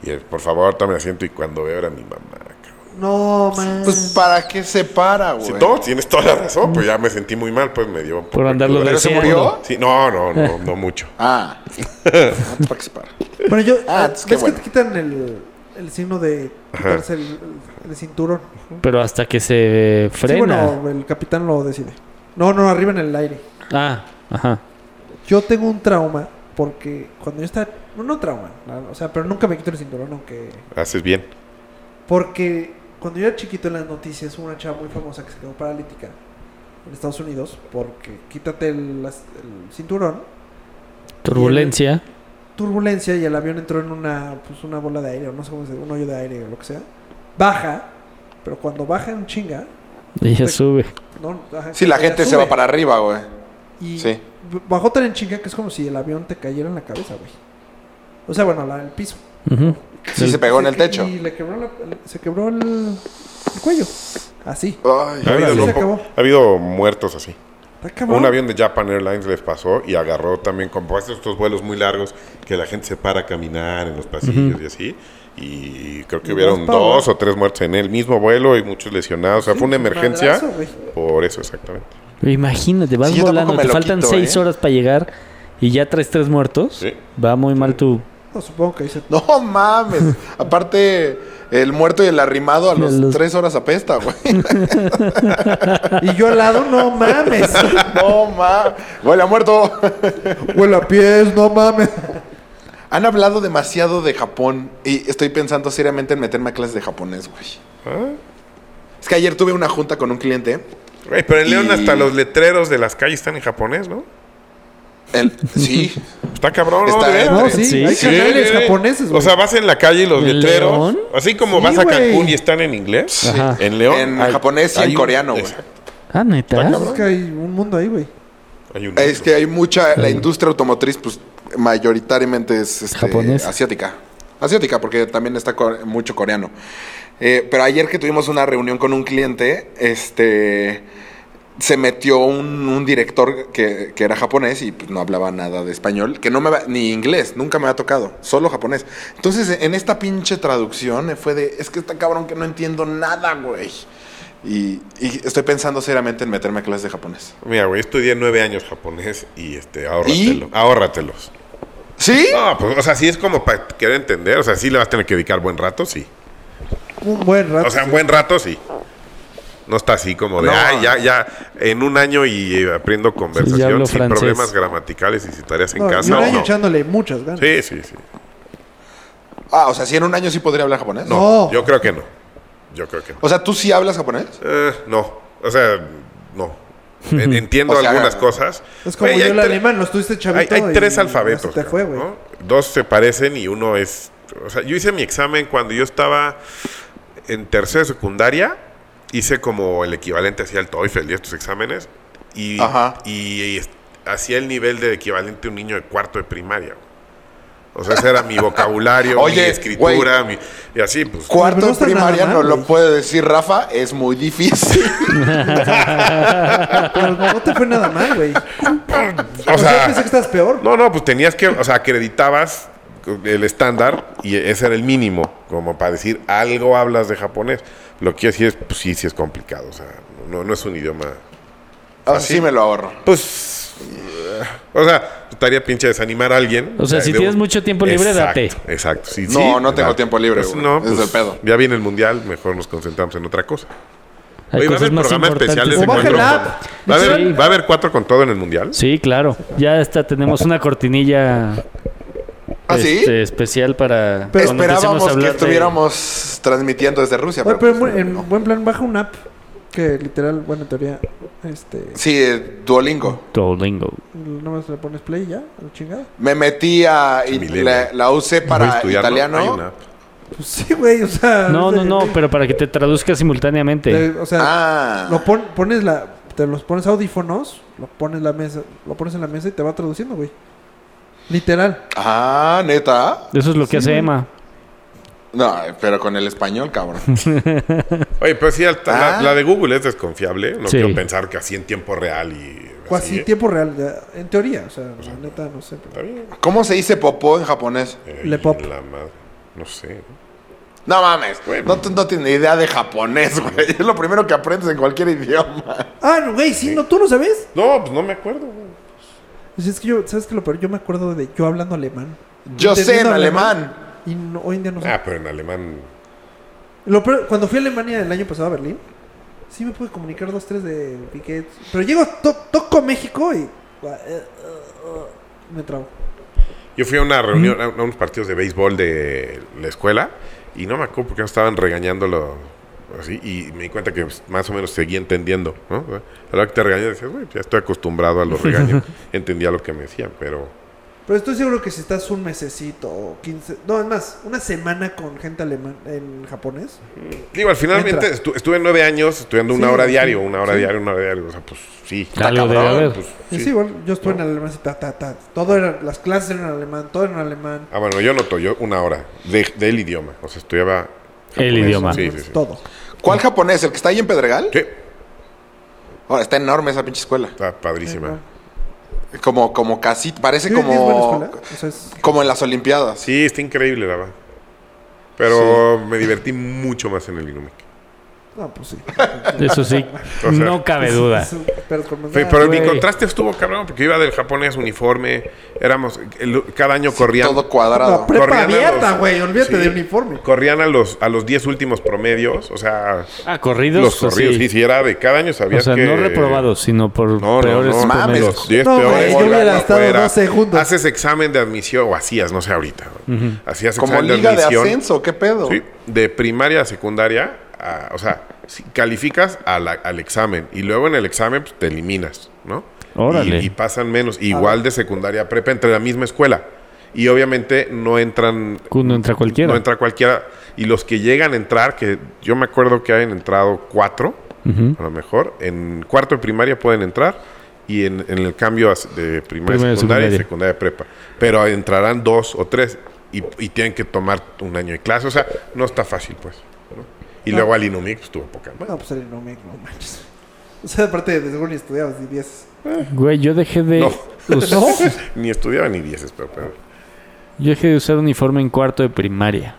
D: Y eh, por favor, tome asiento. Y cuando veo era mi mamá. cabrón.
F: No, man.
A: Pues para qué se para, güey.
D: Sí, no, tienes toda la razón, pues ya me sentí muy mal, pues me dio. un poco
B: Por
D: de
B: andarlo
D: cruda.
A: ¿Pero se murió?
D: Sí, no, no, no, no mucho. [laughs]
A: Ah. No, ¿Para qué se para?
F: Bueno, yo.
A: Ah,
F: ah,
A: es
F: ¿Ves
A: que
F: que,
A: bueno.
F: te quitan el, el signo de
D: Ajá.
F: quitarse el, el- el cinturón?
B: Pero hasta que se
F: Sí,
B: frena.
F: bueno, el capitán lo decide. No, no, arriba en el aire.
B: Ah, ajá.
F: Yo tengo un trauma porque cuando yo estaba. No, no trauma, la- o sea, pero nunca me quito el cinturón, aunque.
D: Haces bien.
F: Porque cuando yo era chiquito en las noticias hubo una chava muy famosa que se quedó paralítica en Estados Unidos porque quítate el, las- el cinturón
B: Turbulencia.
F: turbulencia y el avión entró en una, pues, una bola de aire, o no sé cómo se dice, un hoyo de aire o lo que sea. Baja, pero cuando baja en chinga, pues.
B: Ella sube.
F: no, ajá,
A: Sí, la
F: ella
A: gente se va
F: sube.
A: para arriba, güey.
F: Y
A: Sí.
F: b- bajó tan en chinga que es como si el avión te cayera en la cabeza, güey. O sea, bueno, la- el piso.
B: Ujú.
A: Sí, se pegó en el
F: que-
A: techo.
F: Y le quebró la- se quebró el, el cuello. Así.
D: Ha
A: Ay,
D: habido,
F: se
D: no po-
F: acabó.
D: ha habido muertos así.
F: Está cabrón.
D: Un avión de Japan Airlines les pasó y agarró también con pues, estos vuelos muy largos que la gente se para a caminar en los pasillos y así. Y creo que
F: Y
D: hubieron
F: dos pavos.
D: dos o tres muertos en el mismo vuelo y muchos lesionados. O sea,
F: Sí,
D: fue una
F: un
D: emergencia.
F: madrazo, güey.
D: por eso, exactamente.
B: Imagínate, vas
A: Sí, yo tampoco
B: volando,
A: me
B: te
A: lo
B: faltan
A: quito,
B: seis
A: ¿eh?
B: horas para llegar y ya traes tres muertos.
D: Sí.
B: Va muy mal tu.
F: No, supongo que dice.
A: No mames. Aparte, el muerto y el arrimado a
B: Y a
A: las
B: los-
A: tres horas apesta, güey.
F: Y yo al lado, no
D: [laughs]
F: mames.
A: No mames. Huele a muerto.
F: Huele a pies, no mames.
A: Han hablado demasiado de Japón y estoy pensando seriamente en meterme a clases de japonés, güey.
D: Ah.
A: Es que ayer tuve una junta con un cliente.
D: Güey, pero en León
A: Y-
D: hasta los letreros de las calles están en japonés, ¿no?
A: El- sí.
D: Está cabrón,
A: Está
D: ¿no? De
A: bien.
D: veras.
F: No, sí,
B: Sí.
F: hay
D: Sí,
F: canales
D: güey.
F: japoneses, güey.
D: O sea, vas en la calle y los
B: ¿En
D: letreros,
B: León?
D: así como
F: Sí,
D: vas a
F: güey.
D: Cancún y están en inglés,
B: Ajá.
D: en León.
A: En japonés y en coreano, güey.
D: exacto,
B: Ah, neta.
F: es que hay un mundo ahí, güey.
D: hay un
A: Es que hay mucha. La industria automotriz, pues, mayoritariamente es este,
B: Japonesa.
A: asiática. Asiática, porque también está co- mucho coreano. Eh, pero ayer que tuvimos una reunión con un cliente, este. Se metió un, un director que, que era japonés y pues, no hablaba nada de español, que no me va- ni inglés, nunca me ha tocado, solo japonés. Entonces, en esta pinche traducción eh, fue de, es que está cabrón que no entiendo nada, güey. Y, y estoy pensando seriamente en meterme a clases de japonés.
D: Mira, güey, estudié nueve años japonés y este, ahórratelo, ahórratelos.
A: ¿Sí?
D: No, pues, o sea, sí es como para querer entender, o sea, sí le vas a tener que dedicar buen rato, sí.
F: Un buen rato.
D: O sea, buen rato, sí. No está así como de,
A: No.
D: ay, ya, ya, en un año y eh, aprendo conversación
B: hablo
D: sin
B: francés.
D: problemas gramaticales y sin tareas en
F: No, y
D: casa.
F: un
D: No,
F: año
D: no.
F: echándole muchas ganas.
D: Sí, sí, sí.
A: Ah, o sea, si en un año sí podría hablar japonés.
F: No.
D: Yo creo que no. Yo creo que no.
A: O sea, ¿tú sí hablas japonés?
D: Eh, no. O sea, no. En- Entiendo
A: O sea,
D: algunas cosas.
F: Es como
D: Güey,
F: yo
D: hay
F: el
D: tre-
F: alemán, no estuviste
D: Hay,
F: chavito.
D: hay
F: y
D: tres
F: así
D: alfabetos.
F: Te fue,
D: cabrón,
F: güey.
D: ¿no? Dos se parecen y uno es. O sea, yo hice mi examen cuando yo estaba en tercero de secundaria. Hice como el equivalente hacia el TOEFL y estos exámenes. Y,
A: Ajá.
D: y, es- hacía el nivel de equivalente a un niño de cuarto de primaria. güey. O sea, ese era mi
F: [laughs]
D: vocabulario, mi
A: Oye,
D: escritura, mi, y así, pues.
A: Cuarto
F: no
A: de
F: está nada
A: primaria
F: mal,
A: no lo
F: güey.
A: puede decir Rafa, es muy
F: [laughs]
A: difícil. [laughs]
F: Pero Pues, no te fue nada mal, güey.
D: [laughs]
F: Pues,
D: O sea,
F: pensé que estás peor.
D: No, no, pues tenías que, o sea, acreditabas el estándar y ese era el mínimo, como para decir algo hablas de japonés. Lo que sí es, pues sí, sí es complicado, o sea, no, no es un idioma.
A: Así me lo ahorro.
D: Pues, eh, o sea, estaría pinche desanimar a alguien.
B: O sea, si tienes mucho tiempo libre,
D: exacto,
B: date.
D: Exacto, sí,
A: No,
D: sí,
A: no
D: date.
A: tengo tiempo libre, güey.
D: no,
A: Es
D: pues,
A: el pedo.
D: Ya viene el mundial, mejor nos concentramos en otra cosa.
B: Hay
D: Oye, va a
B: cosas
D: haber
B: más
D: programa especial de
B: importantes.
D: ese
F: O baja el
D: cuatro con-
F: app.
D: ¿Va a,
B: Sí.
D: haber, ¿Va a haber cuatro con todo en el mundial?
B: Sí, claro. Ya está, tenemos una cortinilla
A: ¿Ah, sí?
B: este, especial para.
F: Pero
B: cuando empecemos a
A: Esperábamos que
B: hablar de-
A: estuviéramos transmitiendo desde Rusia.
F: Oye,
A: pero
F: pero en,
A: pues,
F: buen- en
A: no.
F: buen plan, baja un app que literal, bueno, en teoría, este,
A: Sí, eh, Duolingo.
B: Duolingo.
F: nomás le pones play y ya, a la chingada.
A: Me metí a y
D: Milenio.
A: la, la usé
D: Voy a
A: para
D: estudiar, ¿no? Hay
A: italiano.
D: una app.
F: Pues sí, güey, o sea.
B: No,
F: es
B: no,
F: de-
B: no,
F: de-
B: pero para que te traduzca simultáneamente.
F: de- o sea,
A: Ah.
F: lo pon- pones la, te los pones audífonos, lo pones la mesa, lo pones en la mesa y te va traduciendo, güey. Literal.
A: Ah, neta.
B: Eso es lo que hace
F: güey.
B: Emma.
D: Ah,
A: No, pero con el español,
B: [laughs]
A: cabrón.
D: Oye, pero sí, al- la,
A: Ah.
D: la de Google es desconfiable. No
B: Sí.
D: quiero pensar que así en tiempo real y.
F: Casi
D: así, ¿eh?
F: tiempo real, ya, en teoría, o sea,
A: Pues,
F: la neta, no sé.
D: Está
F: pero-
D: bien.
A: ¿Cómo se dice popó en japonés?
D: Eh,
F: Le
D: y
F: pop.
D: la madre. No sé.
A: No mames, no, t- no tiene idea de japonés, güey. Es lo primero que aprendes en cualquier idioma.
F: Ah, no, güey, sí, no, tú no sabes.
D: No, pues no me acuerdo. güey.
F: Pues es que yo, ¿sabes qué lo peor? Yo me acuerdo de yo hablando alemán.
A: Yo sé en
F: Entendiendo
A: alemán.
F: Y no- hoy en día no sé.
D: Ah, pero en alemán.
F: Lo peor- cuando fui a Alemania el año pasado a Berlín, sí me pude comunicar dos, tres de piquets. Pero llego, a to- toco México y. ah, eh, Me trabo.
D: Yo fui a una reunión, a, a unos partidos de béisbol de la escuela y no me acuerdo porque no estaban regañándolo así y me di cuenta que pues, más o menos seguía entendiendo. ¿no?
F: [laughs]
D: O sea, a la hora que te regañan, decías, güey, ya estoy acostumbrado a los regaños. Entendía lo que me decían, pero.
F: Pero estoy seguro que si estás un mesecito o 15, no, es más, una semana con gente alemán en japonés.
D: Digo, al
F: Entra.
D: finalmente estu- estuve nueve años estudiando una
F: Sí,
D: hora
F: sí,
D: diario, una hora
F: sí.
D: diario, una hora diario. O sea, pues sí.
B: Está Algo debe haber.
D: pues,
F: Y
D: sí.
F: sí, bueno, yo estuve en alemán, así, ta, ta, ta. Todo era, las clases eran en alemán, todo era en alemán.
D: Ah, bueno, yo noto, yo una hora de- del idioma. O sea, estudiaba.
B: El
D: japonés.
B: idioma.
D: pues, Sí, sí, sí.
F: Pues, Todo.
A: ¿Cuál japonés? ¿El que está ahí en Pedregal?
D: Sí,
A: Ahora, está enorme esa pinche escuela.
D: está padrísima.
A: Como, como casi, parece
F: ¿Y hoy en día es buena
A: como,
F: escuela? O sea, es-
A: como en las Olimpiadas.
D: Sí, está increíble, la verdad. Pero me divertí mucho más en el Inumic.
F: No, pues sí.
B: Eso sí,
D: [laughs] O sea,
B: no cabe
F: [laughs]
B: duda.
F: Sí, Pero con más-
D: Fe- Pero mi
B: güey.
D: contraste estuvo cabrón, porque iba del japonés uniforme, éramos, el- cada año corrían,
A: Todo cuadrado.
F: La prepa
D: Corrían a los-
F: abierta, güey. Olvídate
D: Sí.
F: de uniforme.
D: corrían a los a los 10 últimos promedios, o sea,
B: Ah, corridos.
D: los
B: o
D: corridos,
B: sí.
D: sí, sí, era de cada año
B: O
D: sabías
B: sea,
D: que...
B: no reprobados, sino por
D: No, no,
B: peores
D: no,
A: mames.
B: promedios.
D: los 10
F: No,
D: peores,
F: güey, yo
D: iban
F: hubiera estado
D: afuera.
F: dos segundos.
D: Haces examen de admisión, o hacías, no sé ahorita. Hacías
A: Como
D: examen
A: liga de
D: admisión.
A: ascenso, ¿qué pedo?
D: Sí, de primaria a secundaria, a- o sea, si calificas a la- al examen y luego en el examen pues, te eliminas, ¿no?
B: Órale.
D: Y, y pasan menos, igual de secundaria a prepa entre la misma escuela. Y obviamente no entran
B: No entra cualquiera.
D: no entra cualquiera. Y los que llegan a entrar, que yo me acuerdo que hayan entrado cuatro, a lo mejor, en cuarto de primaria pueden entrar y en, en el cambio as- de primaria,
B: Primaria,
D: a secundaria
B: secundaria.
D: y secundaria de prepa. Pero entrarán dos o tres y, y tienen que tomar un año de clase. O sea, no está fácil, pues. ¿no? Y luego al Inumic pues, tuvo poca madre.
F: No, pues el Inumic, no manches. O sea, aparte de seguro ni estudiabas ni 10.
B: Güey, yo dejé de.
D: No.
B: us-
D: [laughs] Ni estudiaba ni dieces, pero, pero-
B: [laughs] Yo dejé de usar uniforme en cuarto de primaria.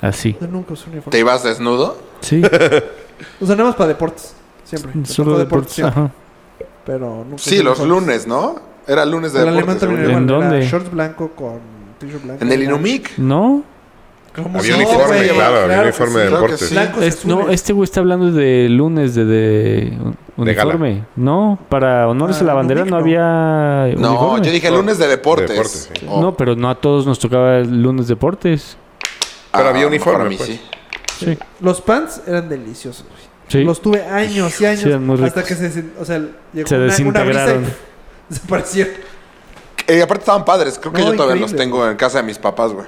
B: Así.
F: Yo nunca usé uniforme.
A: ¿Te ibas desnudo?
D: [laughs]
B: Sí,
F: O sea, nada más para deportes. Siempre. Me
B: solo
F: tocó
B: deportes.
F: siempre.
B: Ajá.
F: Pero nunca
A: Sí,
F: usé
A: los
F: uniformes.
A: lunes, ¿no? Era lunes de
F: El alemán
A: deportes,
F: también
A: según
F: era
A: yo.
B: ¿En
F: igual. era
B: dónde?
F: Shorts blanco con t-shirt blanco.
A: En el Inumic.
B: No,
F: ¿Cómo
D: Había
F: no,
D: uniforme,
F: güey?
D: claro, había
F: que
D: uniforme de
F: sí.
A: claro que
D: deportes.
A: sí.
F: Blancos,
B: es- no,
F: azules.
B: este güey está hablando de lunes de, de un-
D: De gala.
B: uniforme. No, para honores a la
F: Ah,
B: bandera
F: Inumic
B: no
F: no.
B: había
A: No,
B: uniforme.
A: yo dije oh. lunes de deportes.
D: De deportes, sí.
A: O-
B: No, pero no a todos nos tocaba el lunes deportes.
D: Pero había
A: a lo mejor
D: uniforme,
A: a Ah, mí
D: pues.
A: sí.
B: Sí.
F: Los pants eran deliciosos, güey.
B: Sí.
F: Los tuve años y años.
B: Sí, eran muy ricos.
F: hasta que se, desen- o sea, llegó
B: Se
F: una,
B: desintegraron.
F: Una brisa y [laughs] desaparecieron.
A: Eh, aparte estaban padres. Creo que
F: No,
A: yo todavía los
F: increíble.
A: tengo en casa de mis papás, güey.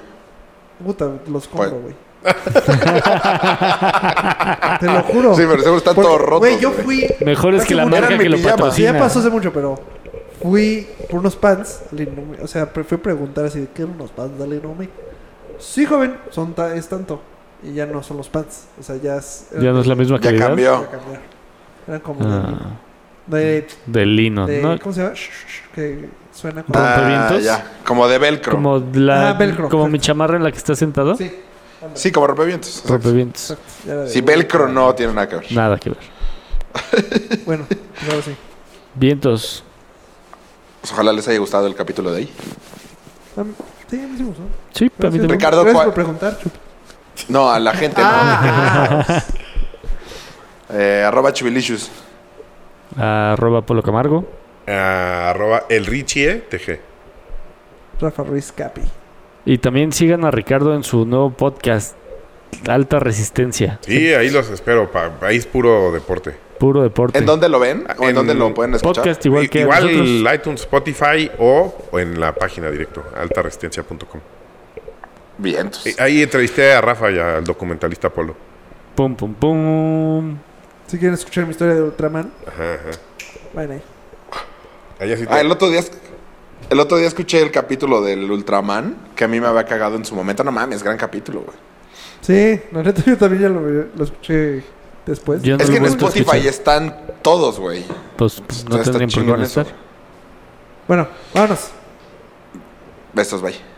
F: Puta,
A: Pues-
F: los compro, güey. [laughs] Te lo juro.
A: Sí, pero seguro están
F: Porque,
A: todos rotos.
F: Güey, yo
A: güey.
F: fui.
B: Mejor es
F: hace
B: que la
F: mucho-
B: marca
A: eran
B: que lo
A: mi pijama.
F: Sí, ya
B: patrocina.
F: pasó hace mucho, pero fui por unos pants. al Inumic, O sea, pre- fui a preguntar así: de, ¿qué eran unos pants del Inumic? Sí, joven, son ta- es tanto. Y ya no son los pants. O sea, ya es.
B: Ya no es la misma
A: Ya
B: calidad.
A: cambió.
F: Ya cambiaron. Eran como.
B: Ah,
F: De,
B: del lino.
F: de-
B: ¿no?
F: ¿Cómo se llama? Sh- sh- sh- que suena como.
A: Ah,
B: ¿Rompevientos?
A: ya. Como de velcro.
B: Como la,
F: Ah, velcro.
B: como mi chamarra en la que está sentado.
F: Sí.
A: Sí, como rompevientos.
B: Rompevientos.
F: ya era de-
A: Si velcro no tiene nada que ver.
B: Nada que ver.
F: Bueno, pues ahora sí.
B: Vientos.
A: Pues ojalá les haya gustado el capítulo de ahí.
F: Ah, Sí, a mí sí me gustó.
B: Sí, a mí
F: Gracias.
B: también.
A: Ricardo,
F: Gracias
A: ¿cuál-
F: por preguntar, Chup.
A: No, a la gente
F: Ah, ah,
A: no. Eh, arroba chubilicious.
B: Arroba Polo Camargo.
D: Ah, arroba el Richie TG.
F: Rafa Ruiz Capi.
B: Y también sigan a Ricardo en su nuevo podcast, Alta Resistencia.
D: Sí, ahí los espero. pa- ahí es puro deporte.
B: Puro deporte.
A: ¿En dónde lo ven? ¿O en,
D: En
A: dónde lo pueden escuchar?
B: Podcast igual que
D: Igual
B: nosotros.
D: iTunes, Spotify o, o en la página directo, altaresistencia.com.
A: Bien. entonces.
D: Eh, Ahí entrevisté a Rafa y al documentalista Polo.
B: Pum, pum, pum.
F: Si quieren escuchar mi historia de Ultraman,
D: Ajá, ajá.
F: vayan ahí.
D: Allá sí te-
A: Ah, el otro día. El otro día escuché el capítulo del Ultraman, que a mí me había cagado en su momento. No mames, gran capítulo, güey.
F: Sí, la neta yo también ya lo, lo escuché después.
B: Yo no
A: Es
B: lo
A: que en
B: he vuelto a
A: Spotify
B: escuchar.
A: están todos, güey.
B: Pues pues, no
A: Está- está
B: tendrían por qué
A: chingón
B: no
A: eso,
B: estar.
A: güey.
F: Bueno, vámonos.
A: Besos, bye.